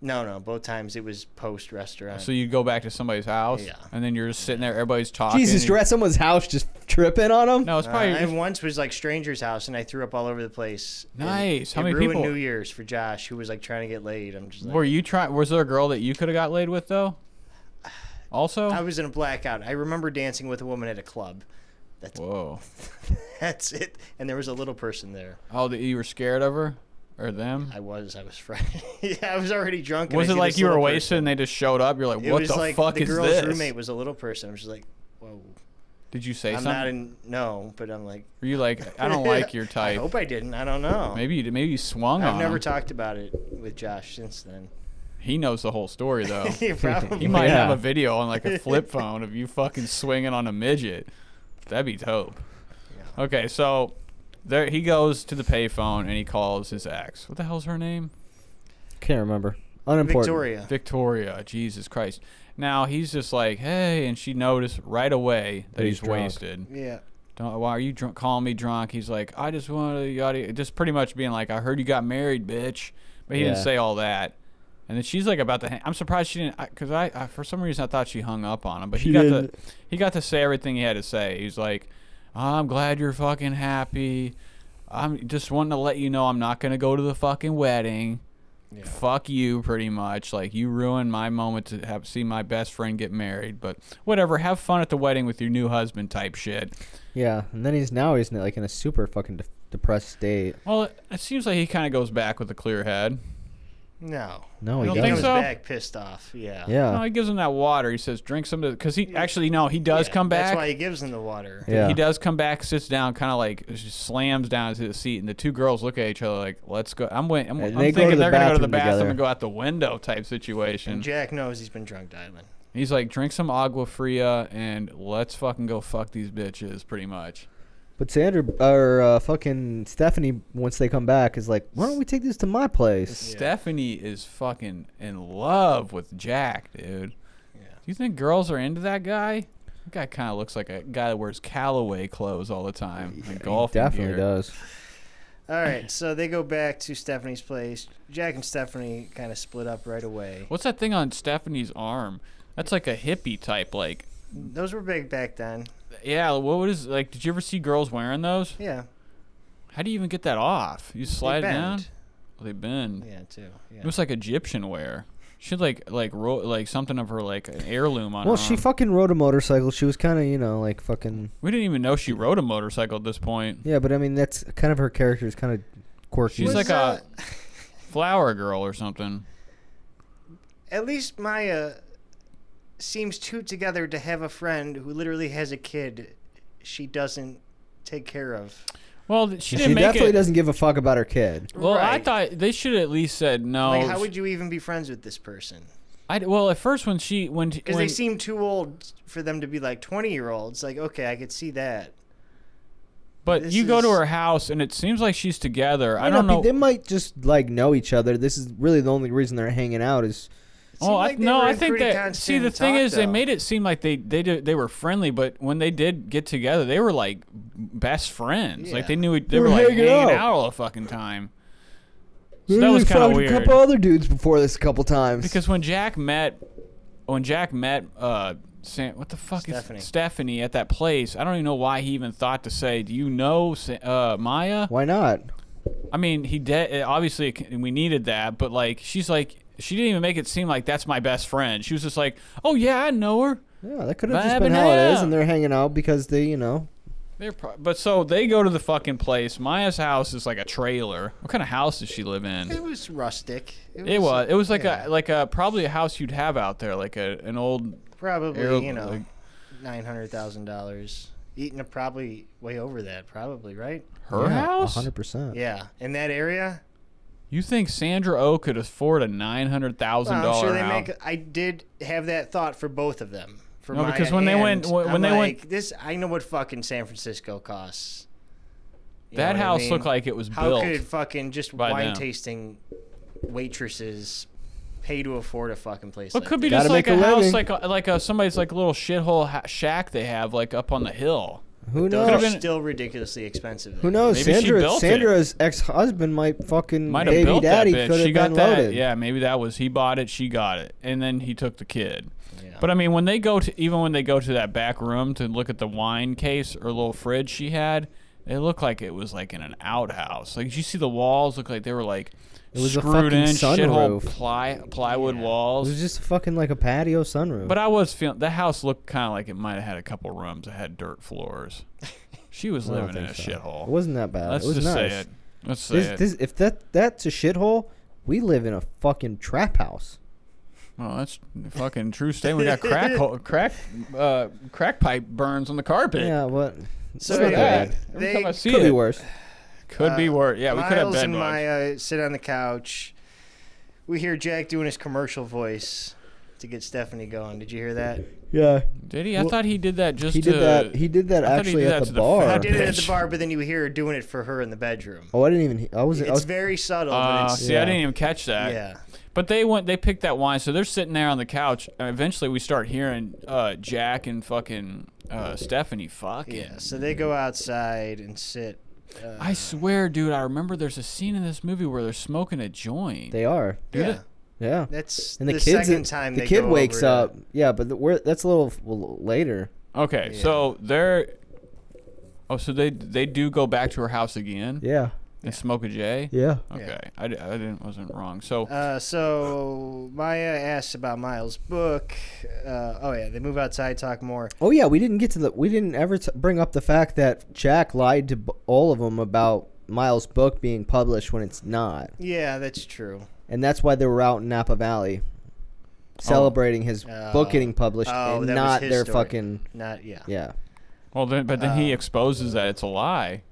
S5: no, no. Both times it was post restaurant.
S3: So you go back to somebody's house,
S5: Yeah.
S3: and then you're just sitting there, everybody's talking.
S6: Jesus,
S3: and-
S6: you're at someone's house just tripping on them.
S3: No, it's
S5: Uh,
S3: probably
S5: I once was like stranger's house, and I threw up all over the place. and
S3: Nice.
S5: It
S3: How many
S5: ruined
S3: people-
S5: New Year's for Josh, who was like trying to get laid. I'm just like,
S3: Were you trying? Was there a girl that you could have got laid with though? Also,
S5: I was in a blackout. I remember dancing with a woman at a club. *laughs* That's
S3: whoa.
S5: that's it. And there was a little person there.
S3: Oh, that you were scared of her or them?
S5: I was, I was frightened. yeah, *laughs* I was already drunk. and
S3: Was
S5: I
S3: it
S5: see
S3: like
S5: this
S3: you were
S5: little
S3: wasted and they just showed up? You're like,
S5: person. It
S3: what
S5: was
S3: the
S5: like
S3: fuck
S5: the
S3: is
S5: girl's
S3: this?
S5: roommate was a little person. I'm just like, whoa.
S3: Did you say
S5: I'm
S3: something?
S5: not in. No, but I'm like.
S3: were you like,
S5: *laughs*
S3: I don't like your
S5: I
S3: type?
S5: hope I didn't. I don't know.
S3: Maybe you did- maybe you swung
S5: I've
S3: on
S5: never
S3: him.
S5: talked about it with Josh
S3: *laughs*
S5: since then.
S3: he knows the whole story though.
S5: *laughs* Yeah, probably.
S3: He might
S6: Yeah.
S3: have a video on like a flip phone of you fucking swinging on a midget. That'd be dope. Okay, so there he goes to the payphone and he calls his ex. What the hell's her name?
S6: Can't remember. Unimportant.
S5: Victoria.
S3: Victoria. Jesus Christ. Now he's just like, hey, and she noticed right away that
S6: he's
S3: he's,
S6: drunk.
S3: wasted.
S5: Yeah.
S3: Don't, why are you drunk? Calling me drunk? He's like, I just wanted to yada, just pretty much being like, I heard you got married, bitch. But he
S6: Yeah.
S3: didn't say all that. And then she's like about to. Hang, I'm surprised she didn't, because I, I for some reason I thought she hung up on him. But he
S6: She
S3: got
S6: didn't.
S3: to he got to say everything he had to say. He's like, I'm glad you're fucking happy. I'm just wanting to let you know I'm not gonna go to the fucking wedding. Fuck you, pretty much. Like you ruined my moment to have see my best friend get married. But whatever, have fun at the wedding with your new husband, type shit.
S6: Yeah, and then he's now he's in, like in a super fucking de- depressed state.
S3: Well, it, it seems like he kind of goes back with a clear head.
S5: No.
S6: No,
S3: I
S6: he
S3: don't
S5: He
S6: doesn't.
S3: think
S5: comes
S3: so?
S5: back pissed off. Yeah.
S3: No,
S6: Yeah,
S3: he gives him that water. He says, "Drink some," because he actually no, he does
S5: Yeah,
S3: come back.
S5: That's why he gives him the water.
S6: Yeah.
S3: He does come back, sits down, kind of like just slams down to the seat, and the two girls look at each other like, "Let's go." I'm waiting. I'm,
S6: And
S3: I'm
S6: they go to
S3: thinking
S6: the
S3: they're gonna go to the
S6: bathroom
S3: bathroom
S6: together.
S3: and go out the window type situation.
S5: Jack knows he's been drunk dialing.
S3: He's like, "Drink some agua fria and let's fucking go fuck these bitches," pretty much.
S6: but Sandra or uh, fucking Stephanie, once they come back, is like, why don't we take this to my place?
S3: Stephanie is fucking in love with Jack, dude. Do you think girls are into that guy? That guy kind of looks like a guy that wears Callaway clothes all the time. and golf
S6: Definitely
S3: gear.
S6: does.
S3: *laughs*
S5: All right, so they go back to Stephanie's place. Jack and Stephanie kind of split up right away.
S3: What's that thing on Stephanie's arm? That's like a hippie type, like
S5: Those were big back then.
S3: yeah. What was like? Did you ever see girls wearing those?
S5: Yeah.
S3: How do you even get that off? You
S5: they
S3: slide it down.
S5: bend.
S3: They bend.
S5: Yeah, too. Yeah.
S3: It was like Egyptian wear. She had like like ro- like something of her like an heirloom on.
S6: Well,
S3: her
S6: she
S3: arm.
S6: fucking rode a motorcycle. She was kind of you know like fucking
S3: we didn't even know she rode a motorcycle at this point.
S6: yeah, but I mean that's kind of her character is kind of quirky.
S3: She's
S5: Was,
S3: like a
S5: uh,
S3: flower girl or something.
S5: At least Maya seems too together to have a friend who literally has a kid she doesn't take care of.
S3: Well, th-
S6: she
S3: she didn't make
S6: definitely
S3: it.
S6: doesn't give a fuck about her kid.
S3: Well, I
S5: Right.
S3: thought they should at least said no.
S5: Like, how would you even be friends with this person?
S3: I, well, at first when she when
S5: Because
S3: when-
S5: they seem too old for them to be like 20 year olds. Like, okay, I could see that.
S3: but
S5: this
S3: you go to
S5: is-
S3: her house and it seems like she's together. I
S6: Might
S3: don't
S6: not be-
S3: know.
S6: They might just like know each other. This is really the only reason they're hanging out is
S3: Oh, I,
S5: like they
S3: no,
S5: were
S3: I
S5: in
S3: think
S5: pretty
S3: that. See, the
S5: constant
S3: thing
S5: talk,
S3: is, they
S5: though.
S3: made it seem like they they did, they were friendly, but when they did get together, they were like best friends. Like
S5: Yeah.
S3: they knew they
S6: were
S3: were like
S6: hanging
S3: hanging out.
S6: out.
S3: all the fucking time. So that was kind of
S6: A
S3: weird.
S6: couple other dudes before this a couple times.
S3: Because when Jack met, when Jack met uh, Sam, what the fuck
S5: Stephanie.
S3: is Stephanie at that place? I don't even know why he even thought to say, "Do you know Sa- uh, Maya?"
S4: Why not?
S3: I mean, he de- obviously we needed that, but like she's like she didn't even make it seem like that's my best friend. She was just like, "Oh yeah, I know her."
S4: Yeah, that could have just
S3: Vibing
S4: been how it is,
S3: out.
S4: and they're hanging out because they, you know,
S3: They're pro- but so they go to the fucking place. Maya's house is like a trailer. What kind of house does she live
S5: It
S3: in?
S5: was rustic.
S3: It was it was like
S5: yeah,
S3: a like a probably a house you'd have out there, like a an old
S5: probably
S3: aero-
S5: you know
S3: like-
S5: nine hundred thousand dollars. Eating a probably way over that, probably right?
S3: her house.
S4: hundred percent.
S5: Yeah, in that area.
S3: You think Sandra O could afford a nine hundred thousand
S5: Well,
S3: thousand
S5: I'm
S3: dollar
S5: sure they
S3: house?
S5: make. I did have that thought for both of them. For
S3: No,
S5: Maya
S3: because when they went-
S5: and-
S3: when- when
S5: I'm
S3: they went-
S5: like, this I know what fucking San Francisco costs. You
S3: that
S5: know what I
S3: house
S5: mean?
S3: looked like it was
S5: How
S3: built.
S5: could fucking just
S3: by
S5: wine
S3: now.
S5: tasting waitresses pay to afford a fucking place?
S3: Well, it
S5: like
S3: could be
S5: that?
S4: Gotta
S3: just like
S4: make
S3: a,
S4: a
S3: house,
S4: living.
S3: like a, like a somebody's like little shithole ha- shack they have like up on the hill.
S4: Who
S5: Those
S4: knows?
S5: are
S3: have been-
S5: still ridiculously expensive.
S4: Who
S5: though.
S4: knows?
S3: Maybe she
S4: Sandra,
S3: built it.
S4: Sandra's ex-husband might fucking
S3: Might have
S4: baby
S3: built
S4: daddy
S3: that
S4: could
S3: bitch.
S4: have
S3: She got
S4: been
S3: that.
S4: loaded.
S3: Yeah, maybe that was he bought it, she got it, and then he took the kid. But I mean, when they go to even when they go to that back room to look at the wine case or little fridge she had, it looked like it was like in an outhouse. Like did you see the walls look like they were like
S4: was a
S3: screwed
S4: fucking
S3: in shithole
S4: sunroof.
S3: ply, plywood
S4: It
S3: walls.
S4: was just fucking like a patio sunroom.
S3: But I was feeling the house looked kind of like it might have had a couple rooms that had dirt
S4: *laughs*
S3: floors. She was living in a shithole.
S4: it wasn't that bad.
S3: Let's
S4: it was
S3: just
S4: nice.
S3: say it. Let's say
S4: This,
S3: it.
S4: this, if that that's a shithole, we live in a fucking trap house.
S3: well, that's a fucking true statement. We got crack, hole, crack, uh, crack pipe burns on the carpet.
S4: Yeah, what?
S5: So
S4: It's not that
S5: anyway,
S4: bad.
S3: Every
S5: they
S3: time I see
S4: Could
S3: it,
S4: be worse.
S3: Could be worse. Yeah, we could have
S5: Miles
S3: bed
S5: and
S3: bugs.
S5: Maya sit on the couch. We hear Jack doing his commercial voice to get Stephanie going. Did you hear that?
S4: Yeah,
S3: Did he? I thought he did that just.
S4: he did
S3: to,
S4: that. He did that
S3: I thought he
S4: actually
S3: did
S4: at
S3: that
S4: the
S3: to the
S4: bar.
S5: I did it at the
S3: Bitch.
S5: bar, but then you hear her doing it for her in the bedroom.
S4: Oh, I didn't even. I was. I
S5: It's
S4: was
S5: very subtle,
S3: Uh,
S5: but it's
S3: see, I didn't even catch that.
S5: yeah.
S3: But they went. They picked that wine, so they're sitting there on the couch. And eventually, we start hearing uh, Jack and fucking uh, Stephanie fucking.
S5: Yeah, so they go outside and sit.
S3: I swear, dude, I remember there's a scene in this movie where they're smoking a joint.
S4: they are.
S5: Yeah,
S4: Yeah.
S5: that's
S4: And the, kids.
S5: second time
S4: the
S5: they
S4: kid
S5: go
S4: wakes
S5: over to-
S4: up. Yeah, but the, we're, that's a little well, later.
S3: okay, so they're. Oh, so they they do go back to her house again
S4: Yeah.
S3: and smoke a J.
S4: Yeah.
S3: Okay, I, di- I didn't wasn't wrong. So
S5: Uh, so Maya asks about Miles' book. Uh, oh yeah, they move outside, talk more.
S4: Oh yeah, we didn't get to the. We didn't ever t- bring up the fact that Jack lied to b- all of them about Miles' book being published when it's not,
S5: Yeah, that's true.
S4: and that's why they were out in Napa Valley, celebrating his book getting published
S5: Oh,
S4: and
S5: that was
S4: not
S5: his
S4: their
S5: story.
S4: fucking.
S5: Not yeah.
S4: Yeah.
S3: well, then but then
S4: uh,
S3: he exposes that it's a lie,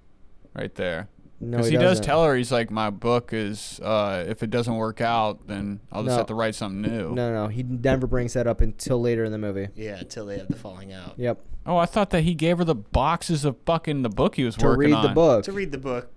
S3: right there.
S4: No,
S3: Because he, does
S4: doesn't.
S3: tell her he's like, my book is uh, if it doesn't work out, then I'll just
S4: No.
S3: have to write something new.
S4: No, no, he never brings that up until later in the movie.
S5: Yeah, till they have the falling out.
S4: Yep.
S3: Oh, I thought that he gave her the boxes of fucking the book he was
S4: To
S3: working
S4: read
S3: on.
S4: the book.
S5: To read the book.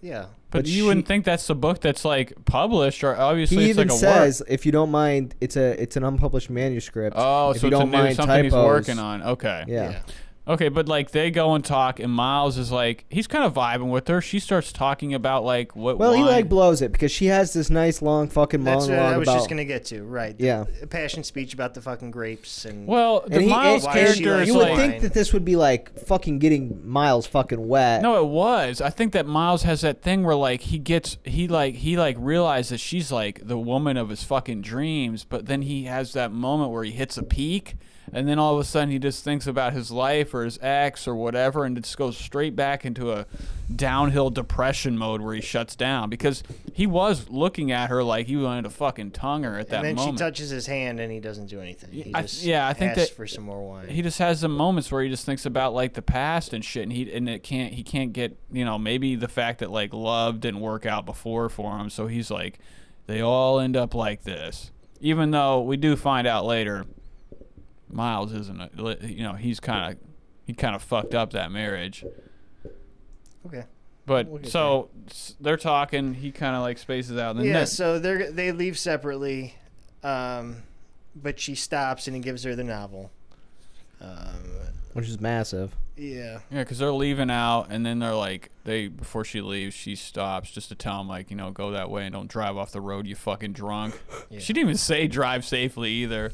S5: Yeah.
S3: But,
S4: But
S3: you
S4: she-
S3: wouldn't think that's the book that's like published or obviously
S4: he
S3: it's
S4: even
S3: like a
S4: says,
S3: work.
S4: if you don't mind, it's a it's an unpublished manuscript.
S3: Oh,
S4: if
S3: so
S4: you
S3: it's a
S4: don't
S3: new
S4: mind
S3: something he's
S4: typos-
S3: working on. Okay.
S4: Yeah.
S5: Yeah.
S3: Okay, but like they go and talk, and Miles is like he's kind of vibing with her. She starts talking about like what.
S4: Well, he
S3: wine-
S4: like blows it because she has this nice long fucking
S5: That's
S4: monologue
S5: what I was
S4: about.
S5: just gonna get to. Right. the-
S4: Yeah.
S5: a passion speech about the fucking grapes and
S3: Well, the
S4: and he,
S3: Miles
S4: and-
S5: is
S3: character
S5: like-
S3: is
S4: you would
S3: like
S4: think that this would be like fucking getting Miles fucking wet.
S3: No, it was. I think that Miles has that thing where like he gets he like he like realizes that she's like the woman of his fucking dreams, but then he has that moment where he hits a peak and then all of a sudden he just thinks about his life or his ex or whatever and just goes straight back into a downhill depression mode where he shuts down because he was looking at her like he wanted to fucking tongue her at that
S5: and then
S3: moment.
S5: she touches his hand and he doesn't do anything. He
S3: I-
S5: just
S3: yeah, I think
S5: asks
S3: that-
S5: for some more wine.
S3: he just has the moments where he just thinks about like the past and shit and he and it can't he can't get you know maybe the fact that like love didn't work out before for him so he's like they all end up like this even though we do find out later miles isn't a, li- you know he's kind of he kind of fucked up that marriage
S5: okay.
S3: but
S5: get
S3: so s they're talking he kind of like spaces out and then
S5: Yeah, so they are they leave separately, um, but she stops and he gives her the novel. Um,
S4: Which is massive.
S5: yeah,
S3: Yeah, because they're leaving out, and then they're like, they before she leaves, she stops just to tell him like, you know, go that way and don't drive off the road, you fucking drunk. She didn't even say drive safely either.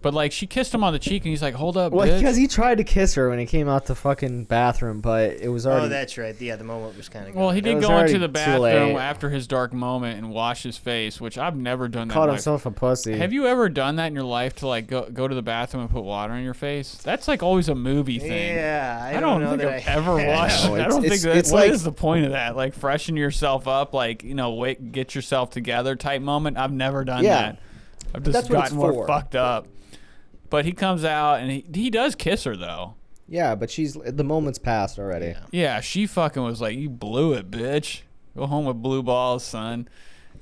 S3: But like she kissed him on the cheek and he's like, "Hold up,
S6: Well,
S3: bitch."
S6: because he tried to kiss her when he came out the fucking bathroom, but it was already.
S5: Oh, that's right. Yeah, the moment was kind of.
S3: well, he
S6: It
S3: did
S6: was
S3: go into
S6: already
S3: the
S6: too
S3: bathroom
S6: late.
S3: after his dark moment and wash his face, which I've never done that. in
S6: called
S3: my-
S6: himself a pussy.
S3: Have you ever done that in your life to like go go to the bathroom and put water on your face? That's like always a movie thing.
S5: Yeah, I,
S3: I don't,
S5: know
S3: think
S5: that
S3: I've
S5: I
S3: ever
S5: have.
S3: watched.
S6: No,
S3: I
S6: it's-
S3: don't think
S6: it's-
S3: that.
S6: it's
S3: what
S6: like-
S3: is the point of that? Like freshen yourself up, like you know, wait, get yourself together type moment. I've never done
S6: Yeah.
S3: that. I've just
S6: that's what it's
S3: gotten more
S6: for.
S3: fucked up. But he comes out and he he does kiss her though.
S6: Yeah, but she's the moment's passed already.
S3: Yeah, she fucking was like, "You blew it, bitch. Go home with blue balls, son."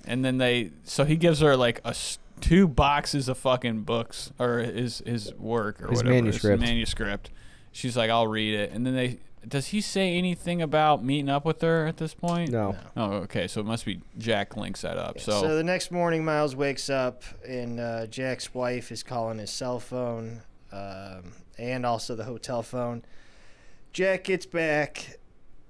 S3: And then they, so he gives her like a s- two boxes of fucking books or his his work or
S6: His
S3: whatever
S6: manuscript.
S3: manuscript. She's like, "I'll read it." And then they, does he say anything about meeting up with her at this point?
S6: No.
S3: Oh, okay. So it must be Jack links that up.
S5: So,
S3: so
S5: the next morning, Miles wakes up, and uh, Jack's wife is calling his cell phone um, and also the hotel phone. Jack gets back.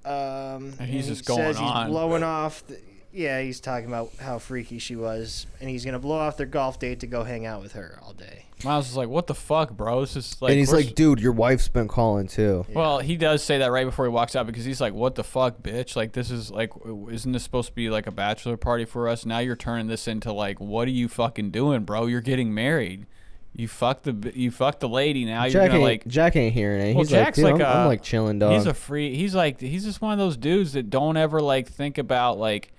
S5: Um,
S3: And he's
S5: he
S3: just going
S5: says
S3: on.
S5: He's blowing off. The, yeah, he's talking about how freaky she was, and he's gonna blow off their golf date to go hang out with her all day.
S3: Miles is like, "What the fuck, bro? This is like."
S6: and he's
S3: we're
S6: like,
S3: s-
S6: dude, your wife's been calling too.
S3: Well, he does say that right before he walks out because he's like, "What the fuck, bitch? Like this is like, w- isn't this supposed to be like a bachelor party for us? Now you're turning this into like, what are you fucking doing, bro? You're getting married. You fucked the b- you fucked the lady. Now you're
S6: Jack
S3: gonna
S6: ain't,
S3: like."
S6: Jack ain't hearing it. He's
S3: Well,
S6: like,
S3: Jack's
S6: dude,
S3: like,
S6: I'm, I'm
S3: a-
S6: like chilling, dog.
S3: He's a free. He's like he's just one of those dudes that don't ever like think about like.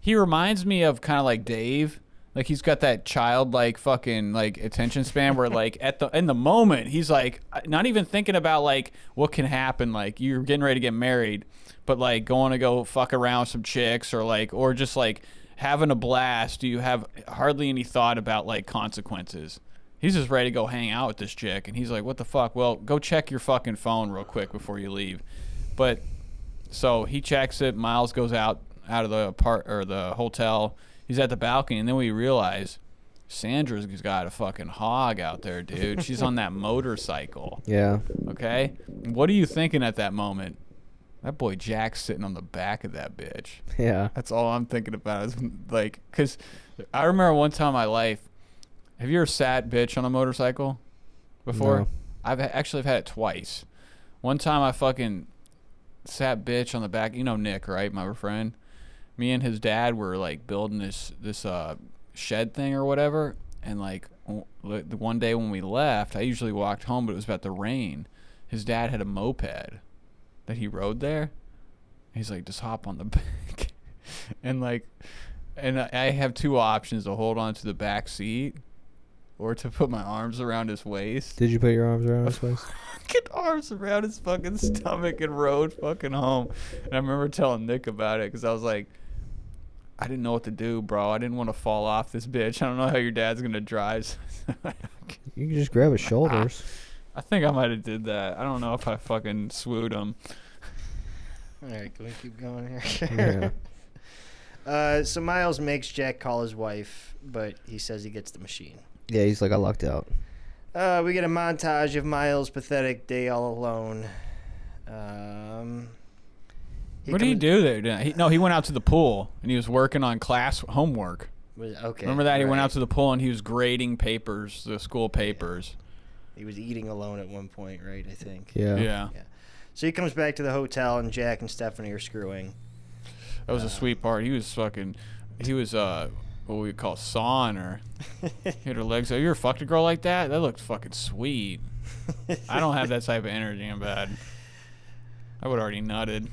S3: He reminds me of kind of like Dave. Like he's got that childlike fucking like attention span where like at the in the moment he's like uh, not even thinking about like what can happen like you're getting ready to get married, but like going to go fuck around with some chicks or like or just like having a blast. You have hardly any thought about like consequences. He's just ready to go hang out with this chick, and he's like, "What the fuck? Well, go check your fucking phone real quick before you leave." But so he checks it. Miles goes out out of the apart or the hotel. He's at the balcony, and then we realize Sandra's got a fucking hog out there, dude. She's on that motorcycle.
S6: *laughs* yeah.
S3: Okay, what are you thinking at that moment? That boy Jack's sitting on the back of that bitch.
S6: Yeah.
S3: *laughs* That's all I'm thinking about is like, cause I remember one time in my life. Have you ever sat bitch on a motorcycle before?
S6: No.
S3: I've ha- actually have had it twice. One time I fucking sat bitch on the back. You know Nick, right? My friend. Me and his dad were like building this this uh, shed thing or whatever, and like w- like, the one day when we left, I usually walked home, but it was about to rain. His dad had a moped that he rode there. He's like, just hop on the *laughs* back, and like, and I I have two options to hold on to the back seat, or to put my arms around his waist
S6: Did you put your arms around his waist?
S3: fucking arms around his fucking stomach and rode fucking home. And I remember telling Nick about it because I was like, I didn't know what to do, bro. I didn't want to fall off this bitch. *laughs* I don't know how your dad's gonna drive. *laughs*
S6: You can just grab his shoulders.
S3: I think I might have did that. I don't know if I fucking swooned him.
S5: All right, can we keep going here?
S6: yeah.
S5: *laughs* Uh, so Miles makes Jack call his wife, but he says he gets the machine.
S6: Yeah, he's like, I lucked out.
S5: Uh, we get a montage of Miles' pathetic day all alone. Um, he
S3: What did he
S5: comes-
S3: do there? Didn't he? No, he went out to the pool and he was working on class homework.
S5: was- okay,
S3: Remember that? He went
S5: right.
S3: out to the pool and he was grading papers, the school papers.
S5: He was eating alone at one point, right? I think.
S6: Yeah.
S3: yeah.
S5: So he comes back to the hotel, and Jack and Stephanie are screwing.
S3: That
S5: Uh.
S3: was a sweet part. He was fucking. He was uh, what we call sawing her.
S5: *laughs*
S3: He had her legs. Have you ever fucked a girl like that? That looked fucking sweet. I don't have that type of energy. I'm bad. I would already nutted.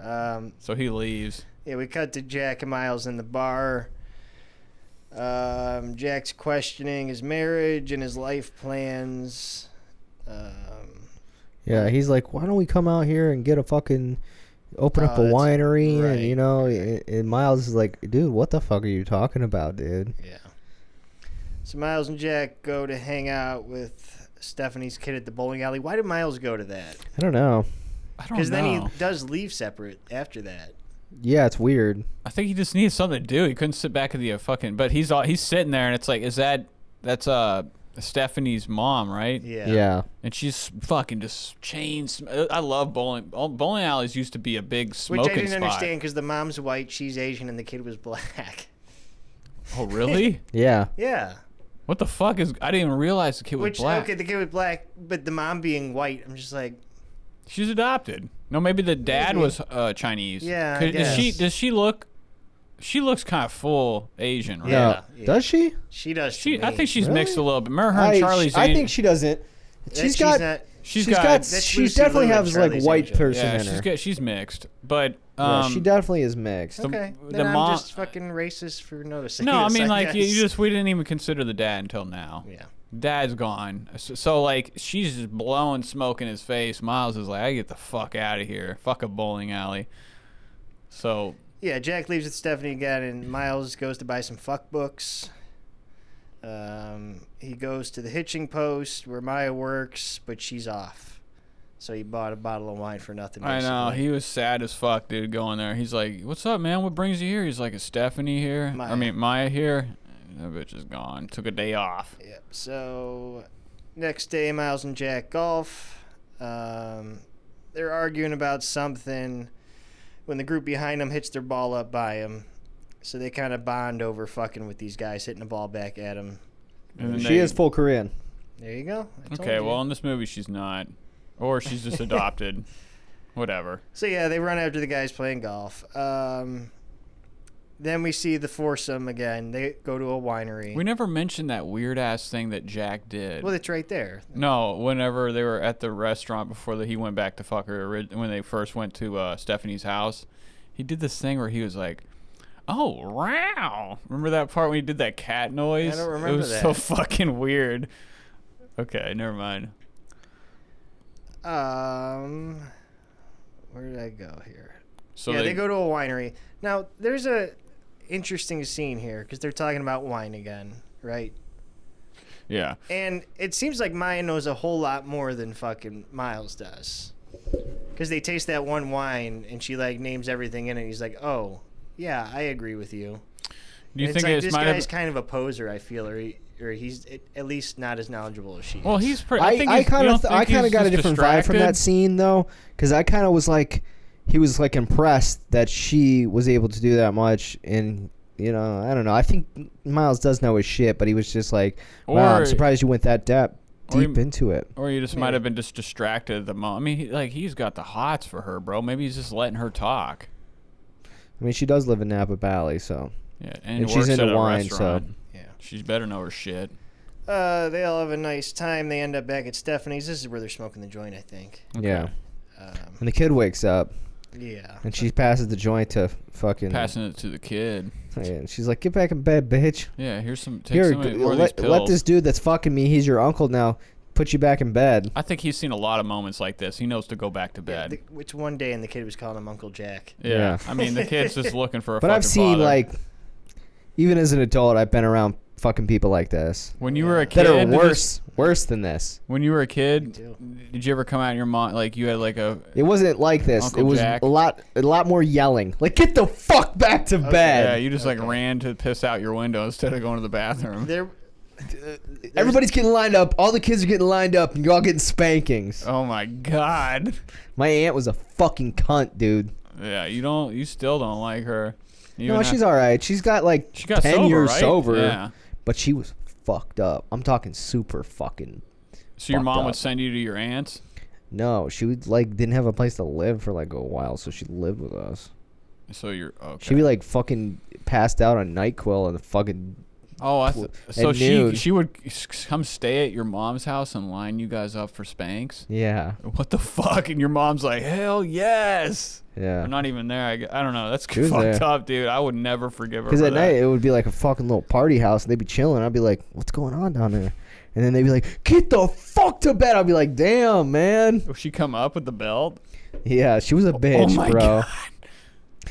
S5: Um,
S3: So he leaves.
S5: yeah, we cut to Jack and Miles in the bar. Um, Jack's questioning his marriage and his life plans. Um,
S6: Yeah, he's like, why don't we come out here and get a fucking, open up a
S5: Oh, that's-
S6: winery,
S5: right,
S6: and you know, and, and Miles is like, dude, what the fuck are you talking about, dude?
S5: Yeah. So Miles and Jack go to hang out with Stephanie's kid at the bowling alley. Why did Miles go to that?
S6: I don't know.
S3: I don't know.
S5: Because then he does leave separate after that.
S6: Yeah, it's weird.
S3: I think he just needed something to do. He couldn't sit back at the uh, fucking. But he's all he's sitting there, and it's like, is that that's uh Stephanie's mom, right?
S5: Yeah.
S6: Yeah.
S3: And she's fucking just chain. sm- uh, I love bowling. Bowling alleys used to be a big
S5: Which
S3: smoking
S5: I didn't
S3: spot.
S5: understand because the mom's white, she's Asian, and the kid was black.
S3: Oh really?
S6: Yeah.
S5: *laughs* yeah.
S3: What the fuck is? I didn't even realize the kid was
S5: Which
S3: black.
S5: okay, the kid was black, but the mom being white, I'm just like,
S3: She's adopted. No, maybe the dad
S5: Maybe.
S3: was uh, Chinese.
S5: Yeah, I
S3: Could- Does she?
S5: guess.
S3: Does she look? She looks kind of full Asian, right?
S5: Yeah.
S4: No. Does she?
S5: she does. to
S3: She. I
S5: me.
S3: think she's
S4: Really?
S3: mixed a little bit. Remember her
S4: I,
S3: and Charlie's.
S4: I
S3: An-
S4: think she doesn't.
S5: That
S4: She's got.
S5: Uh, not-
S3: She's
S4: she's
S3: got-
S4: got.
S5: That's
S4: She
S5: Lucy
S4: definitely
S5: Liu and
S4: has like
S5: Charlie's
S4: white
S5: Angel.
S4: person
S3: Yeah,
S4: in her.
S3: she's good. She's mixed, but
S4: Yeah,
S3: um,
S4: she definitely is mixed.
S5: okay.
S3: the
S5: then I'm
S3: mom-
S5: just fucking racist for noticing.
S3: No, I
S5: this,
S3: mean like you,
S5: guess.
S3: you just we didn't even consider the dad until now.
S5: Yeah.
S3: Dad's gone, so, so like she's just blowing smoke in his face. Miles is like, I get the fuck out of here. Fuck a bowling alley. So
S5: Yeah, Jack leaves with Stephanie again, and Miles goes to buy some fuck books. Um, he goes to the hitching post where Maya works, but she's off. So he bought a bottle of wine for nothing.
S3: I know
S5: basically.
S3: he was sad as fuck, dude. Going there, he's like, "What's up, man? What brings you here?" He's like, "Is Stephanie here? I
S5: Maya.
S3: mean, Maya here." That bitch is gone. Took a day off.
S5: Yep. So next day, Miles and Jack golf. Um, they're arguing about something when the group behind them hits their ball up by him. So they kind of bond over fucking with these guys hitting the ball back at him.
S3: And then
S4: She
S3: they-
S4: is full Korean.
S5: There you go. I told
S3: Okay,
S5: you.
S3: well, in this movie, she's not, or she's
S5: *laughs*
S3: just adopted. Whatever.
S5: So yeah, they run after the guys playing golf. Um, then we see the foursome again. They go to a winery.
S3: We never mentioned that weird ass thing that Jack did.
S5: well, it's right there.
S3: No, whenever they were at the restaurant before that he went back to fuck her ori- when they first went to uh, Stephanie's house, he did this thing where he was like, "Oh wow!" Remember that part when he did that cat noise?
S5: don't
S3: It
S5: remember
S3: was so
S5: that.
S3: fucking weird. Okay, never mind.
S5: Um, where did I go here?
S3: So
S5: yeah, they, go to a winery. Now, there's a interesting scene here because they're talking about wine again, right?
S3: Yeah,
S5: And it seems like Maya knows a whole lot more than fucking Miles does. Because they taste that one wine and she like names everything in it. he's like, oh, yeah, I agree with you.
S3: do you
S5: it's
S3: think
S5: like,
S3: it's
S5: this
S3: might
S5: guy's
S3: have?
S5: kind of a poser? I feel, or he, or he's at- at least not as knowledgeable as she.
S3: Well,
S5: is.
S3: he's pretty.
S4: I,
S3: think
S4: I
S3: he's- you
S4: kind
S3: don't
S4: of I
S3: think
S4: kind of
S3: he's
S4: got a
S3: just
S4: different vibe from that
S3: distracted?
S4: scene though, because I kind of was like, he was like impressed that she was able to do that much, and you know I don't know. I think Miles does know his shit, but he was just like, wow,
S3: Or-
S4: I'm surprised you went that depth
S3: or he-
S4: deep into it.
S3: Or you just might have been just distracted at the moment. I mean, he, like he's got the hots for her, bro. Maybe he's just letting her talk.
S4: I mean, she does live in Napa Valley, so
S3: Yeah, and,
S4: And she's
S3: works
S4: into
S3: at a
S4: wine, so-
S3: restaurant.
S5: Yeah.
S3: She's better know her shit.
S5: uh, they all have a nice time. They end up back at Stephanie's. This is where they're smoking the joint, I think.
S4: yeah.
S5: Um,
S4: And the kid wakes up,
S5: yeah.
S4: and she passes the joint to fucking.
S3: Passing it to the kid.
S4: And she's like, "Get back in bed, bitch."
S3: Yeah, here's some. Take
S4: Here,
S3: some of
S4: g-
S3: more of these
S4: let,
S3: pills.
S4: let this dude that's fucking me. He's your uncle now. Put you back in bed.
S3: I think he's seen a lot of moments like this. He knows to go back to
S5: Yeah,
S3: bed.
S5: the- which one day, and the kid was calling him Uncle Jack.
S3: Yeah,
S4: Yeah.
S3: I mean the kid's just looking for a.
S4: *laughs* But I've
S3: fucking
S4: seen
S3: father.
S4: like, even as an adult, I've been around fucking people like this
S3: when you were a kid.
S4: that are
S3: did this-
S4: worse, worse than this.
S3: when you were a kid,
S5: too.
S3: did you ever come out in your mom like you had like a?
S4: It wasn't like this.
S3: Uncle
S4: it was
S3: Jack.
S4: a lot, a lot more yelling. Like, get the fuck back to
S3: Yeah,
S4: bed.
S3: you just like ran to piss out your window instead of going to the bathroom.
S5: There,
S4: Everybody's getting lined up. All the kids are getting lined up, and you're all getting spankings.
S3: *laughs* Oh my god.
S4: My aunt was a fucking cunt, dude.
S3: Yeah, you don't. You still don't like her. You
S4: no,
S3: and I-
S4: she's all right. She's got like
S3: She got
S4: ten
S3: sober,
S4: years
S3: right?
S4: sober,
S3: Yeah.
S4: but she was fucked up. I'm talking super fucking.
S3: So your
S4: fucked
S3: mom would
S4: up.
S3: send you to your aunt's.
S4: No, she would like didn't have a place to live for like a while, so she lived with us.
S3: So you're okay.
S4: She'd be like fucking passed out on Nyquil and fucking.
S3: oh, I th-
S4: at
S3: so she
S4: noon.
S3: she would s- s- come stay at your mom's house and line you guys up for spanks.
S4: Yeah,
S3: What the fuck? And your mom's like, hell yes.
S4: yeah.
S3: I'm not even there. I, gu- I don't know. That's
S4: was
S3: fucked
S4: there.
S3: up, dude. I would never forgive her.
S4: Because
S3: for
S4: at
S3: that.
S4: night it would be like a fucking little party house, and they'd be chilling. I'd be like, "What's going on down there?" And then they'd be like, "Get the fuck to bed." I'd be like, "Damn, man."
S3: Would she come up with the belt?
S4: Yeah, she was a bitch,
S3: Oh my
S4: bro.
S3: God.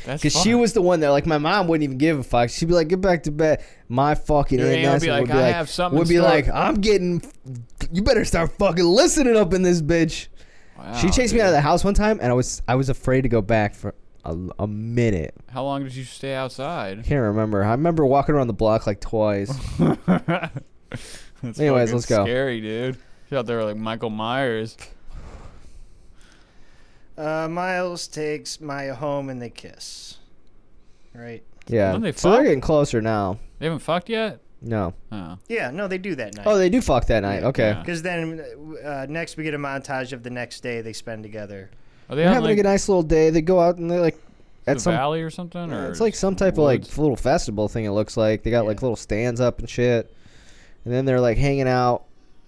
S3: That's
S4: Cause she
S3: fucked.
S4: was the one that like my mom wouldn't even give a fuck. She'd be like, "Get back to bed." My fucking
S3: Your
S4: aunt
S3: aunt would be
S4: Nancy
S3: like,
S4: would be
S3: "I
S4: like,
S3: have something
S4: would
S3: in
S4: be
S3: store."
S4: like, "I'm getting, you better start fucking listening up in this bitch."
S3: Wow,
S4: she chased me
S3: Oh, dude.
S4: out of the house one time, and I was I was afraid to go back for a, a minute.
S3: How long did you stay
S4: *laughs*
S3: outside?
S4: Can't remember. I remember walking around the block
S3: *laughs*
S4: like twice.
S3: That's
S4: Anyways,
S3: fucking
S4: let's go.
S3: Scary, dude. She's out there like Michael Myers.
S5: uh, Miles takes Maya home, and they kiss. Right.
S4: Yeah,
S3: Don't they
S4: so they're
S3: fuck?
S4: getting closer now.
S3: They haven't fucked yet.
S4: No.
S3: Oh.
S5: Yeah, no, they do that night.
S4: Oh, they do fuck that night. Okay.
S3: Yeah.
S5: Because then uh, next we get a montage of the next day they spend together.
S3: Are they
S4: They're
S3: out in,
S4: having
S3: like,
S4: a good, nice little day. They go out and they like
S3: the
S4: at some.
S3: valley or something?
S4: yeah,
S3: or
S4: it's like some type
S3: woods?
S4: of like little festival thing. It looks like they got like
S5: Yeah.
S4: little stands up and shit, and then they're like hanging out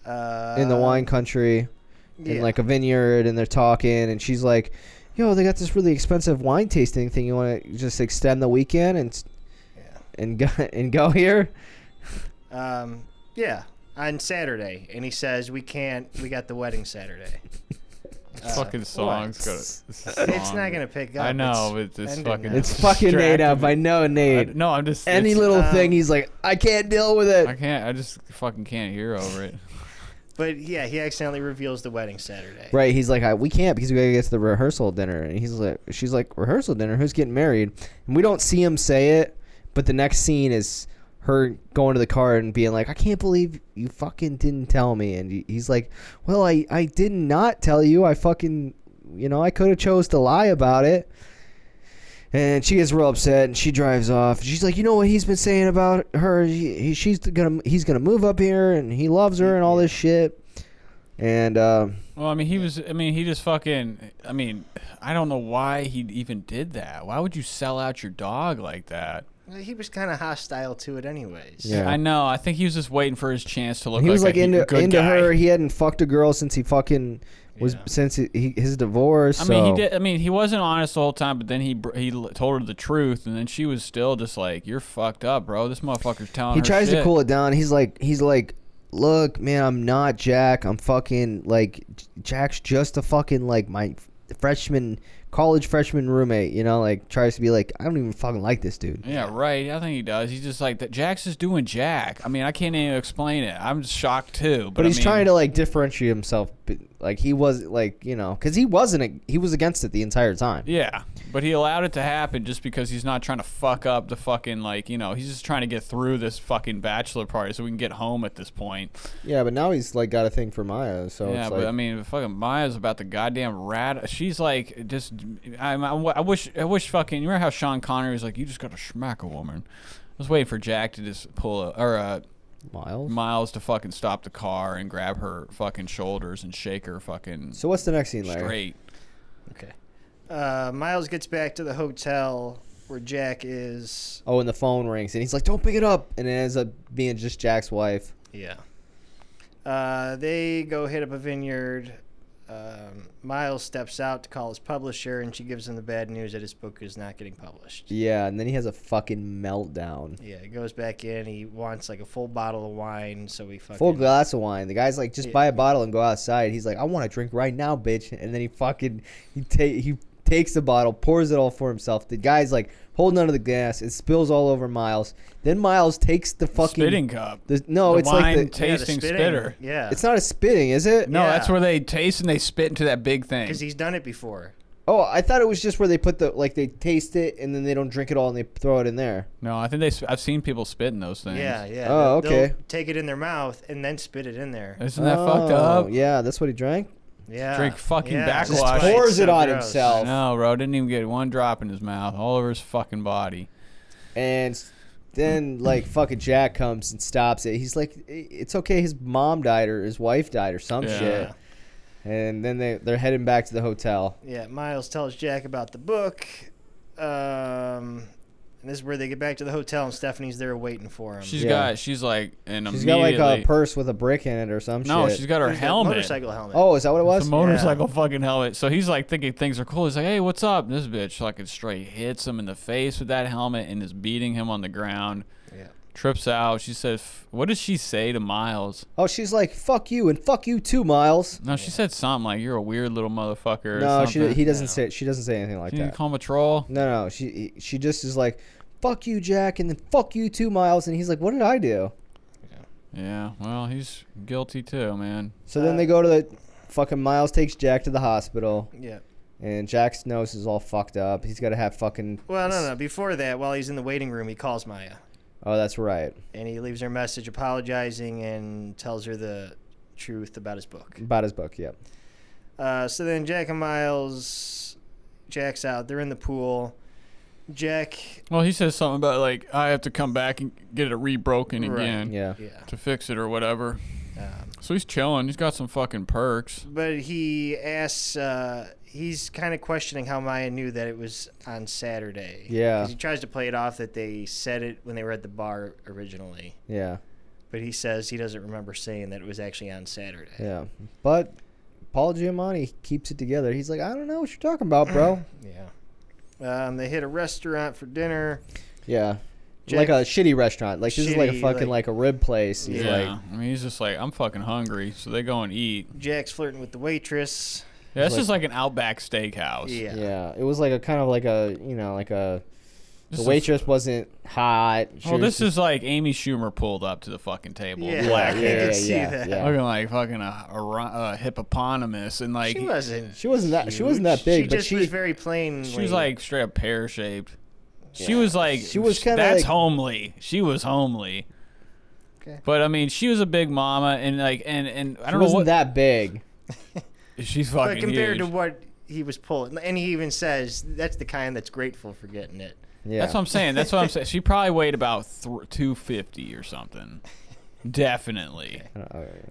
S5: Uh,
S4: in the wine country in
S5: yeah.
S4: like a vineyard, and they're talking, and she's like, "Yo, they got this really expensive wine tasting thing. You want to just extend the weekend and s-
S5: Yeah.
S4: and go *laughs* and go here?"
S5: Um, yeah, on Saturday, and he says we can't. We got the wedding Saturday.
S3: fucking songs. Got
S5: Uh, *laughs* It's not gonna pick up.
S3: I know.
S5: It's
S3: It's, it's
S5: ending
S3: fucking.
S5: now.
S4: It's fucking made
S3: distracting
S4: up.
S3: me.
S4: I know,
S3: I-
S4: Nate.
S3: no, I'm just
S4: Any
S3: it's- uh,
S4: little
S5: um,
S4: thing, he's like, "I can't deal with it."
S3: I can't. I just fucking can't hear over it. *laughs*
S5: But yeah, he accidentally reveals the wedding Saturday.
S4: Right, he's like, I, we can't because we gotta get to the rehearsal dinner, and he's like, she's like, rehearsal dinner, who's getting married? And we don't see him say it, but the next scene is her going to the car and being like, I can't believe you fucking didn't tell me, and he- he's like, well, I, I did not tell you, I fucking, you know, I could have chose to lie about it, and she gets real upset and she drives off. She's like, you know what he's been saying about her? He, he, she's gonna, he's gonna move up here, and he loves her and all this shit, and. um
S3: Well, I mean, he was. I mean, he just fucking. I mean, I don't know why he even did that. Why would you sell out your dog like that?
S5: He was kind of hostile to it, anyways.
S4: Yeah.
S3: I know. I think he was just waiting for his chance to look.
S4: he
S3: like
S4: was like
S3: a, he-
S4: into
S3: good
S4: into
S3: guy.
S4: her. He hadn't fucked a girl since he fucking was
S5: Yeah.
S4: since he, he, his divorce.
S3: I
S4: so.
S3: mean, he did. I mean, he wasn't honest the whole time, but then he br- he l- told her the truth, and then she was still just like, "You're fucked up, bro. This motherfucker's telling."
S4: He
S3: her
S4: tries to
S3: shit."
S4: cool it down. He's like he's like, look, man, I'm not Jack. I'm fucking like J- Jack's just a fucking like my freshman college freshman roommate. You know, like tries to be like I don't even fucking like this dude.
S3: Yeah, right. I think he does. He's just like that. Jack's just doing Jack. I mean, I can't even explain it. I'm just shocked too. But,
S4: But
S3: I
S4: he's
S3: mean,
S4: trying to like differentiate himself. b- Like he was like you know because he wasn't a, he was against it the entire time.
S3: Yeah, but he allowed it to happen just because he's not trying to fuck up the fucking like you know he's just trying to get through this fucking bachelor party so we can get home at this point.
S4: Yeah, but now he's like got a thing for Maya. So
S3: yeah,
S4: it's
S3: but
S4: like,
S3: I mean, fucking Maya's about the goddamn rat. She's like just I, I, I wish I wish fucking you remember how Sean Connery was like you just got to smack a woman. I was waiting for Jack to just pull a, or uh,
S4: Miles.
S3: Miles to fucking stop the car and grab her fucking shoulders and shake her fucking
S4: So what's the next scene, Larry?
S3: straight.
S5: Okay. Uh, Miles gets back to the hotel where Jack is.
S4: Oh, and the phone rings, and he's like, "Don't pick it up," and it ends up being just Jack's wife.
S5: Yeah. Uh, they go hit up a vineyard. Um, Miles steps out to call his publisher, and she gives him the bad news that his book is not getting published.
S4: Yeah, and then he has a fucking meltdown.
S5: Yeah, he goes back in. He wants like a full bottle of wine, so he fucking
S4: Full glass of wine. The guy's like, "Just
S5: Yeah.
S4: buy a bottle and go outside." He's like, "I want a drink right now, bitch!" And then he fucking he take he takes the bottle, pours it all for himself. The guy's like holding onto the glass. It spills all over Miles. Then Miles takes the fucking
S3: Spitting cup.
S4: the- no,
S3: The
S4: it's like
S3: wine
S4: the-
S5: Yeah, the
S3: tasting
S5: spitting.
S3: spitter.
S5: Yeah,
S4: it's not a spitting, is it?
S3: No,
S5: Yeah.
S3: that's where they taste and they spit into that big thing.
S5: because he's done it before.
S4: Oh, I thought it was just where they put the like they taste it and then they don't drink it all and they throw it in there.
S3: No, I think they. sp- I've seen people spit in those things.
S5: Yeah, yeah.
S4: Oh,
S5: They'll- they'll
S4: okay.
S5: Take it in their mouth and then spit it in there.
S3: Isn't that
S4: oh,
S3: fucked up?
S4: Yeah, that's what he drank.
S5: Yeah.
S3: Drink fucking
S5: yeah,
S3: backwash.
S5: twice,
S4: Pours it on
S5: gross.
S4: himself.
S3: No, bro, didn't even get one drop in his mouth, all over his fucking body.
S4: And s- then like fucking Jack comes and stops it. He's like, "I- it's okay. His mom died or his wife died or some
S3: Yeah.
S4: shit. And then they they're heading back to the hotel.
S5: Yeah, Miles tells Jack about the book. Um, and this is where they get back to the hotel, and Stephanie's there waiting for him.
S3: She's
S4: Yeah.
S3: got. She's like, and
S4: She's got
S3: immediately.
S4: like a purse with a brick in it or some
S3: no,
S4: shit.
S3: she's got her
S5: There's that
S3: helmet.
S5: Motorcycle helmet.
S4: Oh, is that what it
S3: It's
S4: was?
S3: a motorcycle fucking helmet. So he's like thinking things are cool. He's like, "Hey, what's up?" And this bitch fucking straight hits him in the face with that helmet and is beating him on the ground.
S5: Yeah.
S3: Trips out. She says, f- "What does she say to Miles?"
S4: oh, she's like, fuck you and fuck you too, Miles.
S3: No, she said something like, "You're a weird little motherfucker." or
S4: No, she
S3: something.
S4: he doesn't say she doesn't say anything like
S3: Didn't you
S4: that.
S3: call him a troll?
S4: No, no, she he- she just is like, fuck you, Jack, and then fuck you too, Miles. And he's like, what did I do?
S3: Yeah. Well, he's guilty too, man.
S4: So then they go to the fucking Miles takes Jack to the hospital.
S5: Yeah.
S4: And Jack's nose is all fucked up. He's got to have fucking.
S5: Well, no, no. Before that, while he's in the waiting room, he calls Maya,
S4: Oh, that's right.
S5: and he leaves her a message apologizing and tells her the truth about his book.
S4: About his book, yep.
S5: Uh, so then Jack and Miles, Jack's out. They're in the pool. Jack.
S3: Well, he says something about like I have to come back and get it rebroken
S5: Right.
S3: again
S4: Yeah.
S5: Yeah.
S3: to fix it or whatever.
S5: Um,
S3: So he's chilling. He's got some fucking perks.
S5: but he asks. Uh, he's kind of questioning how Maya knew that it was on Saturday.
S4: Yeah.
S5: 'Cause He tries to play it off that they said it when they were at the bar originally,
S4: Yeah.
S5: but he says he doesn't remember saying that it was actually on Saturday.
S4: Yeah. But Paul Giamatti keeps it together. He's like, I don't know what you're talking about,
S5: *clears throat*
S4: bro.
S5: Yeah. Um, they hit a restaurant for dinner.
S4: yeah.
S5: Jack-
S4: like a shitty restaurant. Like this is like a
S5: Shitty,
S4: fucking like,
S5: like-
S4: a rib place. He's
S3: yeah.
S4: like
S3: I mean, he's just like I'm fucking hungry, so they go and eat.
S5: Jack's flirting with the waitress.
S3: Yeah, it's just like an Outback Steakhouse.
S5: Yeah.
S4: Yeah. It was like a kind of like a you know, like a
S3: This
S4: the
S3: is-
S4: waitress wasn't hot. She
S3: Well,
S4: was
S3: this
S4: just-
S3: is like Amy Schumer pulled up to the fucking table,
S5: Yeah,
S3: black
S5: I
S4: yeah,
S5: can
S4: yeah,
S5: see
S4: yeah,
S5: that.
S4: yeah.
S3: looking like fucking a, a, ro- a hippopotamus, and like
S5: She wasn't.
S4: She wasn't that she wasn't that big,
S5: she
S4: but
S5: just
S4: she
S5: was very plain.
S3: She was like straight up pear shaped. She was like
S4: She was kinda
S3: that's
S4: like-
S3: homely. She was homely.
S5: Okay.
S3: But I mean, she was a big mama, and like, and and I
S4: she
S3: don't know
S4: wasn't
S3: what
S4: that big.
S3: she's
S5: but
S3: fucking
S5: compared
S3: huge.
S5: to what he was pulling, and he even says that's the kind that's grateful for getting it.
S4: Yeah.
S3: That's what I'm saying. That's what
S4: *laughs*
S3: I'm saying. She probably weighed about th- 250 or something. Definitely.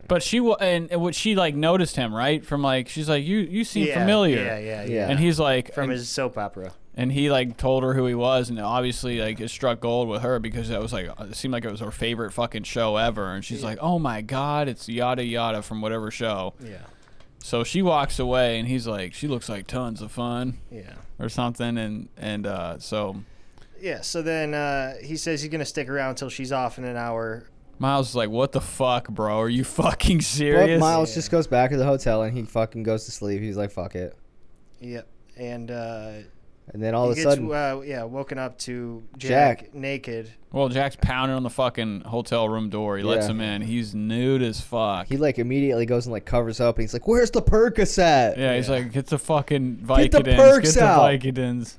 S3: But she wa- and, and what she like noticed him right from like she's like you you seem
S5: yeah,
S3: familiar.
S5: Yeah, yeah, yeah.
S4: Yeah.
S3: And he's like
S5: From
S3: and,
S5: his soap opera.
S3: and he like told her who he was and obviously like it struck gold with her because that was like it seemed like it was her favorite fucking show ever and she's like oh my god it's yada yada from whatever show.
S5: Yeah,
S3: So she walks away and he's like she looks like tons of fun
S5: yeah,
S3: or something and and uh so
S5: yeah. So then uh, he says he's gonna stick around until she's off in an hour.
S3: Miles is like, "What the fuck, bro? Are you *laughs* fucking
S4: But
S3: serious?"
S4: Miles just goes back to the hotel and he fucking goes to sleep. He's like, fuck it.
S5: Yep. And uh,
S4: And then all
S5: he
S4: of a
S5: gets
S4: sudden,
S5: uh, yeah woken up to Jack,
S4: Jack.
S5: naked.
S3: Well, Jack's pounding on the fucking hotel room door. He lets
S4: Yeah.
S3: him in. He's nude as fuck.
S4: he like immediately goes and like covers up and he's like, where's the Percocet?
S3: yeah, he's like, "Get the fucking Vicodins.
S4: Get the perks
S3: Get
S4: out."
S3: the Vicodins."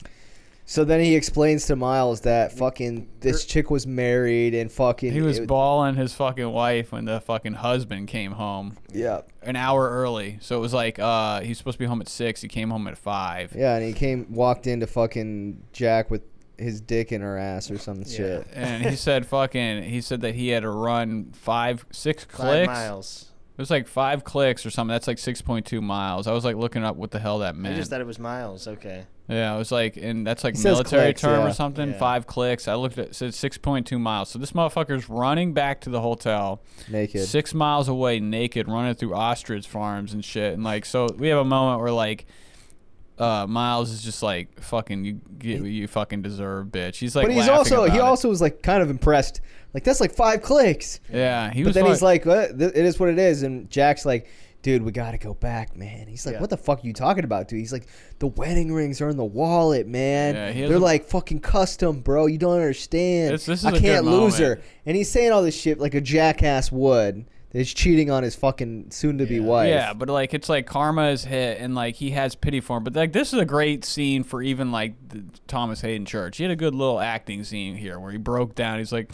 S4: So then he explains to Miles that fucking this chick was married and fucking
S3: He was
S4: it-
S3: bawling his fucking wife when the fucking husband came home
S4: yeah
S3: an hour early. So it was like, uh, he's supposed to be home at six. He came home at five.
S4: yeah and he came walked into fucking Jack with his dick in her ass or some shit.
S3: And he said, "Fucking," he said that he had to run five, six clicks.
S5: Five miles.
S3: It was like five clicks or something. That's like 6.2 miles. I was like looking up what the hell that
S5: I
S3: meant.
S5: just thought it was miles. Okay.
S3: yeah, it was like, and that's like
S4: He says
S3: military
S4: clicks,
S3: term
S4: yeah.
S3: or something.
S5: Yeah.
S3: Five clicks. I looked at it said 6.2 miles. So this motherfucker's running back to the hotel,
S4: naked.
S3: six miles away, naked, running through ostrich farms and shit. And like, so we have a moment where like, uh, Miles is just like fucking you get what you fucking deserve, bitch. He's like,
S4: But he's
S3: laughing
S4: also
S3: about
S4: he
S3: it.
S4: also was like kind of impressed. Like that's like five clicks.
S3: yeah. He
S4: But
S3: was
S4: then he's
S3: fuck-
S4: like, "What? Th- it is what it is. And Jack's like, dude, we got to go back, man. He's like,
S5: Yeah.
S4: what the fuck are you talking about, dude? He's like, the wedding rings are in the wallet, man.
S3: Yeah, he
S4: They're
S3: hasn't-
S4: like fucking custom, bro. You don't understand.
S3: This- this is
S4: I
S3: a good
S4: can't lose her.
S3: moment.
S4: And he's saying all this shit like a jackass would. That he's cheating on his fucking soon to be wife.
S3: Yeah, but like it's like karma is hit, and like he has pity for him. But like this is a great scene for even like the, Thomas Hayden Church. He had a good little acting scene here where he broke down. He's like,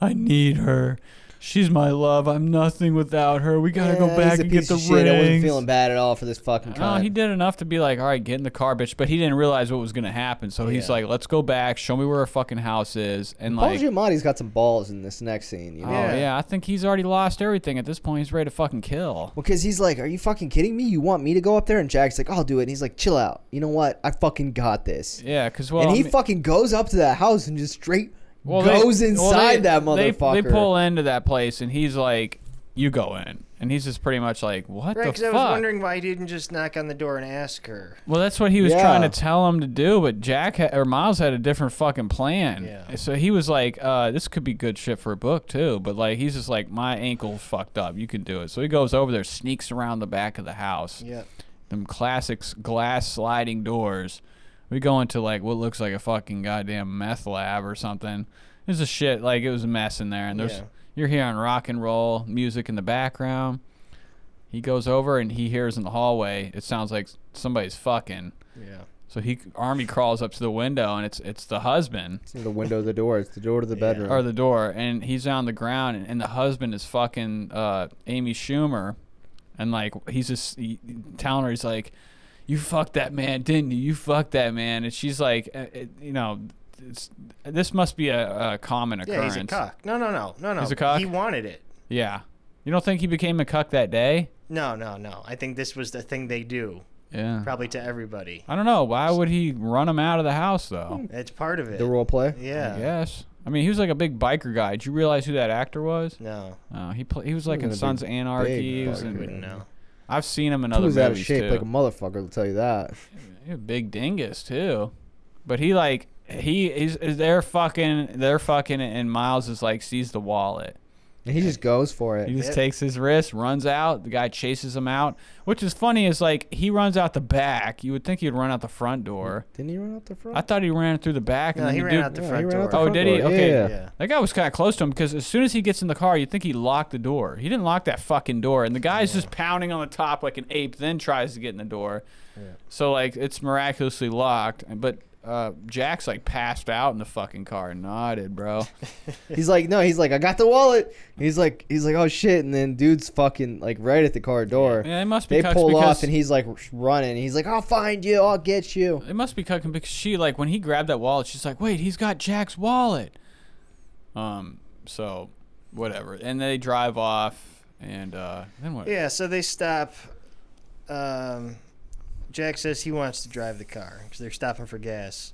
S3: "I need her. She's my love. I'm nothing without her. We gotta
S4: Yeah,
S3: go back
S4: he's a
S3: and
S4: piece
S3: get the
S4: of shit. I wasn't
S3: rings."
S4: feeling bad at all for this fucking
S3: No,
S4: cunt.
S3: he did enough to be like, all right, get in the car, bitch. But he didn't realize what was gonna happen, so he's like, let's go back, show me where her fucking house is, and
S4: Paul
S3: like,
S4: Giamatti's got some balls in this next scene. You know?
S3: oh
S5: Yeah.
S3: yeah. I think he's already lost everything at this point. He's ready to fucking kill.
S4: Well, because he's like, "Are you fucking kidding me? You want me to go up there?" And Jack's like, "I'll do it." And he's like, "Chill out. You know what? I fucking got this."
S3: Yeah, because well,
S4: and
S3: I
S4: he
S3: mean-
S4: fucking goes up to that house and just straight
S3: Well, they-
S4: goes
S3: well,
S4: inside
S3: they-
S4: that
S3: they-
S4: motherfucker.
S3: They, pull into that place, and he's like, "You go in," and he's just pretty much like, "What
S5: Right,
S3: the
S5: because I
S3: fuck?"
S5: was wondering why he didn't just knock on the door and ask her.
S3: well, that's what he was
S4: Yeah.
S3: trying to tell him to do, but Jack ha- or Miles had a different fucking plan.
S5: Yeah.
S3: So he was like, uh, "This could be good shit for a book too," but like he's just like, "My ankle's fucked up. You can do it." So he goes over there, sneaks around the back of the house.
S5: Yep.
S3: Them classics glass sliding doors. We go into like what looks like a fucking goddamn meth lab or something. It was a shit like it was a mess in there, and there's
S5: Yeah.
S3: you're hearing rock and roll music in the background. He goes over and he hears in the hallway. It sounds like somebody's fucking.
S5: Yeah.
S3: So he army crawls up to the window and it's it's the husband
S4: the window, the door. It's the door to the bedroom.
S3: or the door, and he's on the ground, and, and the husband is fucking uh, Amy Schumer, and like he's just he, telling her, he's like, you fucked that man, didn't you? You fucked that man. And she's like, uh, it, you know, it's, this must be a, a common
S5: Yeah,
S3: occurrence.
S5: he's a cock. No, no, no, no, no.
S3: He's a cock?
S5: He wanted it.
S3: Yeah. You don't think he became a cuck that day?
S5: No, no, no. I think this was the thing they do,
S3: Yeah.
S5: probably to everybody.
S3: I don't know. Why would he run him out of the house though?
S5: That's part of it.
S6: The role play.
S5: Hmm, Yeah.
S3: Yes. I mean, he was like a big biker guy. Did you realize who that actor was?
S5: No,
S3: Oh, he pla he was like in
S6: wasn't a
S3: Sons of
S6: big-
S3: Anarchy.
S6: big
S3: He was
S6: biker.
S5: you
S3: in-
S5: wouldn't know.
S3: I've seen him in
S6: He
S3: other
S6: was
S3: movies
S6: out of shape
S3: too.
S6: like a motherfucker. I'll tell you that.
S3: He was a big dingus too. But he like he is they're fucking they're fucking and Miles is like sees the wallet.
S6: And he just goes for
S3: He
S6: it.
S3: just takes his wrist, runs out. The guy chases him out. Which is funny is like he runs out the back. You would think he'd run out the front door.
S6: Didn't he run out the front?
S3: I thought he ran through the back.
S5: No,
S3: and then
S5: he
S3: the
S5: ran
S3: dude-
S5: out the
S6: Yeah, he
S5: front
S6: ran out
S5: door.
S6: the
S3: Oh,
S6: front
S3: did he?
S6: door.
S3: Okay.
S6: Yeah.
S5: Yeah.
S3: That guy was kind of close to him because as soon as he gets in the car, you think he locked the door. He didn't lock that fucking door, and the guy's just pounding on the top like an ape. Then tries to get in the door. So like it's miraculously locked, and- but. Uh, Jack's like passed out in the fucking car, and
S6: *laughs*
S3: nodded, bro.
S6: He's like, no, he's like, I got the wallet. He's like, he's like, oh shit. And then dude's fucking like right at the car door.
S3: Yeah, it must be
S6: They
S3: cucks
S6: pull
S3: because-
S6: off and he's like running. He's like, I'll find you. I'll get you.
S3: It must be cucking because she like when he grabbed that wallet, she's like, "Wait, he's got Jack's wallet." Um, so whatever, and they drive off, and uh, then what?
S5: Yeah, so they stop. Um, Jack says he wants to drive the car because they're stopping for gas.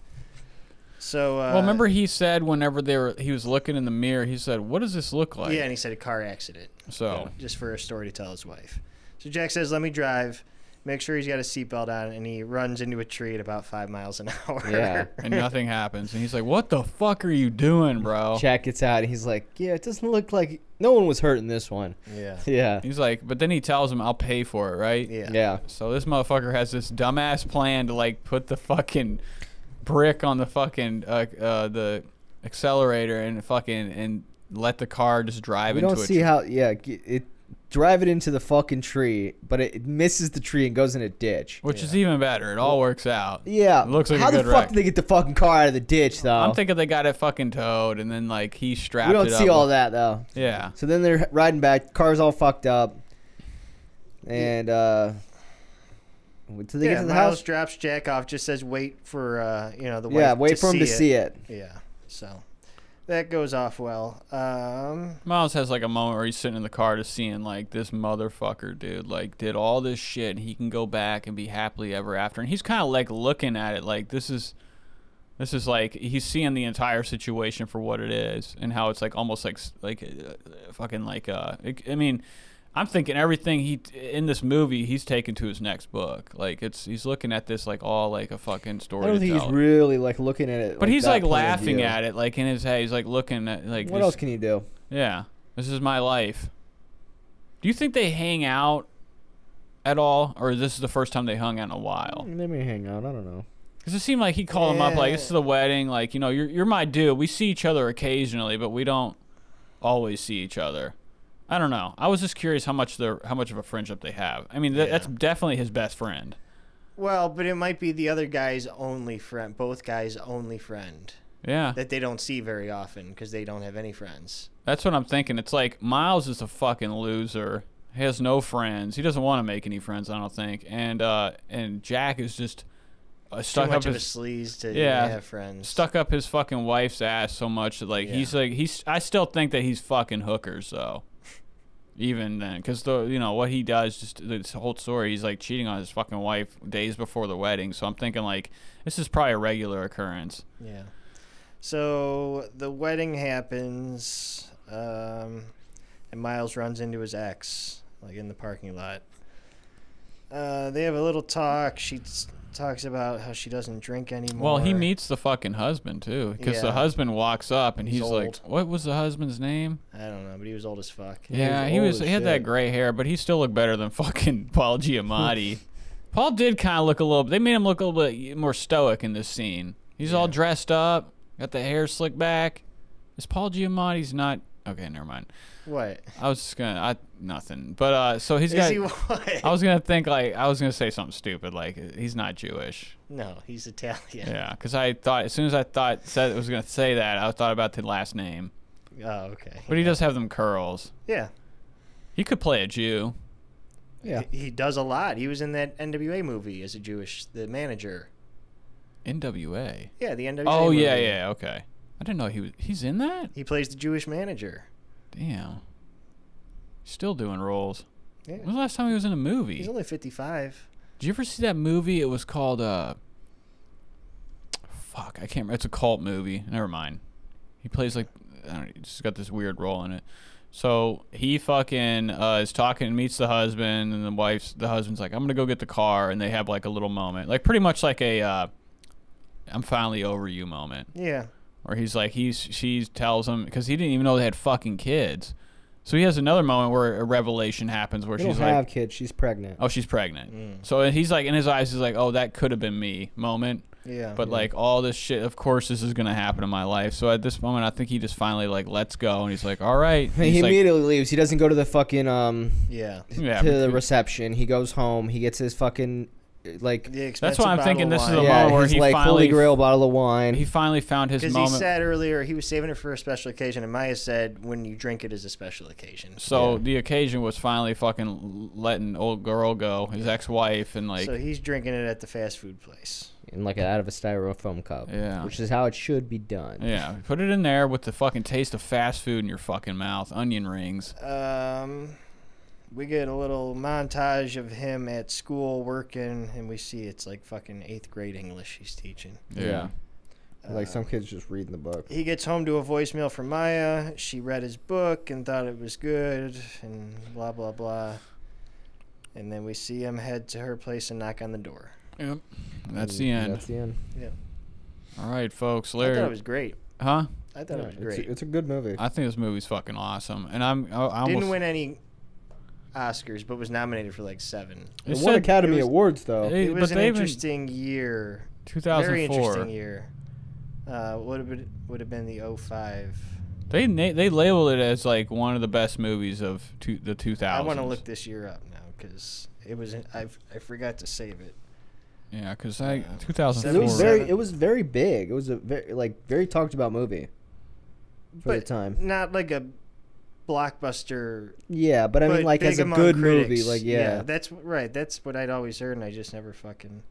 S5: So, uh,
S3: Well, remember he said whenever they were, he was looking in the mirror. He said, "What does this look like?"
S5: yeah, and he said a car accident,
S3: So
S5: just for a story to tell his wife. So Jack says, "Let me drive." Make sure he's got a seatbelt on, and he runs into a tree at about five miles an *laughs* hour.
S6: Yeah.
S3: and nothing happens, and he's like, "What the fuck are you doing, bro?"
S6: Jack gets out and he's like, yeah, it doesn't look like no one was hurt in this one. *laughs*
S5: yeah,
S6: Yeah.
S3: He's like, but then he tells him, "I'll pay for it," right?
S5: yeah,
S6: Yeah.
S3: So this motherfucker has this dumbass plan to like put the fucking brick on the fucking uh, uh, the accelerator and fucking and let the car just drive
S6: We
S3: into
S6: don't
S3: a
S6: see
S3: tree.
S6: how, yeah, g- it drive it into the fucking tree, but it, it misses the tree and goes in a ditch.
S3: which is even better. It all works out.
S6: Yeah.
S3: It looks like
S6: How
S3: a good
S6: the fuck
S3: wreck.
S6: did they get the fucking car out of the ditch though?
S3: I'm thinking they got it fucking towed, and then like he strapped.
S6: we don't
S3: it
S6: see
S3: up
S6: all
S3: with-
S6: that though.
S3: Yeah.
S6: So then they're riding back. Car's all fucked up. And uh, until they get
S5: yeah
S6: to the
S5: Miles
S6: house,
S5: drops Jack off. Just says, "Wait for uh, you know the wife
S6: yeah, wait for him to see it.
S5: Yeah, so that goes off well. Um,
S3: Miles has like a moment where he's sitting in the car just seeing like this motherfucker dude like did all this shit and he can go back and be happily ever after and he's kind of like looking at it like this is this is like he's seeing the entire situation for what it is and how it's like almost like s- like uh, uh, fucking like uh it, I mean I'm thinking everything he in this movie he's taken to his next book like it's he's looking at this like all like a fucking story
S6: I don't
S3: to
S6: think he's
S3: tell.
S6: really like looking at it.
S3: but he's
S6: that
S3: like
S6: point of
S3: laughing
S6: view.
S3: at it like in his head he's like looking at like
S6: What
S3: this-
S6: else can you do?
S3: yeah. This is my life. Do you think they hang out at all? Or this is the first time they hung out in a while?
S4: Hmm.
S6: Let me hang out. I don't know.
S3: Because it seemed like he called him up like, this is the wedding. Like, you know, you're, you're my dude. We see each other occasionally, but we don't always see each other. I don't know. I was just curious how much they're, how much of a friendship they have. I mean, th- that's definitely his best friend.
S5: well, but it might be the other guy's only friend, both guys' only friend
S3: Yeah.
S5: that they don't see very often because they don't have any friends.
S3: That's what I'm thinking. It's like Miles is a fucking loser. He has no friends. He doesn't want to make any friends, I don't think. And uh, and Jack is just uh,
S5: Too
S3: stuck up
S5: much of a
S3: his
S5: sleaze to
S3: Yeah.
S5: have friends.
S3: stuck up his fucking wife's ass so much that like he's like he's I still think that he's fucking hookers though. Even then, because the you know what he does, just this whole story, he's like cheating on his fucking wife days before the wedding. So I'm thinking like this is probably a regular occurrence.
S5: Yeah. So the wedding happens, um, and Miles runs into his ex, like in the parking lot. Uh, they have a little talk. She s- talks about how she doesn't drink anymore.
S3: Well, he meets the fucking husband too, because the
S5: Yeah.
S3: husband walks up and he's,
S5: He's
S3: like,
S5: old.
S3: "What was the husband's name?"
S5: I don't know, but he was old as fuck.
S3: Yeah,
S6: was
S3: he
S6: old
S3: was.
S6: as
S3: He had that
S6: shit.
S3: gray hair, but he still looked better than *laughs* fucking Paul Giamatti. Paul did kind of look a little. They made him look a little bit more stoic in this scene. He's all dressed up, got the hair slicked back. Is Paul Giamatti's not? Okay, never mind.
S5: What?
S3: I was just gonna. I nothing. But uh, so he's
S5: Is
S3: got.
S5: he *laughs* what?
S3: I was gonna think like I was gonna say something stupid like he's not Jewish.
S5: No, he's Italian.
S3: Yeah, because I thought as soon as I thought said was gonna say that I thought about the last name.
S5: Oh, okay.
S3: But he does have them curls.
S5: Yeah.
S3: He could play a Jew.
S4: Yeah.
S5: He, he does a lot. He was in that NWA movie as a Jewish, the manager.
S3: NWA.
S5: Yeah, the NWA.
S3: Oh yeah,
S5: movie.
S3: yeah. Okay. I didn't know he was. He's in that.
S5: He plays the Jewish manager.
S3: Damn. Still doing roles.
S5: Yeah.
S3: When was the last time he was in a movie?
S5: He's only 55.
S3: Did you ever see that movie? It was called uh Fuck, I can't remember. It's a cult movie. Never mind. He plays like I don't know, he's just got this weird role in it. So he fucking uh, is talking, meets the husband, and the wife's the husband's like, "I'm gonna go get the car," and they have like a little moment, like pretty much like a uh, "I'm finally over you" moment
S5: Yeah.
S3: where he's like he's she tells him because he didn't even know they had fucking kids. So he has another moment where a revelation happens where
S4: They
S3: she's
S4: don't have
S3: like,
S4: kids. She's pregnant.
S3: "Oh, she's pregnant."
S5: Mm.
S3: So he's like in his eyes, he's like, "Oh, that could have been me." Moment,
S5: Yeah.
S3: but like all this shit, of course, this is gonna happen in my life. So at this moment, I think he just finally like lets go, and he's like, "All
S5: *laughs*
S3: right."
S4: he
S3: He's like,
S4: immediately leaves. He doesn't go to the fucking um
S5: yeah.
S3: yeah,
S4: to the
S3: because-
S4: reception. He goes home. He gets his fucking like
S5: The
S3: That's why
S5: expensive
S3: I'm
S5: bottle
S3: thinking
S5: of
S3: this is
S5: wine.
S3: a moment where
S4: his
S3: he
S4: like
S3: finally
S4: holy grail bottle of wine.
S3: he finally found his
S5: Because
S3: moment.
S5: he said earlier he was saving it for a special occasion, and Maya said when you drink it is a special occasion.
S3: so the occasion was finally fucking letting old girl go, his ex-wife, and like
S5: so he's drinking it at the fast food place.
S4: in like out of a styrofoam cup.
S3: Yeah.
S4: Which is how it should be done.
S3: Yeah, put it in there with the fucking taste of fast food in your fucking mouth, onion rings.
S5: Um, we get a little montage of him at school working, and we see it's like fucking eighth grade English he's teaching.
S3: Yeah.
S4: Like some kids just reading the book.
S5: He gets home to a voicemail from Maya. She read his book and thought it was good, and blah blah blah. And then we see him head to her place and knock on the door.
S3: Yep. And that's the end.
S4: That's the end.
S3: All right, folks.
S5: I thought
S3: Larry,
S5: it was great.
S3: huh?
S5: I thought it was
S4: it's,
S5: great.
S4: a good movie.
S3: I think this movie's fucking awesome, and I'm I, I almost
S5: Didn't win any Oscars, but was nominated for like seven.
S3: It
S4: it
S3: said-
S4: won Academy
S5: it was-
S4: Awards though.
S3: Hey,
S5: It
S3: but
S5: was an
S3: they even-
S5: interesting year. Very
S3: 2004.
S5: interesting year. Uh, would have been would have been the 05.
S3: They na- they labeled it as like one of the best movies of two, the 2000s.
S5: I want to look this year up now because it was in, I've, I forgot to save it.
S3: Yeah, because I
S4: And it was
S3: 2004.
S5: seven.
S4: very it was very big. It was a very like very talked about movie for the
S5: But
S4: time.
S5: Not like a blockbuster.
S4: Yeah, but I mean
S5: but
S4: like
S5: big
S4: as a
S5: among
S4: good movie
S5: critics.
S4: like yeah.
S5: that's w- right. That's what I'd always heard, and I just never fucking.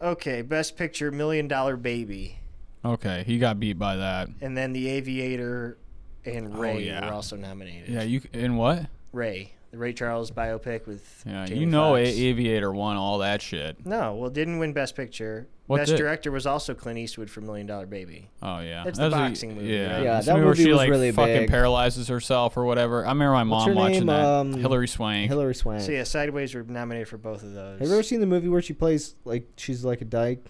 S5: Okay, best picture, Million Dollar Baby,
S3: Okay, he got beat by that.
S5: and then The Aviator and Ray
S3: Oh, yeah.
S5: were also nominated.
S3: Yeah, you in what?
S5: Ray, the Ray Charles biopic with.
S3: Yeah,
S5: Jamie
S3: you know,
S5: Foxx.
S3: A- Aviator won all that shit.
S5: No, well, didn't win Best Picture.
S3: What
S5: Best
S3: did?
S5: Director was also Clint Eastwood for Million Dollar Baby.
S3: Oh yeah,
S5: That's
S3: That
S5: the
S3: was a-
S5: boxing movie,
S3: Yeah,
S5: right?
S4: Yeah,
S3: That's
S4: that
S3: the movie where
S4: movie
S3: she
S4: was
S3: like
S4: really
S3: fucking
S4: big.
S3: paralyzes herself or whatever. I remember my
S4: What's
S3: mom
S4: her
S3: watching
S4: name?
S3: that.
S4: Um,
S3: Hillary Swank.
S4: Hillary Swank.
S5: So yeah, Sideways were nominated for both of those.
S4: Have you ever seen the movie where she plays like she's like a dyke?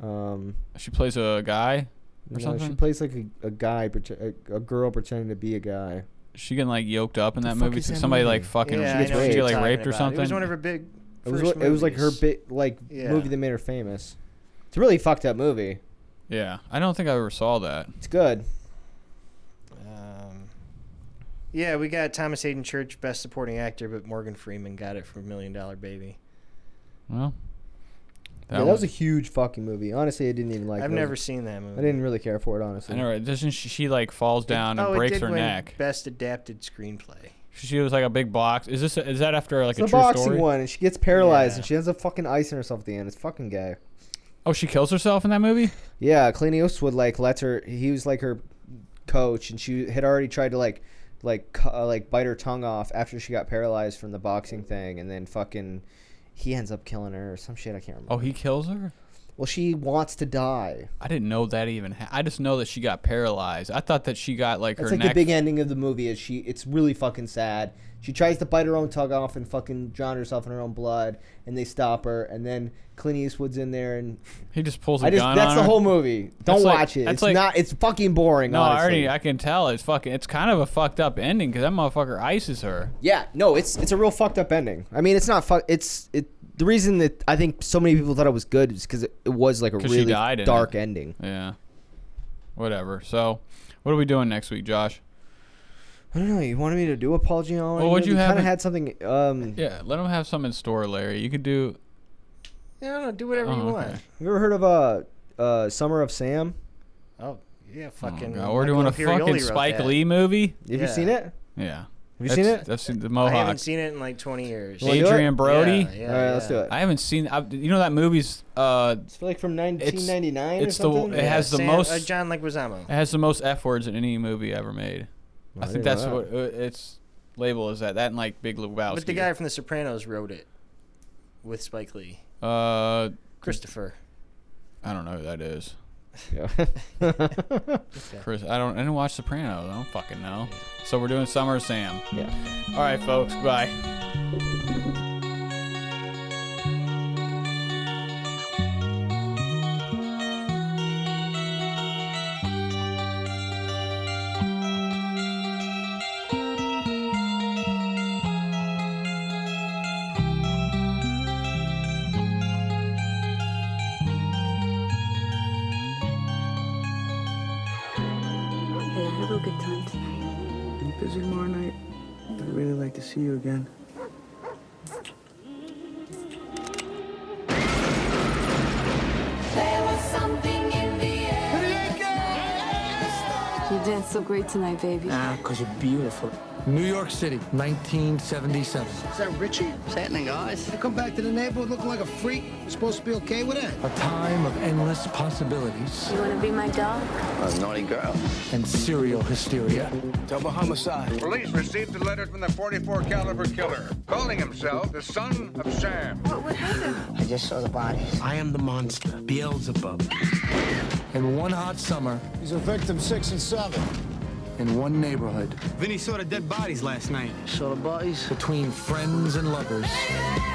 S4: Um,
S3: She plays a guy. Or
S4: no, she
S3: something?
S4: plays like a, a guy, prete- a, a girl pretending to be a guy.
S3: She getting like yoked up in
S4: The
S3: that
S4: fuck
S3: movie.
S4: is
S3: Did
S4: that
S3: somebody
S4: movie?
S3: like fucking
S5: yeah, I
S3: did
S5: know
S3: she
S5: what
S3: get
S5: you're
S3: like
S5: talking
S3: raped or
S5: about.
S3: something?
S5: It was one of her big.
S4: It was,
S5: first
S4: what- it was like her
S5: movies.
S4: bit like
S5: Yeah.
S4: movie that made her famous. It's a really fucked up movie.
S3: yeah, I don't think I ever saw that.
S4: It's good.
S5: Um, yeah, we got Thomas Hayden Church Best Supporting Actor, but Morgan Freeman got it for Million Dollar Baby.
S3: Well,
S4: Yeah, that was a huge fucking movie. Honestly, I didn't even like.
S5: I've
S4: those-
S5: never seen that movie.
S4: I didn't really care for it. Honestly,
S3: I know. right? Doesn't she, she like falls down and
S5: oh, it
S3: breaks
S5: did
S3: her
S5: win
S3: neck?
S5: Best Adapted Screenplay.
S3: She was like a big box. Is this is that after like
S4: it's a,
S3: a true
S4: boxing
S3: story?
S4: one, and she gets paralyzed,
S5: Yeah.
S4: and she has a fucking ice in herself at the end. It's fucking gay.
S3: Oh, she kills herself in that movie.
S4: Yeah, Clint Eastwood like lets her. He was like her coach, and she had already tried to like, like, cu- uh, like bite her tongue off after she got paralyzed from the boxing thing, and then fucking, he ends up killing her or some shit. I can't remember.
S3: Oh, he kills her.
S4: Well, she wants to die.
S3: I didn't know that even. Ha- I just know that she got paralyzed. I thought that she got like
S4: That's
S3: her
S4: like
S3: neck.
S4: the big ending of the movie. Is she? It's really fucking sad. She tries to bite her own tongue off and fucking drown herself in her own blood, and they stop her. And then Clint Eastwood's in there, and
S3: he just pulls a
S4: I just
S3: gun
S4: that's
S3: on
S4: the
S3: her.
S4: whole movie. Don't
S3: That's like-
S4: watch it.
S3: that's
S4: It's
S3: like-
S4: not. It's fucking boring.
S3: No, I
S4: honestly.
S3: already I can tell it's fucking. It's kind of a fucked up ending because that motherfucker ices her.
S4: Yeah, no, it's it's a real fucked up ending. I mean, it's not fuck. It's it. The reason that I think so many people thought it was good is because it, it was like a
S3: 'Cause she
S4: really
S3: died in
S4: dark
S3: it.
S4: ending.
S3: Yeah. Whatever. So, what are we doing next week, Josh?
S4: I don't know. You wanted me to do a Paul Giamatti.
S3: Well, what'd you have
S4: Kind
S3: in-
S4: of had something. Um,
S3: Yeah, let him have some in store, Larry. You could do.
S5: Yeah, no, do whatever
S3: Oh,
S5: you
S3: okay.
S5: want.
S4: you ever heard of uh, uh, Summer of Sam?
S5: Oh yeah,
S3: Oh,
S5: fucking.
S3: God, we're doing a
S5: Michael Imperioli
S3: fucking
S5: wrote
S3: Spike
S5: that.
S3: Lee movie.
S4: Have you
S5: Yeah.
S4: seen it?
S3: Yeah.
S6: Have you seen it?
S3: I've seen the
S5: I
S3: Mohawk.
S5: haven't seen it in like 20 years.
S6: Wanna do it?
S3: Adrian Brody.
S5: Yeah, yeah,
S6: All right, let's do
S5: yeah.
S6: it.
S3: I haven't seen. I, you know that movie's. Uh,
S6: It's like from
S3: it's
S6: 1999
S3: it's
S6: or
S3: the
S6: something.
S3: it has the
S5: Sam-
S3: most
S5: uh,
S3: it
S5: John Leguizamo.
S3: has the most f words in any movie ever made. I think
S6: didn't
S3: that's
S6: know
S3: what uh, its label is that. That and like Big Lebowski.
S5: But the guy from The Sopranos wrote it with Spike Lee.
S3: Uh,
S5: Christopher.
S3: I don't know who that is.
S4: *laughs*
S6: Yeah.
S3: Chris, I don't. I didn't watch Sopranos. I don't fucking know. So we're doing Summer of Sam.
S4: *laughs*
S6: yeah.
S3: All right, folks. Bye.
S7: Hey, have a good time tonight.
S8: Busy tomorrow night. I'd really like to see you again.
S7: You danced so great tonight, baby.
S8: Ah, because you're beautiful. New York City, 1977.
S9: Is that Richie? What's happening, guys? I come back to the neighborhood looking like a freak. You're supposed to be okay with that.
S8: A time of endless possibilities
S7: You wanna be my dog?
S9: A naughty girl.
S8: and serial hysteria.
S10: Double homicide. Police received a letter from the 44 caliber killer, calling himself the son of Sam.
S9: I just saw the bodies.
S8: I am the monster, Beelzebub. In one hot summer,
S9: He's a victim six and seven.
S8: in one neighborhood,
S11: Vinny saw the dead bodies last night.
S9: Saw the bodies.
S8: between friends and lovers,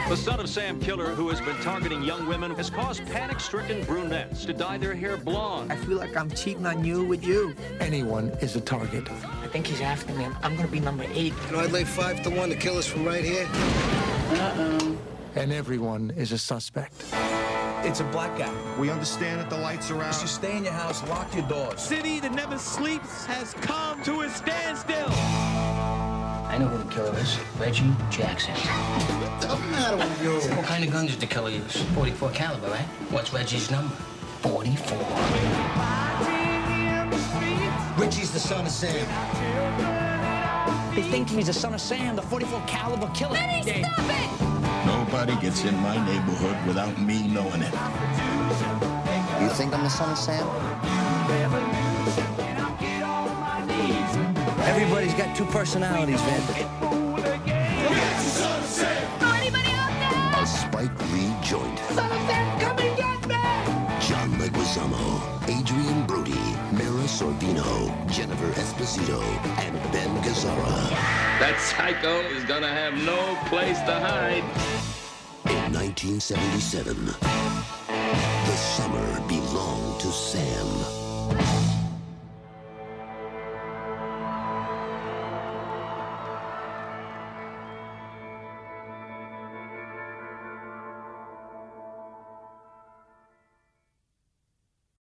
S11: The son of Sam Killer, who has been targeting young women, has caused panic stricken brunettes to dye their hair blonde.
S10: I feel like I'm cheating on you with you.
S8: anyone is a target.
S12: I think he's after me. I'm gonna be number eight.
S9: You know, I'd lay five to one to kill us from right here.
S8: And everyone is a suspect.
S11: It's a blackout.
S10: We understand that the lights are out.
S11: stay in your house, lock your doors. City that never sleeps has come to a standstill.
S12: I know who the killer is. Reggie Jackson.
S9: What's the matter with you?
S12: What kind of gun did the killer use? 44 caliber, right? What's Reggie's number? 44.
S9: Richie's the son of Sam.
S12: They think he's the son of Sam, the 44 caliber killer.
S10: Nobody gets in my neighborhood without me knowing it.
S9: You think I'm the son of Sam?
S12: Everybody's got two personalities, man.
S10: Spike Lee joint. John Leguizamo, Adrian Brody, Mara Sorvino, Jennifer Esposito, and Ben Gazzara.
S11: That psycho is gonna have no place to hide.
S10: In 1977, the summer belonged to Sam.